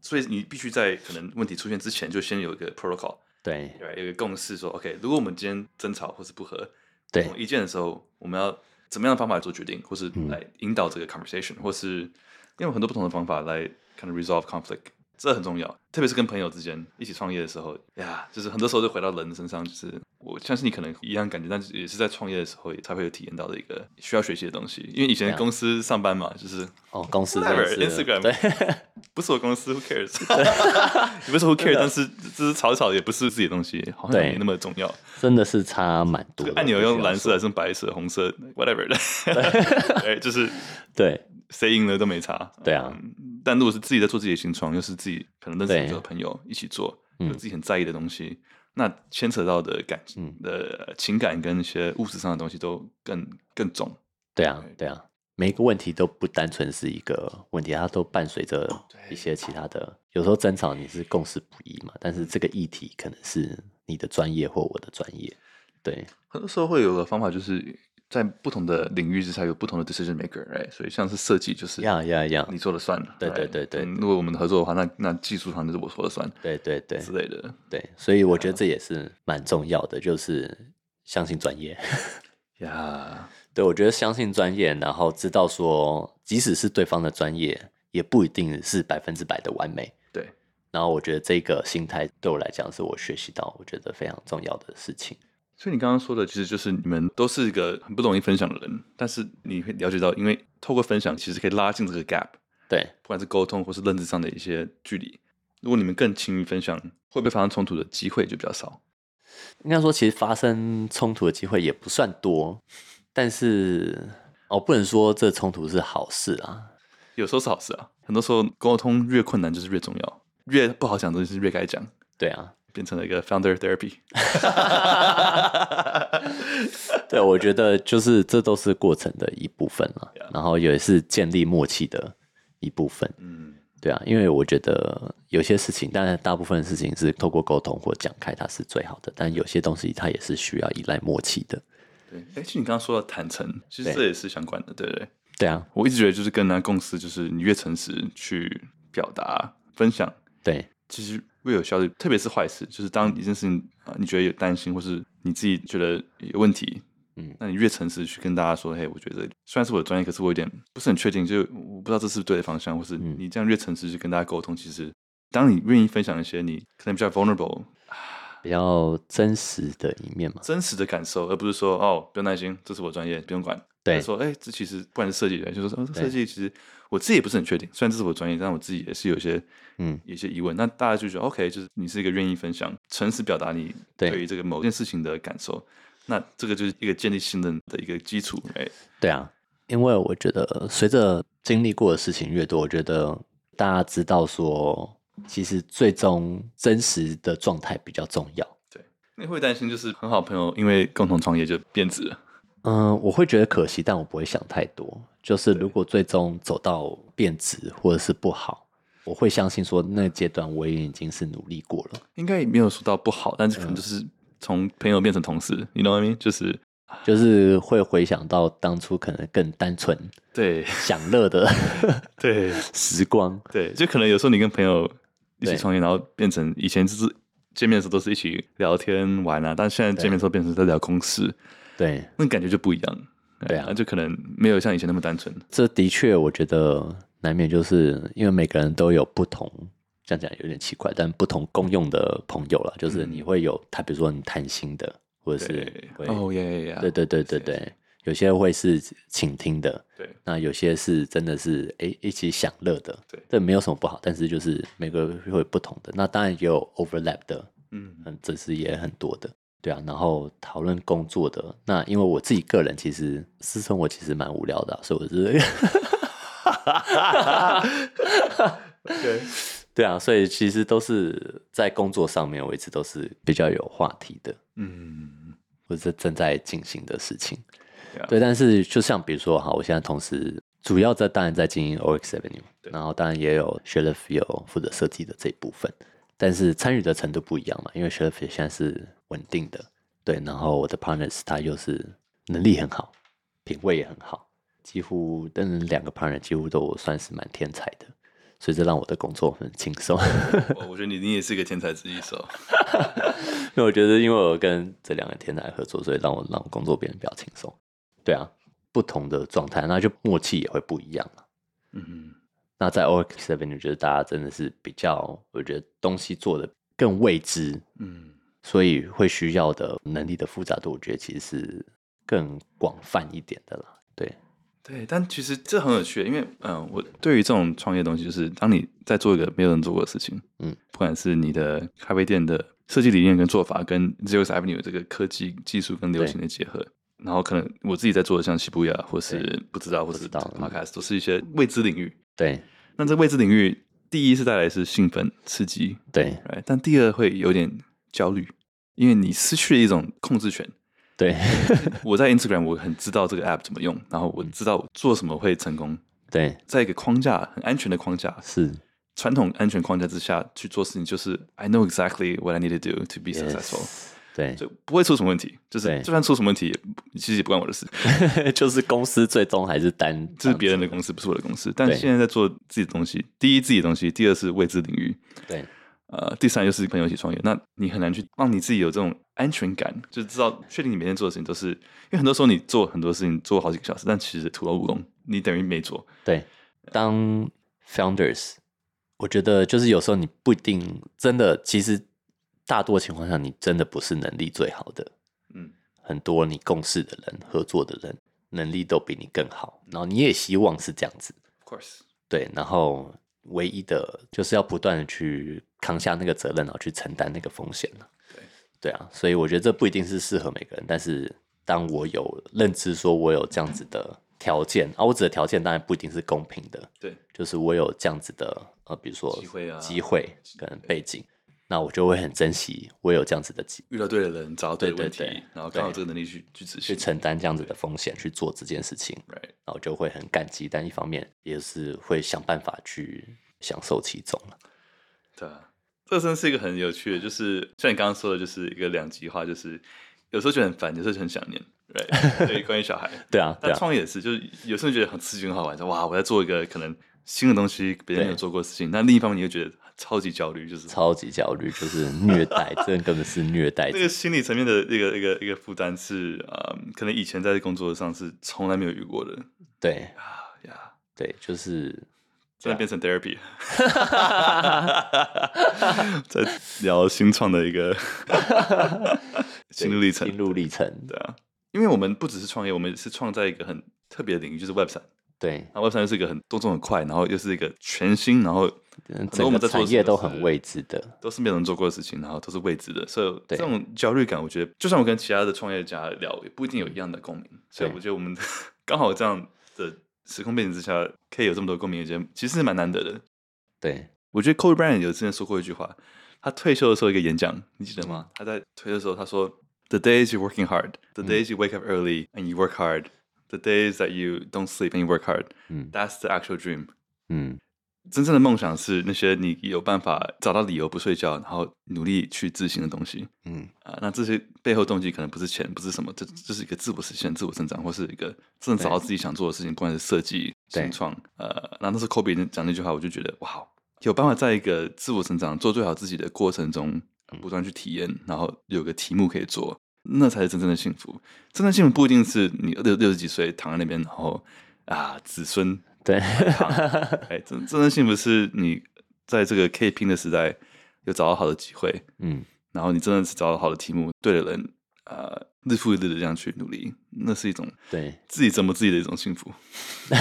S2: 所以你必须在可能问题出现之前，就先有一个 protocol，
S1: 对
S2: 对吧，有一个共识说，OK，如果我们今天争吵或是不合，
S1: 对
S2: 同意见的时候，我们要怎么样的方法做决定，或
S1: 嗯
S2: 是来引导这个 conversation，、或是因为有很多不同的方法来 kind of resolve conflict，这很重要，特别是跟朋友之间一起创业的时候，呀，就是很多时候就回到人的身上，就是我相信你可能一样感觉，但是也是在创业的时候也才会有体验到的一个需要学习的东西，因为以前
S1: 对啊
S2: 公司上班嘛，就是
S1: 哦，公司真
S2: Whatever,
S1: 的是
S2: Instagram
S1: 对
S2: 不是我公司，Who cares？也不 是 Who cares，但是只是吵一吵，也不是自己的东西，好像
S1: 对
S2: 也没那么重要。
S1: 真的是差蛮多的。
S2: 按钮用蓝色
S1: 必须要说
S2: 还是用白色、红色，whatever 的， 对，就是
S1: 对
S2: 谁赢了都没差。
S1: 对啊
S2: 嗯，但如果是自己在做自己的新创，又是自己可能认识
S1: 对
S2: 很久的朋友一起做，
S1: 嗯
S2: 有自己很在意的东西，那牵扯到的感
S1: 嗯
S2: 的情感跟一些物质上的东西都更更重。
S1: 对啊，对啊，每一个问题都不单纯是一个问题，它都伴随着一些其他的。有时候争吵你是共识不一嘛，但是这个议题可能是你的专业或我的专业。对
S2: 很多时候会有个方法，就是在不同的领域之下有不同的 decision maker，right？所以像是设计就是
S1: 呀呀呀
S2: 你说了算。
S1: 对对
S2: right？
S1: 对对
S2: 嗯如果我们合作的话，那那技术上就是我说了算
S1: 对对对
S2: 之类的。
S1: 对，所以我觉得这也是蛮重要的，就是相信专业。
S2: 呀、
S1: 对，我觉得相信专业，然后知道说，即使是对方的专业，也不一定是百分之百的完美。
S2: 对，
S1: 然后我觉得这个心态对我来讲，是我学习到我觉得非常重要的事情。
S2: 所以你刚刚说的，其实就是你们都是一个很不容易分享的人，但是你会了解到，因为透过分享，其实可以拉近这个 gap，
S1: 对，
S2: 不管是沟通或是认知上的一些距离。如果你们更勤于分享，会不会发生冲突的机会就比较少？
S1: 应该说，其实发生冲突的机会也不算多，但是哦，不能说这冲突是好事啊。
S2: 有时候是好事啊，很多时候沟通越困难就是越重要，越不好讲的东西是越该讲，
S1: 对啊，
S2: 变成了一个 founder therapy。
S1: 对，我觉得就是这都是过程的一部分了
S2: Yeah.
S1: 然后也是建立默契的一部分。
S2: 嗯，
S1: 对啊，因为我觉得有些事情，当然大部分事情是透过沟通或讲开，它是最好的。但有些东西它也是需要依赖默契的。
S2: 对。哎，其实你刚刚说到坦诚，其实
S1: 对
S2: 这也是相关的，对不对？
S1: 对啊，
S2: 我一直觉得就是跟人家共识，就是你越诚实去表达、分享，
S1: 对
S2: 其实越有效率，特别是坏事，就是当一件事情啊、呃你觉得有担心，或是你自己觉得有问题，
S1: 嗯
S2: 那你越诚实去跟大家说，嘿，我觉得虽然是我的专业，可是我有点不是很确定，就我不知道这是不是对的方向，或是
S1: 嗯
S2: 你这样越诚实去跟大家沟通，其实当你愿意分享一些你可能比较 vulnerable、
S1: 比较真实的一面嘛。
S2: 真实的感受，而不是说哦，不用担心，这是我专业，不用管。
S1: 对
S2: 而是说哎，这其实不管是设计的，就是说、哦、这
S1: 对
S2: 设计其实我自己也不是很确定，虽然这是我专业，但我自己也是有一些
S1: 嗯，
S2: 有一些疑问，那大家就觉得 OK，就是你是一个愿意分享、诚实表达你
S1: 对
S2: 对于这个某件事情的感受，那这个就是一个建立信任的一个基础。哎，
S1: 对啊，因为我觉得随着经历过的事情越多，我觉得大家知道说，其实最终真实的状态比较重要。
S2: 你会担心就是很好朋友因为共同创业就变质了，
S1: 嗯，我会觉得可惜，但我不会想太多。就是如果最终走到变质或者是不好，我会相信说那个阶段我也已经是努力过了，
S2: 应该也没有说到不好，但是
S1: 嗯
S2: 可能就是从朋友变成同事，you know what I mean？就是
S1: 就是会回想到当初可能更单纯
S2: 对
S1: 享乐的
S2: 对
S1: 时光。
S2: 对，就可能有时候你跟朋友一起
S1: 对
S2: 创业，然后变成以前就是见面的时候都是一起聊天玩啊，但现在见面的时候变成在聊公事，
S1: 对，
S2: 那感觉就不一样。
S1: 对啊
S2: 就可能没有像以前那么单纯。
S1: 这的确我觉得难免就是因为每个人都有不同。这样讲有点奇怪，但不同公用的朋友了，就是你会有他，比如说你谈心的，或者是
S2: 嗯对，
S1: 会
S2: 哦耶耶，
S1: 对对对对对，有些会是倾听的，
S2: 对
S1: 那有些是真的是哎、诶一起享乐的，
S2: 对
S1: 这没有什么不好，但是就是每个会有不同的，那当然也有 overlap 的，
S2: 嗯
S1: 嗯，这是也很多的，对啊，然后讨论工作的，那因为我自己个人其实私生活其实蛮无聊的啊、所以我是
S2: ，OK，
S1: 对啊，所以其实都是在工作上面，我一直都是比较有话题的，
S2: 嗯，
S1: 或者是正在进行的事情。
S2: Yeah.
S1: 对，但是就像比如说，哈，我现在同时主要在当然在经营 OX Avenue，
S2: 对
S1: 然后当然也有 s h e l f 有负责设计的这一部分，但是参与的程度不一样嘛，因为 s h e l f 现在是稳定的，对，然后我的 partners 他又是能力很好，品味也很好，几乎但两个 partner 几乎都算是蛮天才的，所以这让我的工作很轻松。
S2: 我我觉得你你也是个天才之一手，
S1: 因为我觉得，因为我跟这两个天才合作，所以让我让我工作变得比较轻松。对啊，不同的状态，那就默契也会不一样了。
S2: 嗯，
S1: 那在 OX Seven，我觉得大家真的是比较，我觉得东西做的更未知，
S2: 嗯，
S1: 所以会需要的能力的复杂度，我觉得其实是更广泛一点的啦。对，
S2: 对，但其实这很有趣，因为嗯、呃我对于这种创业东西，就是当你在做一个没有人做过的事情，
S1: 嗯，
S2: 不管是你的咖啡店的设计理念跟做法，跟 Zero Avenue 这个科技技术跟流行的结合，然后可能我自己在做的像西布亚，或是
S1: 对
S2: 不知道，或是
S1: 知道嗯
S2: Podcast，都是一些未知领域。
S1: 对，
S2: 那这未知领域，第一是带来是兴奋刺激，
S1: 对，
S2: right? 但第二会有点焦虑，因为你失去了一种控制权。
S1: 对，
S2: 我在 Instagram 我很知道这个 app 怎么用，然后我
S1: 嗯
S2: 知道我做什么会成功，
S1: 对，
S2: 在一个框架很安全的框架，
S1: 是
S2: 传统安全框架之下去做事情，就是 I know exactly what I need to do to be successful，
S1: Yes，对，
S2: 就不会出什么问题。就是
S1: 对
S2: 就算出什么问题，也其实也不关我的事，
S1: 就是公司最终还是单，
S2: 这是别人的公司，不是我的公司。但
S1: 对
S2: 现在在做自己的东西，第一自己的东西，第二是未知领域，
S1: 对，
S2: 呃，第三就是朋友一起创业，那你很难去让你自己有这种安全感，就是知道确定你每天做的事情都是，因为很多时候你做很多事情做好几个小时，但其实徒劳无功，你等于没做。
S1: 对，当 founders，我觉得就是有时候你不一定真的，其实大多情况下你真的不是能力最好的，
S2: 嗯，
S1: 很多你共事的人、合作的人能力都比你更好，然后你也希望是这样子，
S2: Of course，
S1: 对，然后唯一的就是要不断的去扛下那个责任，然后去承担那个风险了
S2: 对
S1: 对啊，所以我觉得这不一定是适合每个人，但是当我有认知说我有这样子的条件啊，我指的条件当然不一定是公平的，
S2: 对，
S1: 就是我有这样子的呃，比如说
S2: 机会啊
S1: 机会跟背景，那我就会很珍惜我有这样子的机
S2: 遇到对的人，找到对的
S1: 对
S2: 问
S1: 对
S2: 题，
S1: 对
S2: 然后刚好
S1: 对
S2: 这个能力去去执
S1: 去
S2: 行。
S1: 承担这样子的风险去做这件事情，
S2: Right，
S1: 然后就会很感激，但一方面也是会想办法去享受其中了。
S2: 对啊，这真是一个很有趣的，就是像你刚刚说的，就是一个两极化，就是有时候觉得很烦，有时候就很想念。Right，对 于关于小孩，
S1: 对啊，对
S2: 但
S1: 啊，
S2: 创业也是，就是有时候觉得很刺激、很好玩，说哇，我在做一个可能新的东西，别人没有
S1: 对
S2: 做过的事情。那另一方面，你又觉得超级焦虑，就是
S1: 超级焦虑，就是虐待，这根本是虐待
S2: 那。个心理层面的一个一个一个负担是，嗯，可能以前在工作上是从来没有遇过的
S1: 对
S2: 啊呀，
S1: 对， 就是啊
S2: 真的变成 therapy，在聊新创的 一个心路历程
S1: 心，路历程。
S2: 对啊，因为我们不只是创业，我们是创在一个很特别的领域，就是 Web 三。
S1: 对，
S2: 那 Web 三是一个很动作很快，然后又是一个全新，然后
S1: 嗯
S2: 多我
S1: 整
S2: 们
S1: 个
S2: 在做的
S1: 产
S2: 事
S1: 业
S2: 情
S1: 都
S2: 是
S1: 很未知的。
S2: 都是没有人做过的事情，然后都是未知的，所以这
S1: 对
S2: 种焦虑感，我觉得就算我跟其他的创业家聊，也不一定有一样的共鸣。所以
S1: 对
S2: 我觉得我们 刚好这样的时空背景之下，可以有这么多共鸣，觉得其实是蛮难得的。
S1: 对，
S2: 我觉得 Kobe Bryant 有之前说过一句话，他退休的时候一个演讲，你记得吗？他在退休的时候他说 the days you're working hard, the days you wake up early and you work hard, the days that you don't sleep and you work hard. That's the actual dream.
S1: 嗯
S2: 真正的梦想是那些你有办法找到理由不睡觉，然后努力去执行的东西
S1: 嗯
S2: 啊、那这些背后动机可能不是钱，不是什么，这这是一个自我实现、自我成长，或是一个真的找到自己想做的事情，不管是设计、
S1: 对
S2: 新创。呃，然后那时候 Kobe 讲那句话，我就觉得哇，哦有办法在一个自我成长、做最好自己的过程中，
S1: 嗯
S2: 不断去体验，然后有个题目可以做，那才是真正的幸福。真正的幸福不一定是你六六十几岁躺在那边，然后啊，子孙
S1: 对，
S2: 哎，真真正幸福是你在这个可以拼的时代，有找到好的机会，
S1: 嗯
S2: 然后你真的是找到好的题目，对的人，呃，日复一日的这样去努力，那是一种
S1: 对。
S2: 自己折磨自己的一种幸福，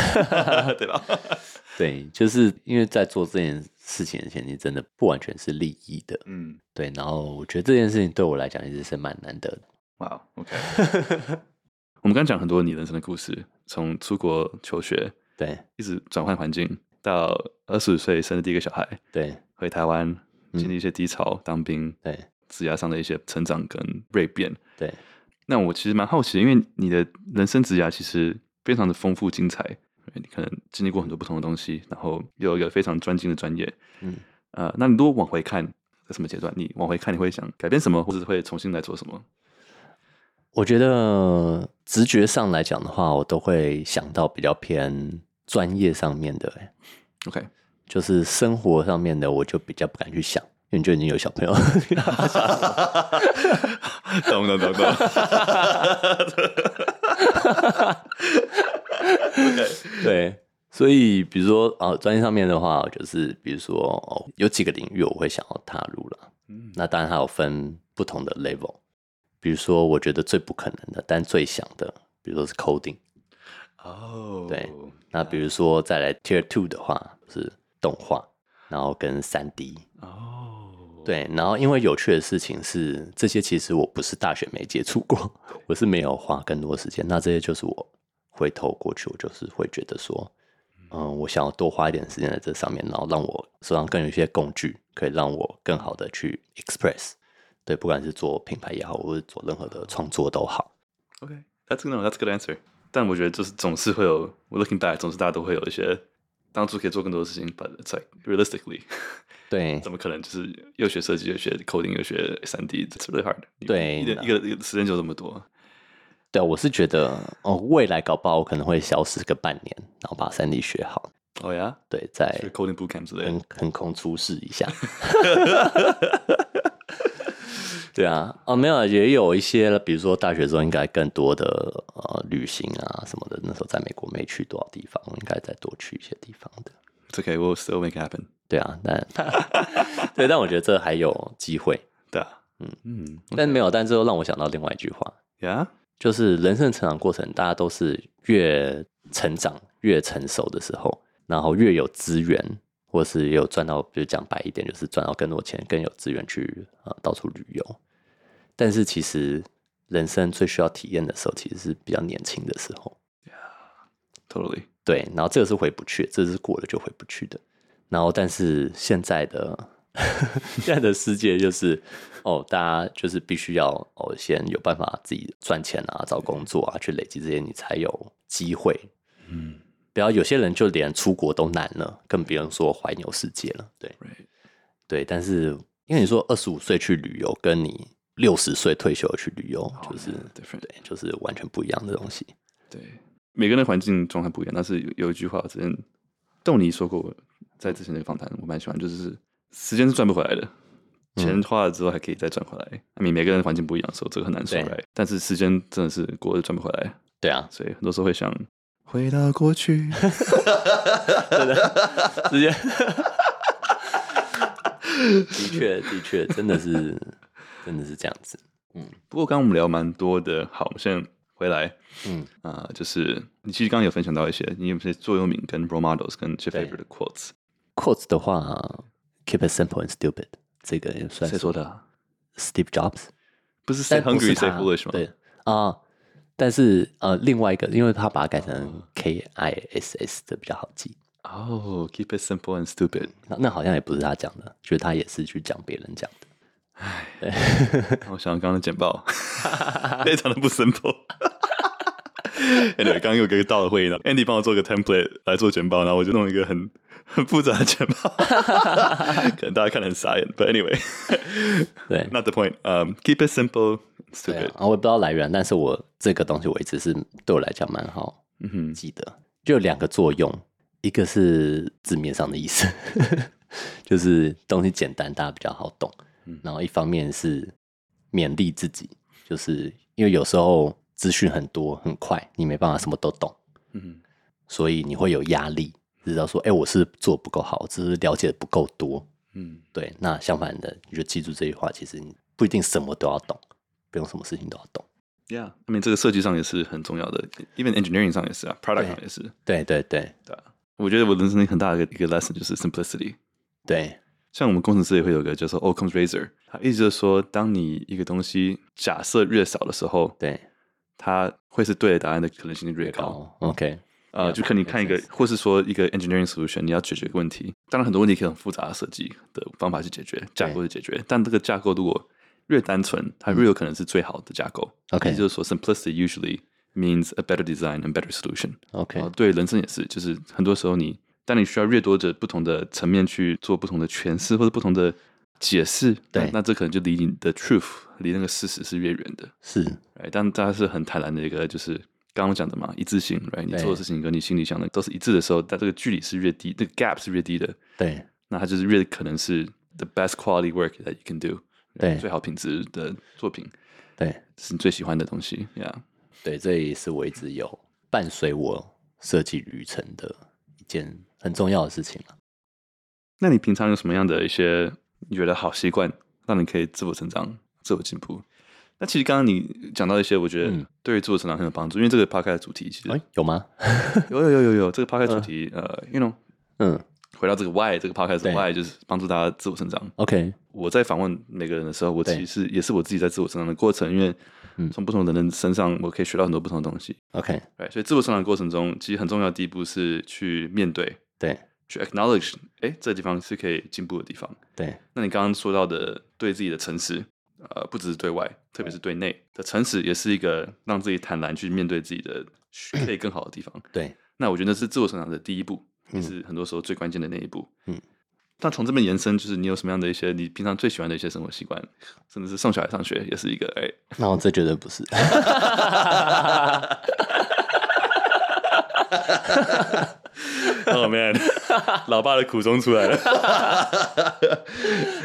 S2: 对吧？
S1: 对，就是因为在做这件事情的前提，真的不完全是利益的。
S2: 嗯，
S1: 对，然后我觉得这件事情对我来讲一直是蛮难得的。
S2: 哇，OK。我们刚讲很多你人生的故事，从出国求学，
S1: 对
S2: 一直转换环境，到二十五岁生的第一个小孩，
S1: 对
S2: 回台湾，
S1: 嗯
S2: 经历一些低潮，当兵，
S1: 对
S2: 职涯上的一些成长跟锐变。
S1: 对，
S2: 那我其实蛮好奇的，因为你的人生职涯其实非常的丰富精彩，你可能经历过很多不同的东西，然后有一个非常专精的专业。
S1: 嗯，
S2: 呃，那你如果往回看，在什么阶段？你往回看，你会想改变什么，或者会重新来做什么？
S1: 我觉得直觉上来讲的话，我都会想到比较偏专业上面的、欸
S2: OK，
S1: 就是生活上面的，我就比较不敢去想，因为你就已经有小朋友。
S2: 懂懂懂懂。
S1: 对，所以比如说啊，专业上面的话，就是比如说哦，有几个领域我会想要踏入了。
S2: 嗯
S1: 那当然它有分不同的 level，比如说我觉得最不可能的，但最想的，比如说是 coding。
S2: 哦，
S1: 对那比如说再来 tier two 的话，是动画，然后跟三 D。
S2: 哦，
S1: 对，然后因为有趣的事情是，这些其实我不是大学没接触过， 我是没有花更多时间。那这些就是我回头过去，我就是会觉得说，嗯，我想要多花一点时间在这上面，然后让我手上更有一些工具，可以让我更好的去 express。对，不管是做品牌也好，或者做任何的创作都好。
S2: ，OK，that's、good, no, that's a good answer。但我觉得就是总是会有我，looking back，总是大家都会有一些当初可以做更多的事情，but it's like realistically 。
S1: 对
S2: 怎么可能？就是又学设计，又学 coding，又学三 D，it's really hard 你。
S1: 对
S2: 一个一个一个时间就这么多。
S1: 对，我是觉得哦，未来搞不好我可能会消失个半年，然后把三 D 学好，
S2: 哦呀，
S1: 对，再
S2: 学 coding bootcamp 之类
S1: 横
S2: 的。
S1: 横空出世一下。 对啊，哦，没有啊，也有一些，比如说大学的时候应该更多的呃旅行啊什么的。那时候在美国没去多少地方，我应该再多去一些地方的。
S2: It's okay, we'll still make it happen。
S1: 对啊，但 对，但我觉得这还有机会。
S2: 对啊，
S1: 嗯
S2: 嗯
S1: 但没有，但这又让我想到另外一句话，
S2: ，Yeah，
S1: 就是人生成长过程，大家都是越成长、越成熟的时候，然后越有资源，或是有赚到，比如讲白一点，就是赚到更多钱，更有资源去呃到处旅游。但是其实人生最需要体验的时候，其实是比较年轻的时候。
S2: totally。
S1: 对，然后这个是回不去，这是过了就回不去的。然后，但是现在的 现在的世界就是，哦，大家就是必须要哦，先有办法自己赚钱啊，找工作啊，去累积这些，你才有机会。
S2: 嗯
S1: 不要有些人就连出国都难了，更不用说环游世界了。对
S2: ，Right。
S1: 对，但是因为你说二十五岁去旅游，跟你六十岁退休去旅游，就是、
S2: man, different
S1: 对，就是完全不一样的东西。
S2: 对，每个人的环境状态不一样，但是有有一句话，之前豆泥说过，在之前的访谈，我蛮喜欢，就是时间是赚不回来的，
S1: 嗯
S2: 钱花了之后还可以再赚回来。你、每个人的环境不一样的时候，这个很难说
S1: 对
S2: 来。但是时间真的是过了就赚不回来，
S1: 对啊，
S2: 所以很多时候会想回到过去。
S1: 直接。的确，的确，真的 是，真的是这样子。
S2: 不过刚刚我们聊蛮多的，好，我们现在回来，
S1: 嗯
S2: 啊、就是你其实刚刚有分享到一些，你有一些座右铭跟 role models 跟 Jeff
S1: 对
S2: Faber 的 quotes，
S1: Quotes 的话，Keep it simple and stupid，这个也算
S2: 谁说的啊？
S1: s t e v e Jobs，
S2: 不是 say
S1: 但不
S2: hungry
S1: 是
S2: say
S1: 他
S2: foolish 吗？
S1: 对啊、但是呃，另外一个，因为他把它改成 K I S S 的比较好记。
S2: 哦、k e e p it simple and stupid。
S1: 那那好像也不是他讲的，就是他也是去讲别人讲的。
S2: 哦我想刚刚的简报 非常的不 simple。anyway，刚刚有个到了会议呢，Andy 帮我做个 template 来做简报，然后我就弄一个很很复杂的 简报，可能大家看得很傻眼。But anyway，
S1: 对，
S2: not the point. Um, keep it simple,
S1: 对啊
S2: stupid.
S1: 啊，我也不知道来源，但是我这个东西我一直是对我来讲蛮好
S2: 嗯哼，
S1: 记得，就有两个作用，一个是字面上的意思， 就是东西简单，大家比较好懂
S2: 嗯。
S1: 然后一方面是勉励自己，就是因为有时候资讯很多很快，你没办法什么都懂，
S2: 嗯哼，
S1: 所以你会有压力，知道说，哎、我是做得不够好，只是了解的不够多。
S2: 嗯
S1: 对，那相反的，你就记住这句话，其实你不一定什么都要懂，不用什么事情都要懂。
S2: ，Yeah，I mean 这个设计上也是很重要的，even engineering 上也是啊，product
S1: 对
S2: 上也是。
S1: 对对对
S2: 对啊，我觉得我人生很大的一个一个 lesson 就是 simplicity。
S1: 对，
S2: 像我们工程师也会有个叫做 Occam's Razor，他意思就是说，当你一个东西假设越少的时候，
S1: 对，
S2: 它会是对的答案的可能性就越高。
S1: 好，OK，
S2: 呃，
S1: Yeah，
S2: 就看你看一
S1: makes
S2: 个
S1: sense，
S2: 或是说一个 engineering solution，你要解决一个问题。当然，很多问题可以很复杂的设计的方法去解决，架构去解决。但这个架构如果越单纯，它越有可能是最好的架构。
S1: OK
S2: 也就是说，simplicity usually means a better design and better solution。
S1: OK
S2: 然后对人生也是，就是很多时候你当你需要越多的不同的层面去做不同的诠释或者不同的解释，
S1: 对
S2: 那那这可能就离你的 truth 离那个事实是越远的。
S1: 是，
S2: 哎，但大家是很坦然的一个，就是刚刚讲的嘛，一致性，right？你
S1: 对
S2: 做的事情跟你心里想的都是一致的时候，但这个距离是越低，这个 gap 是越低的，
S1: 对
S2: 那它就是越可能是 the best quality work that you can do，
S1: 对
S2: 最好品质的作品
S1: 对
S2: 是你最喜欢的东西，yeah。
S1: 对，这也是我一直有伴随我设计旅程的一件很重要的事情了。
S2: 那你平常有什么样的一些你觉得好习惯，让你可以自我成长、自我进步？那其实刚刚你讲到一些，我觉得
S1: 嗯
S2: 对于自我成长很有帮助，因为这个 podcast 主题其实
S1: 哎、有吗？
S2: 有有有有有这个 podcast 主题，呃，you know，
S1: 嗯
S2: 回到这个 why 这个 podcast 的
S1: 对
S2: why 就是帮助大家自我成长。
S1: ，OK，
S2: 我在访问每个人的时候，我
S1: 对
S2: 其实也是我自己在自我成长的过程，因为
S1: 嗯
S2: 从不同的人身上，我可以学到很多不同的东西。
S1: OK，
S2: 对，所以自我成长的过程中，其实很重要的第一步是去面对，
S1: 对
S2: 去 acknowledge，哎，这地方是可以进步的地方。
S1: 对
S2: 那你刚刚说到的对自己的诚实，呃，不只是对外，特别是对内的诚实，也是一个让自己坦然去面对自己的可以更好的地方。
S1: 对，
S2: 那我觉得是自我成长的第一步，也
S1: 嗯
S2: 是很多时候最关键的那一步。
S1: 嗯，
S2: 那从这边延伸，就是你有什么样的一些你平常最喜欢的一些生活习惯，甚至是送小孩上学也是一个哎，
S1: 那我这绝对不是。
S2: 哦、man，老爸的苦衷出来了。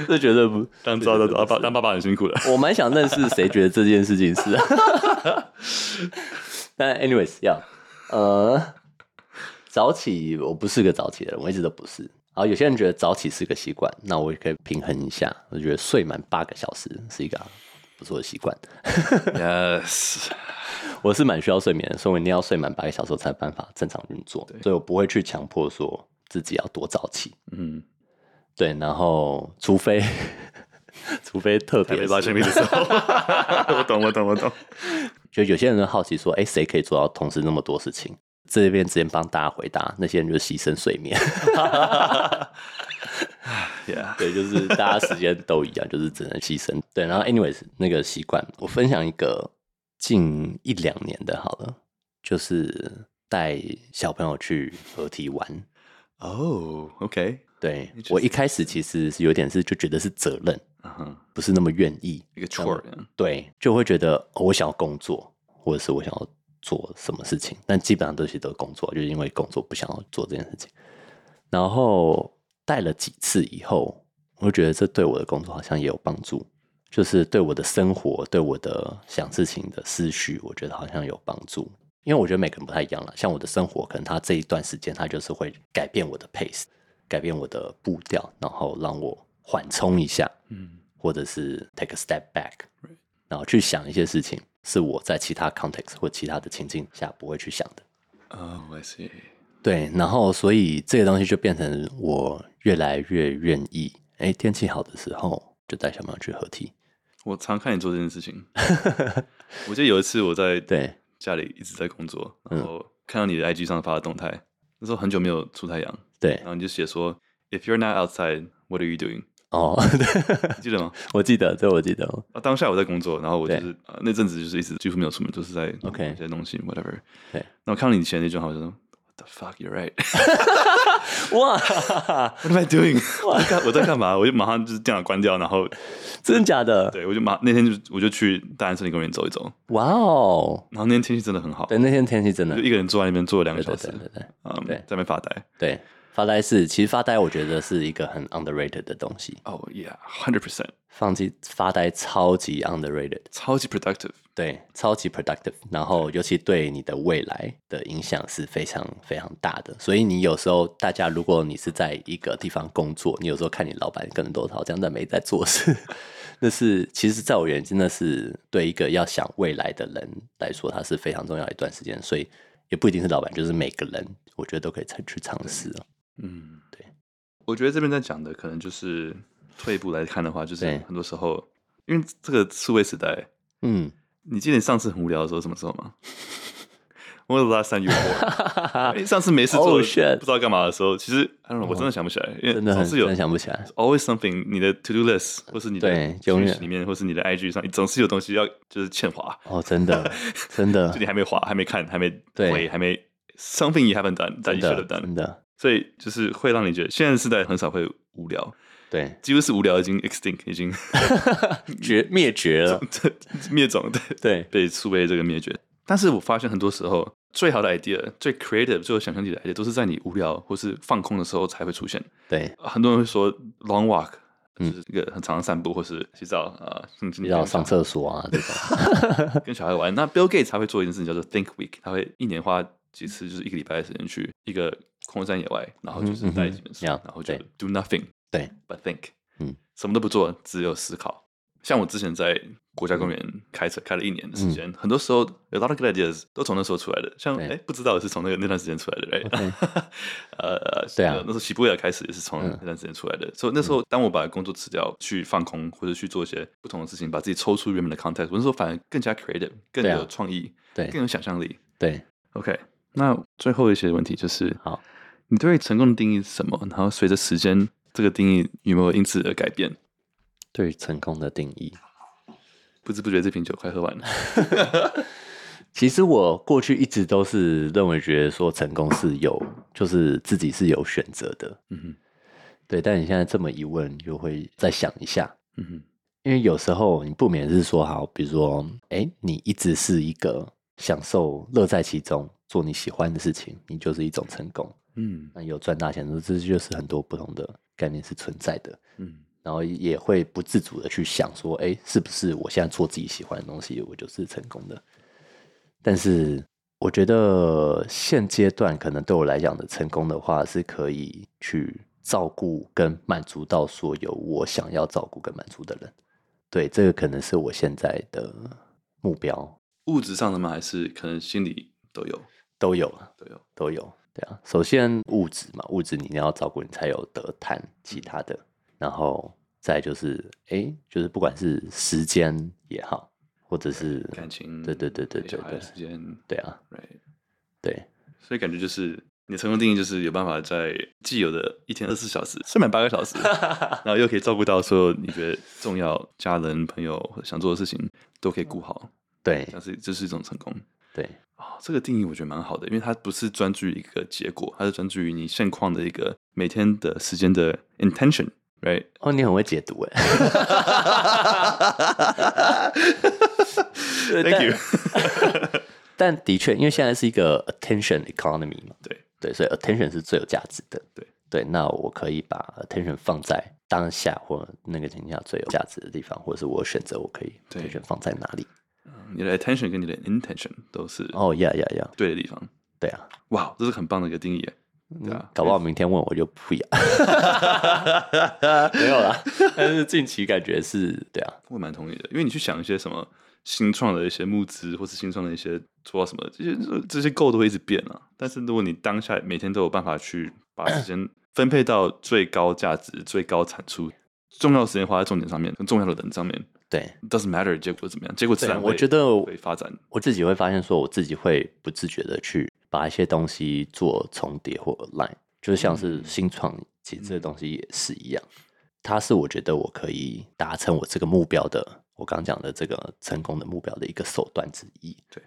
S1: 这绝对不，
S2: 当知道当爸当爸爸很辛苦的。
S1: 我蛮想认识谁觉得这件事情是。但 anyways，要、呃，早起我不是个早起的人，我一直都不是。然后有些人觉得早起是个习惯，那我也可以平衡一下。我觉得睡满八个小时是一个不错的习惯。
S2: Yes，
S1: 我是蛮需要睡眠的，所以我一定要睡满八个小时我才有办法正常运作，所以我不会去强迫说自己要多早起。
S2: 嗯，
S1: 对，然后除非 除非特
S2: 还
S1: 别
S2: 没
S1: 是
S2: 拉行李的时 候，我懂，我懂，我懂。
S1: 就有些人会好奇说，哎、谁可以做到同时那么多事情？这边直接帮大家回答，那些人就是牺牲睡眠，
S2: Yeah，
S1: 对，就是大家时间都一样，就是只能牺牲。对，然后 anyways 那个习惯，我分享一个近一两年的好了，就是带小朋友去合体玩。
S2: 哦，OK，
S1: 对我一开始其实是有点是就觉得是责任，
S2: 嗯哼，
S1: 不是那么愿意
S2: 一个
S1: 那么
S2: chore，嗯
S1: 对，就会觉得、哦我想要工作，或者是我想要做什么事情，但基本上都是都是工作，就是因为工作不想要做这件事情。然后带了几次以后，我就觉得这对我的工作好像也有帮助，就是对我的生活、对我的想事情的思绪，我觉得好像有帮助。因为我觉得每个人不太一样了，像我的生活，可能他这一段时间他就是会改变我的 pace，改变我的步调，然后让我缓冲一下，
S2: 嗯
S1: 或者是 take a step back，然后去想一些事情，是我在其他 context 或其他的情境下不会去想的。
S2: 哦，I see，
S1: 对，然后所以这个东西就变成我越来越愿意，哎，天气好的时候就带小朋友去合体。
S2: 我常看你做这件事 情。我记得有一次我在
S1: 对
S2: 家里一直在工作，然后看到你的 IG 上发的动态，那时候很久没有出太阳，
S1: 对嗯
S2: 然，后你就写说，If you're not outside, what are you doing？
S1: 哦，对，
S2: 记得吗？
S1: 我记得，这我记得。
S2: 啊，当下我在工作，然后我就
S1: 对
S2: 是、呃那阵子就是一直几乎没有出门，就是在
S1: OK
S2: 一些东西 whatever。
S1: 对，
S2: 那我看到你前那句话，我就说 What the fuck, you're right.
S1: 哇，
S2: What am I doing？我在干我在干嘛？我就马上就是电脑关掉，然后
S1: 真的假的？
S2: 对我就马那天就我就去大安森林公园走一走，
S1: 哇哦！
S2: 然后那天天气真的很好，
S1: 对，那天天气真的
S2: 就，一个人坐在那边坐了两个
S1: 对
S2: 小
S1: 对
S2: 时
S1: 对，对对
S2: 嗯，
S1: 对
S2: 在那边发呆。
S1: 对，发呆是其实发呆，我觉得是一个很 underrated 的东西，
S2: 哦、oh,，yeah，hundred percent，
S1: 放弃发呆超级 underrated。
S2: 超级 productive。
S1: 对，超级 productive，然后尤其对你的未来的影响是非常非常大的。所以你有时候，大家如果你是在一个地方工作，你有时候看你老板可能都好像在没在做事， 那是其实在我眼真的是对一个要想未来的人来说，它是非常重要的一段时间。所以也不一定是老板，就是每个人，我觉得都可以再去尝试哦。
S2: 嗯，
S1: 对。
S2: 我觉得这边在讲的可能就是退一步来看的话，就是
S1: 对
S2: 很多时候，因为这个数位时代，
S1: 嗯，
S2: 你记得你上次很无聊的时候什么时候吗？When was the last time you were？bored？哎上次没事做
S1: Oh, shit. 哦
S2: 不知道干嘛的时候，其实 I don't know，我真的想不起来，因为
S1: 真的
S2: 总
S1: 很
S2: 是
S1: 真
S2: 有
S1: 的想不起 来。
S2: always something，你的 to do list 或是你的
S1: 对
S2: to-do
S1: 永远
S2: list 里面，或是你的 IG 上，总是有东西要就是欠划，
S1: 哦，真的，真 的
S2: 就，你还没划，还没看，还没
S1: 呃对
S2: 回，还没 something you haven't done that
S1: 真
S2: you should have
S1: 的，嗯真
S2: done，
S1: 的，
S2: 所以就是会让你觉得现在时代很少会无聊，
S1: 对，
S2: 几乎是无聊已经 extinct，已经
S1: 绝灭绝了，
S2: 灭种的，
S1: 对。
S2: 被数位这个灭绝。但是我发现很多时候，最好的 idea、最 creative、最有想象力的 idea，都是在你无聊或是放空的时候才会出现。
S1: 对，
S2: 很多人会说 long walk，就
S1: 嗯
S2: 是一个很长的散步，或是洗澡啊，呃甚至
S1: 你要上厕所啊这种。
S2: 跟小孩玩。那 Bill Gates 他会做一件事情叫做 Think Week，他会一年花几次，就是一个礼拜的时间去一个空山野外，然后就是
S1: 嗯哼
S2: 带几本书，
S1: Yeah，
S2: 然后就
S1: 对
S2: do nothing，
S1: 对
S2: ，but think，
S1: 嗯，
S2: 什么都不做，只有思考。像我之前在国
S1: 嗯
S2: 家公园开车开了一年的时间，很多时候 a lot of good ideas 都从那时候出来的。像
S1: 对
S2: 哎，不知道是从那个那段时间出来的，right？呃，
S1: 对啊
S2: 那时候起步也开始也是从
S1: 嗯
S2: 那段时间出来的。所以那时候，当我把工作辞掉，去放空或者去做一些不同的事情，把自己抽出原本的 context，我那时候反而更加 creative，更
S1: 对啊
S2: 有创意，
S1: 对
S2: 更有想象力。
S1: 对，
S2: OK，那最后一些问题就是，
S1: 好，
S2: 你对成功的定义是什么？然后随着时间，这个定义有没有因此而改变？
S1: 对于成功的定义，
S2: 不知不觉这瓶酒快喝完了。
S1: 其实我过去一直都是认为，觉得说成功是有，就是自己是有选择的。
S2: 嗯哼，
S1: 对，但你现在这么一问，就会再想一下，
S2: 嗯哼，
S1: 因为有时候你不免是说，好，比如说，哎，你一直是一个享受乐在其中，做你喜欢的事情，你就是一种成功。
S2: 嗯
S1: 那有赚大钱，这就是很多不同的概念是存在的。
S2: 嗯
S1: 然后也会不自主的去想说，哎，是不是我现在做自己喜欢的东西，我就是成功的？但是我觉得现阶段可能对我来讲的成功的话，是可以去照顾跟满足到所有我想要照顾跟满足的人。对，这个可能是我现在的目标，
S2: 物质上的吗？还是可能心理都有
S1: 都有了，
S2: 都有。
S1: 都有。对啊，首先物质嘛，物质你一定要照顾，你才有得谈其他的。然后再就是，哎，就是不管是时间也好，或者是
S2: 感情，
S1: 对对对对对
S2: 小孩的
S1: 对，
S2: 时间
S1: 对啊，
S2: ，right。
S1: 对
S2: 所以感觉就是你的成功定义就是有办法在既有的一天二十四小时，睡满八 个小时，然后又可以照顾到所有你觉得重要家人、朋友或者想做的事情都可以顾好，
S1: 对
S2: 像是这是一种成功
S1: 对
S2: 啊、这个定义我觉得蛮好的，因为它不是专注于一个结果，它是专注于你现况的一个每天的时间的 intention，right？
S1: 哦，你很会解 读哎。对
S2: Thank you
S1: 但但的确，因为现在是一个 attention economy 嘛，
S2: 对
S1: 对，所以 attention 是最有价值的。
S2: 对
S1: 对，那我可以把 attention 放在当下或那个情况下最有价值的地方，或者是我选择我可以
S2: 对
S1: attention 放在哪里。
S2: 你的 attention 跟你的 intention 都是
S1: 哦，呀呀呀，
S2: 对的地方。
S1: 对啊，嗯
S2: 哇，这是很棒的一个定义耶， 对啊，
S1: 搞不好明天问我就不一样。 没有啦，啊但是近期感觉是对啊，
S2: 我也蛮同意的，因为你去想一些什么新创的一些募资，或是新创的一些做到什么，这些这些 goal 都会一直变啊。但是如果你当下每天都有办法去把时间分配到最高价值、最高产出，重要的时间花在重点上面，跟重要的人上面
S1: 对，
S2: it，doesn't matter 结果怎么样，结果自
S1: 对
S2: 然会
S1: 我觉得
S2: 会发展。
S1: 我自己会发现说，我自己会不自觉的去把一些东西做重叠或 align，就是像是新创，其实这个东西也是一样。它是我觉得我可以达成我这个目标的，我刚讲的这个成功的目标的一个手段之一。
S2: 对，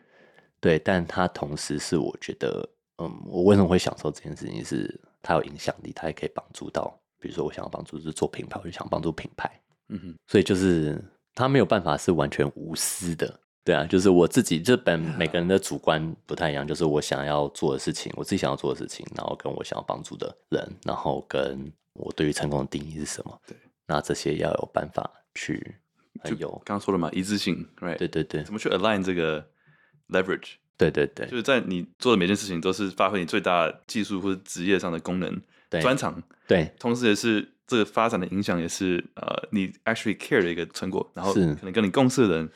S1: 对，但它同时是我觉得，嗯，我为什么会享受这件事情是它有影响力，它也可以帮助到，比如说我想要帮助是做品牌，我就想帮助品牌，
S2: 嗯哼，
S1: 所以就是他没有办法是完全无私的。对啊，就是我自己，这本每个人的主观不太一样，就是我想要做的事情，我自己想要做的事情，然后跟我想要帮助的人，然后跟我对于成功的定义是什么，
S2: 对，
S1: 那这些要有办法去呃
S2: 就
S1: 有，
S2: 刚刚说了嘛，一致性，right？
S1: 对对对
S2: 怎么去 align 这个 leverage？
S1: 对对对
S2: 就是在你做的每件事情都是发挥你最大技术或者职业上的功能、
S1: 对
S2: 专长，
S1: 对
S2: 同时也是这个发展的影响，也是呃你 actually care 的一个成果。然后
S1: 是
S2: 可能跟你共事的人，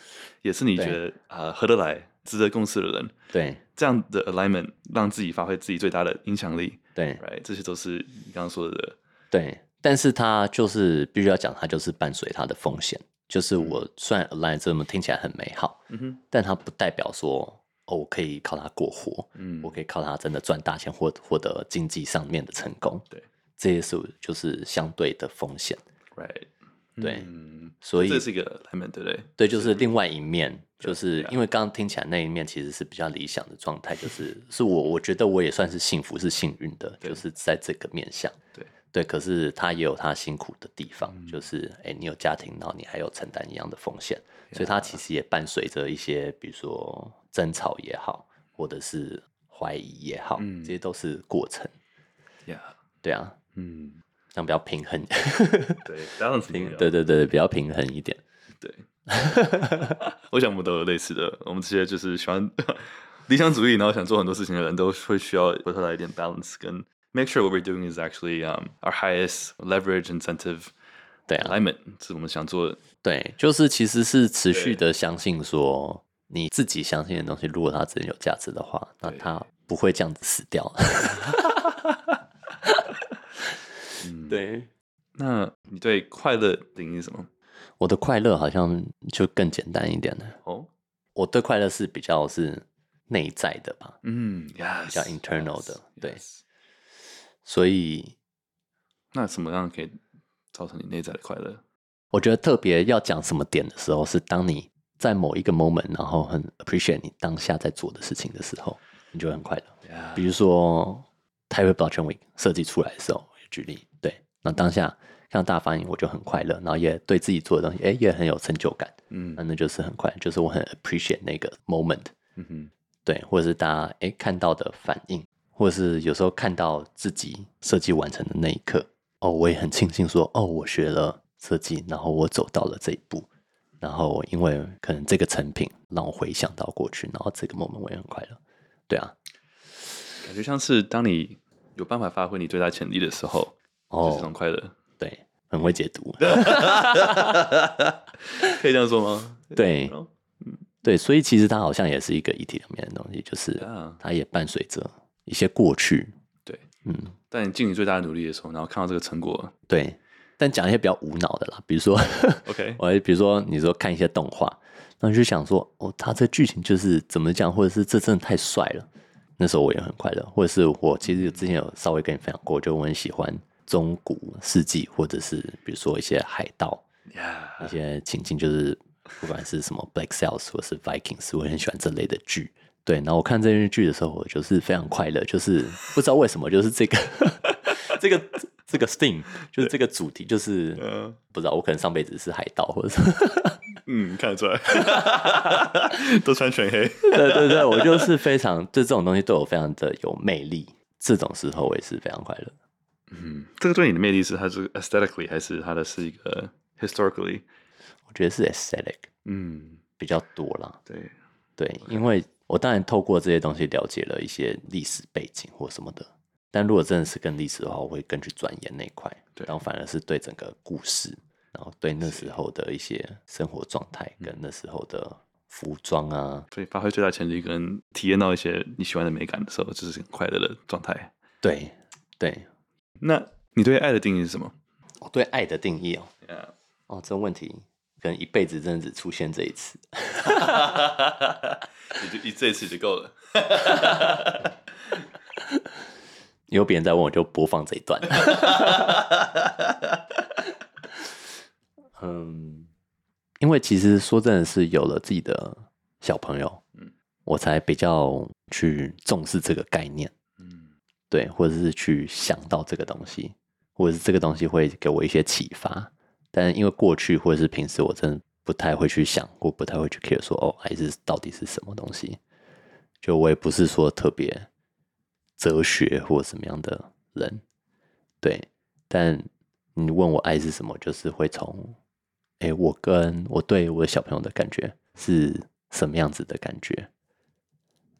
S2: 也是你
S1: 对
S2: 觉得呃合得来、值得共事的人，
S1: 对
S2: 这样的 alignment 让自己发挥自己最大的影响力
S1: 对
S2: ，right？这些都是你刚刚说的，
S1: 对，但是它就是必须要讲，它就是伴随它的风险，就是我虽然 align 这么听起来很美好，
S2: 嗯哼，
S1: 但它不代表说哦，我可以靠它过活，
S2: 嗯
S1: 我可以靠它真的赚大钱或获得经济上面的成功，
S2: 对
S1: 这些是就是相对的风险，
S2: ，right？
S1: 对
S2: 嗯
S1: 所以
S2: 这是一个 alignment，对不对？
S1: 对，就是另外一面，就是
S2: 对啊
S1: 因为刚刚听起来那一面其实是比较理想的状态，就是是我我觉得我也算是幸福，是幸运的，
S2: 对
S1: 就是在这个面向。
S2: 对嗯
S1: 对，可是他也有他辛苦的地方，就是哎、诶你有家庭，然后你还有承担一样的风险，所以他
S2: 啊
S1: 其实也伴随着一些，比如说争吵也好，或者是怀疑也好，
S2: 嗯
S1: 这些都是过程。
S2: ，yeah，
S1: 对啊，
S2: 嗯。
S1: 这样比较平衡，
S2: 对，balance 啊很重
S1: 平
S2: 要
S1: 对对对，比较平衡一点。
S2: 对， 我想我们都有类似的，我们这些就是喜欢 理想主义，然后想做很多事情的人，都会需要回头来一点 balance，跟 make sure what we're doing is actually um our highest leverage incentive
S1: 对啊，
S2: alignment，是我们想做的。
S1: 对，就是其实是持续
S2: 对
S1: 的相信说你自己相信的东西，如果它真的有价值的话，那
S2: 对
S1: 它不会这样子死掉。
S2: 嗯，。
S1: 对，
S2: 那你对快乐定义是什么？
S1: 我的快乐好像就更简单一点了。
S2: 哦，
S1: 我对快乐是比较是内在的吧，
S2: 嗯，yes，
S1: 较 internal 的
S2: yes，
S1: 对
S2: yes
S1: 所以
S2: 那什么样可以造成你内在的快乐？
S1: 我觉得特别要讲什么点的时候，是当你在某一个 moment，然后很 appreciate 你当下在做的事情的时候，你就会很快乐。比如说 Taipei Blockchain Week 设计出来的时候，举例，对，那当下看到大反应，我就很快乐，然后也对自己做的东西，哎，也很有成就感，
S2: 嗯
S1: 那那就是很快乐，就是我很 appreciate 那个 moment，
S2: 嗯哼，
S1: 对，或者是大家哎看到的反应，或者是有时候看到自己设计完成的那一刻，哦，我也很庆幸说，哦，我学了设计，然后我走到了这一步，然后因为可能这个成品让我回想到过去，然后这个 moment 我也很快乐，对啊，
S2: 感觉像是当你有办法发挥你最大潜力的时候，就是这种
S1: 哦，
S2: 快乐。
S1: 对，很会解读。
S2: 可以这样说吗？
S1: 对
S2: 然后
S1: 对，所以其实它好像也是一个一体两面的东西，就是
S2: 啊，
S1: 它也伴随着一些过去，
S2: 对。
S1: 嗯，
S2: 但你尽你最大的努力的时候，然后看到这个成果
S1: 对。但讲一些比较无脑的啦，比如说，
S2: ，OK，
S1: 我还比如说你说看一些动画，那你就想说，哦，他这剧情就是怎么讲，或者是这真的太帅了，那时候我也很快乐，或者是我其实之前有稍微跟你分享过，就我很喜欢中古世纪，或者是比如说一些海盗，一
S2: Yeah，
S1: 些情境，就是不管是什么 Black Sails 或是 Vikings，我也很喜欢这类的剧。对，然后我看这些剧的时候，我就是非常快乐，就是不知道为什么，就是这个这个这个 theme，就是这个主题，就是
S2: 嗯
S1: 不知道我可能上辈子是海盗，或者是
S2: 嗯，看得出来， 都穿全黑，
S1: 对对对，我就是非常对这种东西对我非常的有魅力。这种时候我也是非常快乐。
S2: 嗯，这个对你的魅力是它是 aesthetically 还是它的是一个 historically？
S1: 我觉得是 aesthetic
S2: 嗯，
S1: 比较多啦，
S2: 对，
S1: 对，因为我当然透过这些东西了解了一些历史背景或什么的，但如果真的是跟历史的话，我会更去钻研那一块，
S2: 对
S1: 然后反而是对整个故事，然后对那时候的一些生活状态跟那时候的服装啊，
S2: 所以发挥最大潜力跟体验到一些你喜欢的美感的时候，就是很快乐的状态。
S1: 对对，
S2: 那你对爱的定义是什么
S1: 我对爱的定义哦，
S2: ？Yeah，
S1: 哦，这问题可能一辈子真的只出现这一次，
S2: 你就一这一次就够了。
S1: 以后别人再问我就播放这一段。嗯因为其实说真的是有了自己的小朋友，
S2: 嗯
S1: 我才比较去重视这个概念，
S2: 嗯
S1: 对，或者是去想到这个东西，或者是这个东西会给我一些启发。但因为过去或者是平时，我真的不太会去想，或不太会去 care 说哦，还是到底是什么东西。就我也不是说特别哲学或什么样的人，对。但你问我爱是什么，就是会从哎、诶我跟我对我的小朋友的感觉是什么样子的感觉，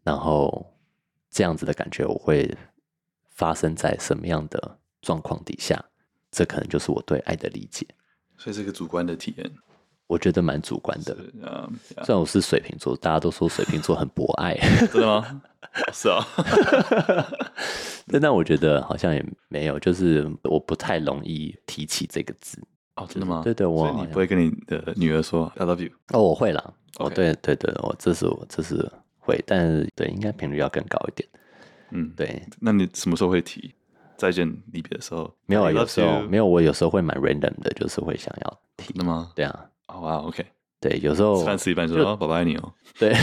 S1: 然后这样子的感觉我会发生在什么样的状况底下，这可能就是我对爱的理解。
S2: 所以是一个主观的体验。
S1: 我觉得蛮主观的，
S2: 呃，yeah
S1: 嗯虽然我是水瓶座，大家都说水瓶座很博爱，
S2: 真的吗？
S1: 哦
S2: 是啊，
S1: 但但我觉得好像也没有，就是我不太容易提起这个字。
S2: 哦，真的吗？
S1: 对对我
S2: 所以你不会跟你的女儿说 “I love you”，
S1: 哦，我会啦。哦，
S2: OK
S1: 对对对，我这是我这是会，但是对应该频率要更高一点。
S2: 嗯，。
S1: 对，
S2: 那你什么时候会提再见离别的时候？
S1: 没有啊
S2: “I love
S1: 有时候
S2: you”，
S1: 没有，我有时候会蛮 random 的，就是会想要提
S2: 真。的吗？
S1: 对啊，
S2: 哦，哇，OK，
S1: 对，有时候
S2: 吃饭吃一半说
S1: 就
S2: “哦，宝宝爱你哦
S1: 对，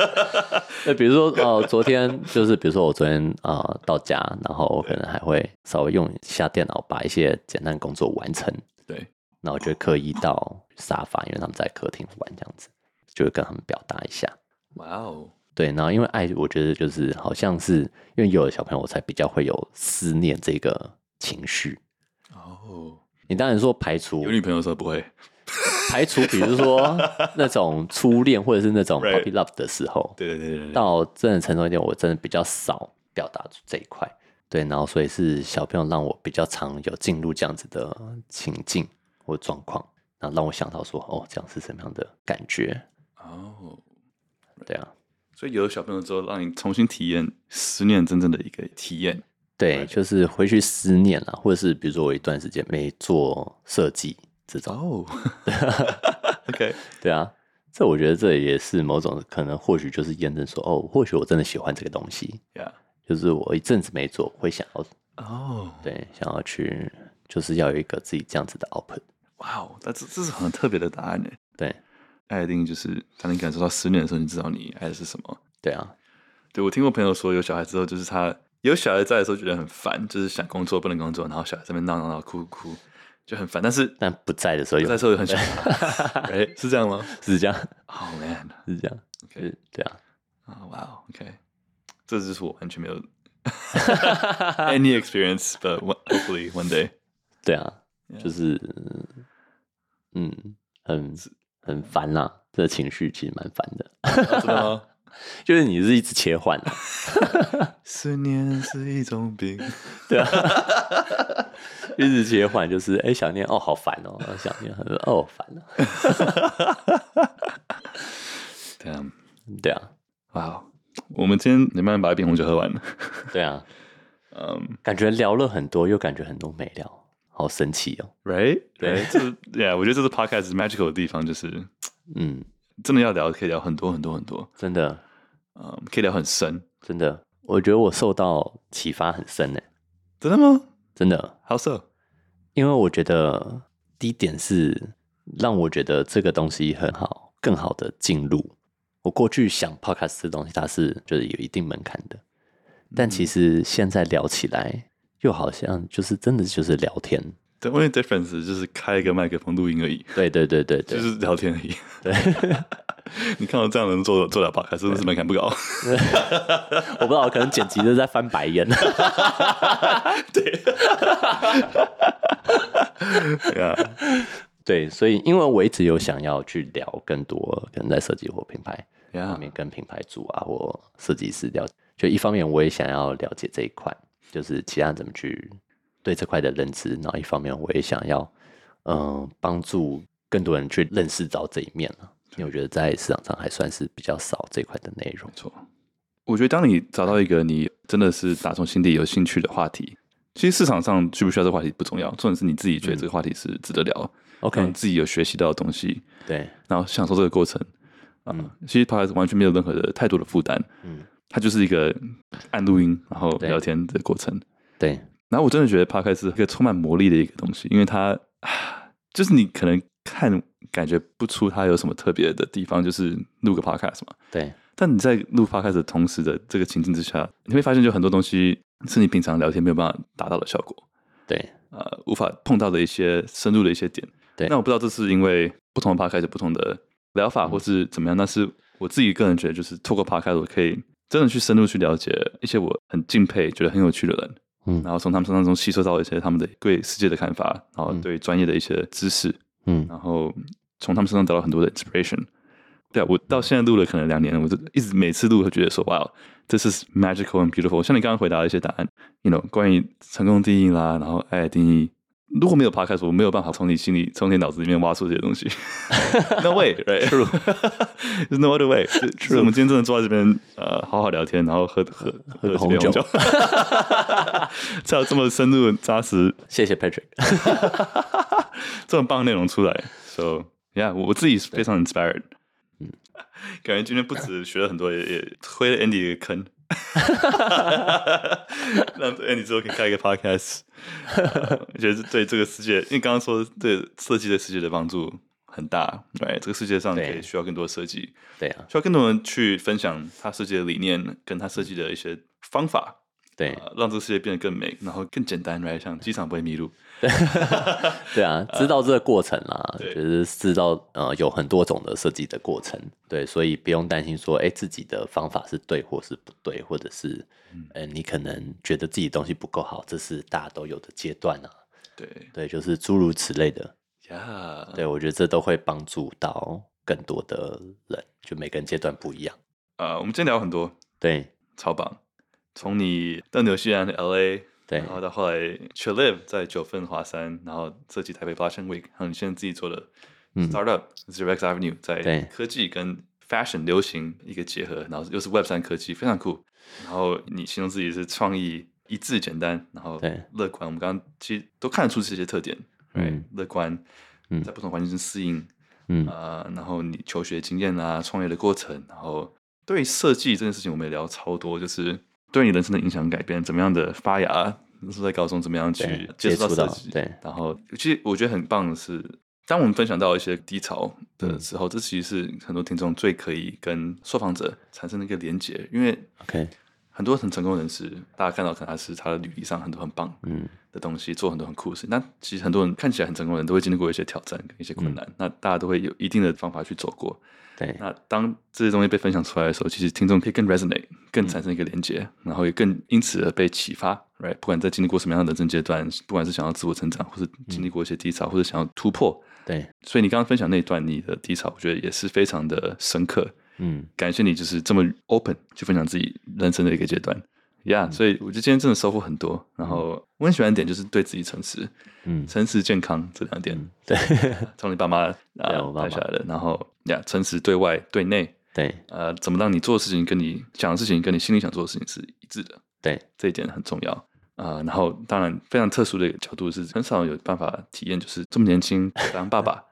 S1: 那比如说哦、昨天就是比如说我昨天啊、呃到家，然后我可能还会稍微用一下电脑把一些简单工作完成，”，
S2: 对，
S1: 那我就会刻意到沙发，因为他们在客厅玩这样子，就会跟他们表达一下。
S2: 哇哦，
S1: 对，然后因为爱，我觉得就是好像是因为有了小朋友，我才比较会有思念这个情绪。
S2: 哦，
S1: 你当然说排除
S2: 有女朋友的时候不会，
S1: 排除，比如说那种初恋或者是那种
S2: Right
S1: puppy love 的时候，
S2: 对对对对对，
S1: 到真的成熟一点，我真的比较少表达出这一块。对，然后所以是小朋友让我比较常有进入这样子的情境或状况，然后让我想到说，哦，这样是什么样的感觉？
S2: 哦，
S1: 对啊，
S2: 所以有了小朋友之后，让你重新体验思念真正的一个体验，
S1: 对，就是回去思念啦，或者是比如说我一段时间没做设计 这种，
S2: 哦 ，OK，
S1: 对啊，这我觉得这也是某种可能，或许就是验证说，哦，或许我真的喜欢这个东西，
S2: yeah，
S1: 就是我一阵子没做，会想要
S2: 哦，
S1: 对，想要去，就是要有一个自己这样子的 output，
S2: 哇哦，那这这是很特别的答案呢。
S1: 对，
S2: 爱的定义就是当你感受到思念的时候，你知道你爱的是什么。
S1: 对啊，
S2: 对我听过朋友说，有小孩之后，就是他有小孩在的时候觉得很烦，就是想工作不能工作，然后小孩在那边闹闹闹哭哭，就很烦。但是
S1: 但不在的时候
S2: 在
S1: 又
S2: 的时候又 很想他，哎，是这样吗？
S1: 是这样，
S2: 哦、man，
S1: 是这样，就
S2: OK
S1: 是对啊，
S2: 啊、哇哦，OK，这就是我完全没有 any experience，but one- hopefully one day，
S1: 对啊
S2: Yeah，
S1: 就是嗯，很很烦啦、这个情绪其实蛮烦的，
S2: 啊真的吗？
S1: 就是你是一直切换、啊。
S2: 思念是一种病。
S1: 一直切换，就是哎、想念哦，好烦哦，想念很哦烦啊，
S2: Damn，
S1: 对啊，
S2: 哇哦，我们今天能不能把一瓶红酒喝完？
S1: 对啊，
S2: 嗯、
S1: 感觉聊了很多，又感觉很多没聊，好神奇哦，
S2: Right，
S1: 对
S2: right，这是 Yeah，我觉得这是 podcast magical 的地方，就是
S1: 嗯，
S2: 真的要聊，可以聊很多很多很多，
S1: 真的
S2: 嗯、可以聊很深。
S1: 真的，我觉得我受到启发很深呢，
S2: 真的吗
S1: 真的，
S2: ？How so？
S1: 因为我觉得第一点是让我觉得这个东西很好，更好的进入。我过去想 podcast 这东西，它是就是有一定门槛的，但其实现在聊起来，又好像就是真的就是聊天，
S2: The only difference 就是开一个麦克风录音而已，
S1: 对对对对对
S2: 就，是聊天而已。
S1: 对，
S2: 你看到这样的人做做了 podcast，真的是门槛不高。
S1: 我不知道，可能剪辑的在翻白眼。
S2: yeah，
S1: 对，所以因为我一直有想要去聊更多，可能在设计或品牌方
S2: yeah，
S1: 面，跟品牌主啊或设计师聊。就一方面，我也想要了解这一块，就是其他人怎么去对这块的认知，然后一方面我也想要，嗯、帮助更多人去认识到这一面啊。因为我觉得在市场上还算是比较少这块的内容
S2: 没。错。我觉得当你找到一个你真的是打从心底有兴趣的话题，其实市场上需不需要这个话题不重要，重点是你自己觉得这个话题是值得聊，然后
S1: 嗯 OK，
S2: 自己有学习到的东西，
S1: 对，
S2: 然后享受这个过程。啊、其实 podcast 完全没有任何的太多的负担，
S1: 嗯，
S2: 它就是一个按录音然后
S1: 对
S2: 聊天的过程。
S1: 对，
S2: 然后我真的觉得 podcast 是一个充满魔力的一个东西，因为它啊就是你可能看感觉不出它有什么特别的地方，就是录个 podcast 嘛。
S1: 对，
S2: 但你在录 podcast 的同时的这个情境之下，你会发现有很多东西是你平常聊天没有办法达到的效果，
S1: 对，
S2: 呃，无法碰到的一些深入的一些点。
S1: 对
S2: 那我不知道这是因为不同的 podcast 有不同的疗
S1: 嗯
S2: 法，或是怎么样，但是我自己个人觉得，就是透过 podcast 我可以真的去深入去了解一些我很敬佩、觉得很有趣的人，
S1: 嗯
S2: 然后从他们身上中吸收到一些他们的对世界的看法，然后对专业的一些知识，
S1: 嗯，
S2: 然后从他们身上得到很多的 inspiration。对啊，我到现在录了可能两年，我就一直每次录都觉得说，哇，this is magical and beautiful。像你刚刚回答的一些答案，you know，关于成功定义啦，然后爱的定义，如果没有 podcast，我没有办法从你心里、从你脑子里面挖出这些 东西。no way，right？True，there's no other way。True，我们今天真的坐在这边，呃，好好聊天，然后喝喝
S1: 喝
S2: 喝
S1: 个
S2: 几
S1: 红
S2: 杯
S1: 酒
S2: 红酒， 才有这么深入扎实
S1: 谢谢 Patrick。
S2: 这么棒的内容出来。So yeah，我我自己是非常 inspired。嗯，感觉今天不止学了很多，也也推了 Andy 一个 坑，让 Andy 之后可以开一个 podcast。呃我觉得对这个世界，因为刚刚说对设计对世界的帮助很大，right？这个世界上可
S1: 对
S2: 以需要更多设计，
S1: 对啊，
S2: 需要更多人去分享他设计的理念，跟他设计的一些方法。
S1: 对
S2: 呃让这个世界变得更美，然后更简单，right？像机场不会迷路，
S1: 对啊，知道这个过程啦，
S2: 对
S1: 就是知道呃有很多种的设计的过程，对，所以不用担心说，哎、自己的方法是对或是不对，或者是，呃，你可能觉得自己东西不够好，这是大家都有的阶段啊，
S2: 对
S1: 对，就是诸如此类的，
S2: 呀
S1: 对我觉得这都会帮助到更多的人，就每个人阶段不一样，
S2: 呃，我们今天聊很多，
S1: 对
S2: 超棒。从你到纽西兰的 LA，
S1: 对
S2: 然后到后来 c h i l i v 在九份华山，然后设计台北 Fashion Week，还有你现在自己做的
S1: 嗯
S2: Startup、Zero X Avenue，
S1: 对
S2: 在科技跟 Fashion 流行一个结合，然后又是 Web 三科技，非常酷。然后你形容自己是创意一致、简单，然后
S1: 对
S2: 乐观。我们刚刚其实都看得出这些特点，
S1: 嗯
S2: 乐观
S1: 嗯，
S2: 在不同环境中适应，
S1: 嗯
S2: 啊、然后你求学经验啊，创业的过程，然后对于设计这件事情，我们也聊超多，就是对你人生的影响、改变，怎么样的发芽，是在高中怎么样去
S1: 对
S2: 接触
S1: 接触
S2: 到
S1: 到
S2: 设计，
S1: 对
S2: 然后其实我觉得很棒的是，当我们分享到一些低潮的
S1: 嗯
S2: 时候，这其实是很多听众最可以跟受访者产生的一个连接，因为
S1: ，OK，
S2: 很多很成功人士，大家看到可能他是他的履历上很多很棒，
S1: 嗯
S2: 的东西，做很多很酷的事。那其实很多人看起来很成功的人，都会经历过一些挑战跟一些困难。那大家都会有一定的方法去走过。
S1: 对
S2: 那当这些东西被分享出来的时候，其实听众可以更 resonate，更产生一个连接，然后也更因此而被启发。Right，不管在经历过什么样的人生阶段，不管是想要自我成长，或是经历过一些低潮，或者想要突破。
S1: 对，
S2: 所以你刚刚分享那一段你的低潮，我觉得也是非常的深刻。
S1: 嗯
S2: 感谢你就是这么 open 去分享自己人生的一个阶段。呀、yeah,
S1: 嗯
S2: 所以我觉得今天真的收获很多。然后我很喜欢一点就是对自己诚实，
S1: 嗯，
S2: 诚实健康这两点，
S1: 对
S2: 从你爸妈
S1: 对
S2: 啊
S1: 我爸妈
S2: 带下来的。然后呀，诚实对外对内，
S1: 对
S2: 呃，怎么让你做的事情跟你想的事情跟你心里想做的事情是一致的，
S1: 对
S2: 这一点很重要啊、呃然后当然非常特殊的一个角度是，很少有办法体验，就是这么年轻当爸爸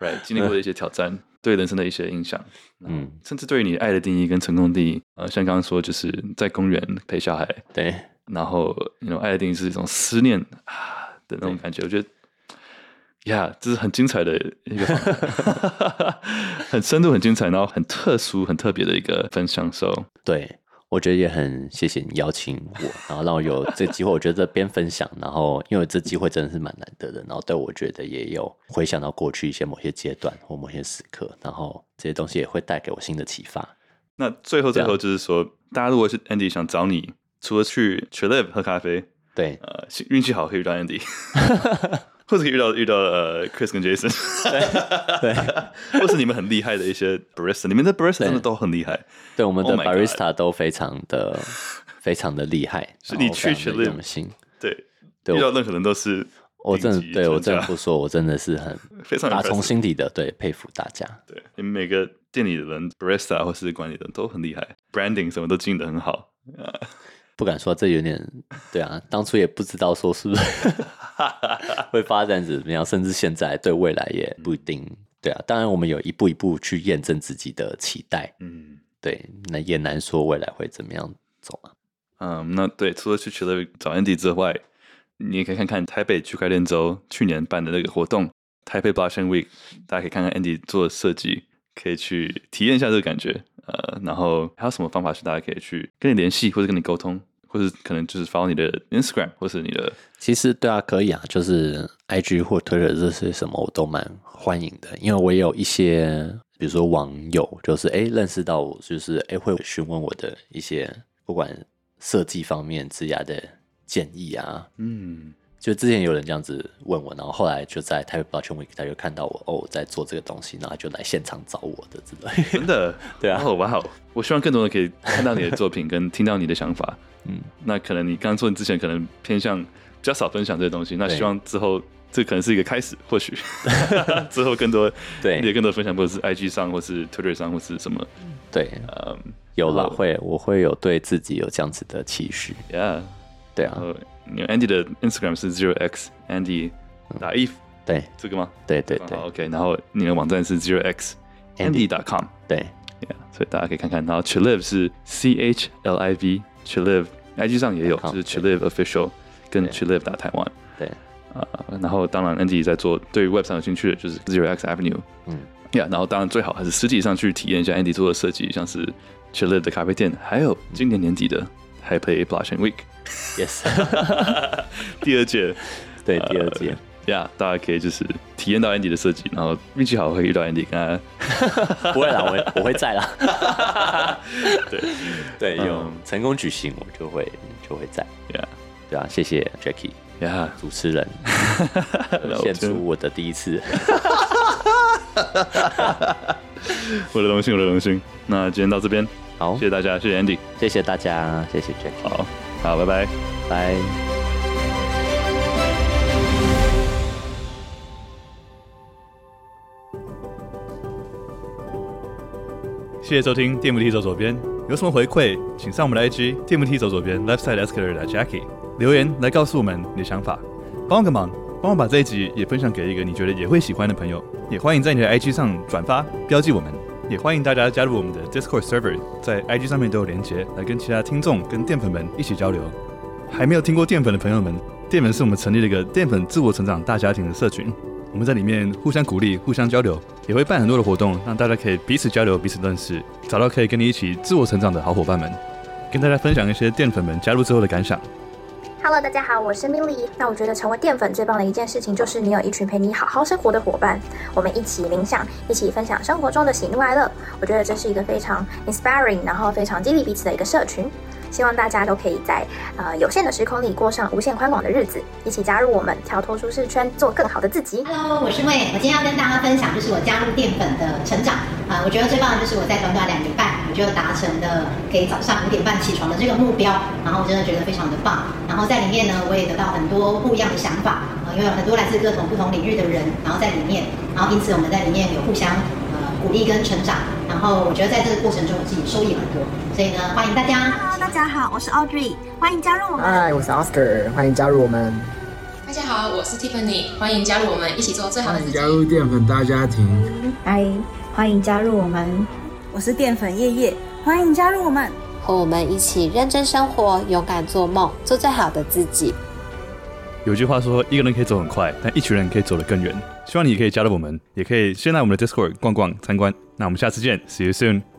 S2: ，right 经历过的一些挑战，对人生的一些影响，嗯
S1: 嗯，
S2: 甚至对于你爱的定义跟成功定义，呃，像刚刚说，就是在公园陪小孩，
S1: 对，
S2: 然后那种爱的定义是一种思念啊的那种感觉，我觉得。呀、这是很精彩的一个访谈，很深度、很精彩，然后很特殊、很特别的一个分享。So，
S1: 对，我觉得也很谢谢你邀请我，然后让我有这个机会。我觉得边分享，然后因为这机会真的是蛮难得的，然后对我觉得也有回想到过去一些某些阶段或某些时刻，然后这些东西也会带给我新的启发。
S2: 那最后
S1: 这
S2: 最
S1: 样
S2: 后就是说，大家如果是 Andy 想找你，除了去 c h i l i v 喝咖啡，
S1: 对，
S2: 呃，幸运气好可以遇到 Andy，或者可以遇到遇到呃 Chris 跟 Jason，对，或是你们很厉害的一些 barista，你们的 barista 真的都很厉害，
S1: 对我们
S2: Oh
S1: 的
S2: my God
S1: barista 都非常的、 非常的厉害，
S2: 是
S1: 然后
S2: 你去
S1: 非常
S2: 学
S1: 的
S2: 了
S1: 用心。
S2: 对，
S1: 对
S2: 遇到任何人都是
S1: 我真的
S2: 顶级
S1: 对我
S2: 专
S1: 真
S2: 家
S1: 的不说，我真的是很
S2: 非常
S1: 打从
S2: impressive
S1: 心底的对佩服大家。
S2: 对，你们每个店里的人 barista 或是管理的人都很厉害，branding 什么都经营的很好，啊
S1: 不敢说，这有点对啊。当初也不知道说 是不是会发展怎么样，甚至现在对未来也不一定。对啊，当然我们有一步一步去验证自己的期待，
S2: 嗯。
S1: 对，那也难说未来会怎么样走啊。
S2: 嗯，那对，除了去 c h i l i 找 Andy 之外，你也可以看看台北区块链周去年办的那个活动，台北 Blockchain Week，大家可以看看 Andy 做的设计，可以去体验一下这个感觉。呃，然后还有什么方法是大家可以去跟你联系，或者跟你沟通，或者可能就是 follow 你的 Instagram，或是你的
S1: 其实对啊，可以啊，就是 IG 或 Twitter 这些什么我都蛮欢迎的，因为我也有一些，比如说网友，就是哎认识到我，就是哎会询问我的一些不管设计方面、职涯的建议啊。
S2: 嗯
S1: 就之前有人这样子问我，然后后来就在台北 Blockchain Week，他就看到我哦我在做这个东西，然后就来现场找我的之类的。
S2: 真的，
S1: 对啊
S2: 哦哇哦！我希望更多人可以看到你的作品，跟听到你的想法。
S1: 嗯，
S2: 那可能你刚做之前可能偏向比较少分享这些东西，那
S1: 对
S2: 希望之后这可能是一个开始，或许 之后更多
S1: 对
S2: 你也更多分享，或者是 IG 上，或是 Twitter 上，或是什么，
S1: 对，
S2: 嗯、
S1: 有啦，
S2: 哦
S1: 会我会有对自己有这样子的期许。
S2: yeah，
S1: 对啊
S2: 然，后你 Andy 的 Instagram 是 zero x Andy 打 if
S1: 对
S2: 这个吗？
S1: Oh 对对
S2: 好
S1: 对
S2: ，OK，然后你的网站是 zero x
S1: Andy
S2: Andy.com。
S1: 对，
S2: Yeah，所以大家可以看看。然后 Chiliv 是 C H L I V Chiliv，IG 上也有，
S1: com，
S2: 就是 Chiliv Official 跟 Chiliv 打台湾
S1: 对，
S2: 啊、然后当然 Andy 也在做对于 Web 上有兴趣的，就是 Zero X Avenue。
S1: 嗯
S2: ，Yeah，然后当然最好还是实体上去体验一下 Andy 做的设计，像是 Chiliv 的咖啡店，还
S1: 嗯
S2: 有今年年底的 High Play Blockchain Week
S1: ，yes，
S2: 第二届。
S1: 对，第二届。
S2: Yeah，大家可以就是体验到 Andy 的设计，然后运气好会遇到 Andy，跟他呃
S1: 不会啦，我会我会在啦。 对对，有
S2: 嗯
S1: 成功举行，我就会就会在。
S2: Yeah，Yeah，
S1: 对啊，谢谢 Jackie 主持 人，献出我的第一次。
S2: 我的荣幸，我的荣幸。那今天到这边，
S1: 好
S2: 谢，谢大家，谢谢 Andy，
S1: 谢谢大家，谢谢 Jackie，
S2: 好，好，拜拜。
S1: 拜。
S2: 谢谢收听电扶梯走左边，有什么回馈，请上我们的 IG 电扶梯走左边 Left Side Escalator 的 Jackie 留言来告诉我们你的想法。帮我个忙，帮我把这一集也分享给一个你觉得也会喜欢的朋友，也欢迎在你的 IG 上转发标记我们。也欢迎大家加入我们的 Discord server，在 IG 上面都有连接，来跟其他听众跟淀粉们一起交流。还没有听过淀粉的朋友们，淀粉是我们成立了一个淀粉自我成长大家庭的社群，我们在里面互相鼓励、互相交流，也会办很多的活动，让大家可以彼此交流、彼此认识，找到可以跟你一起自我成长的好伙伴们，跟大家分享一些淀粉们加入之后的感想。
S5: Hello，大家好，我是 Milly。那我觉得成为淀粉最棒的一件事情，就是你有一群陪你好好生活的伙伴，我们一起冥想，一起分享生活中的喜怒哀乐。我觉得这是一个非常 inspiring，然后非常激励彼此的一个社群。希望大家都可以在呃有限的时空里过上无限宽广的日子，一起加入我们，跳脱舒适圈，做更好的自己。
S6: Hello，我是魏，我今天要跟大家分享就是我加入淀粉的成长。啊、我觉得最棒的就是我在短短两年半，我就达成了可以早上五点半起床的这个目标，然后我真的觉得非常的棒。然后在里面呢，我也得到很多不一样的想法，啊、因为有很多来自各种不同领域的人，然后在里面，然后因此我们在里面有互相呃鼓励跟成长。然后我觉得在这个过程中，我自己收益很多，所以呢，欢迎大家。
S7: Hello，大家好，我是 Audrey，欢迎加入我们。
S8: 嗨，我是 Oscar，欢迎加入我们，
S9: 大家好，我是 Tiffany，欢迎加入我们一起做最好的
S8: 欢
S9: 自
S8: 迎
S9: 己。
S8: 加入淀粉大家庭。
S10: 嗨，欢迎加入我们。
S7: 我是淀粉叶叶，欢迎加入我们。
S11: 和我们一起认真生活，勇敢做梦，做最好的自己。
S2: 有句话说，一个人可以走很快，但一群人可以走得更远。希望你也可以加入我们，也可以先来我们的 Discord 逛逛参观。那我们下次见，See you soon。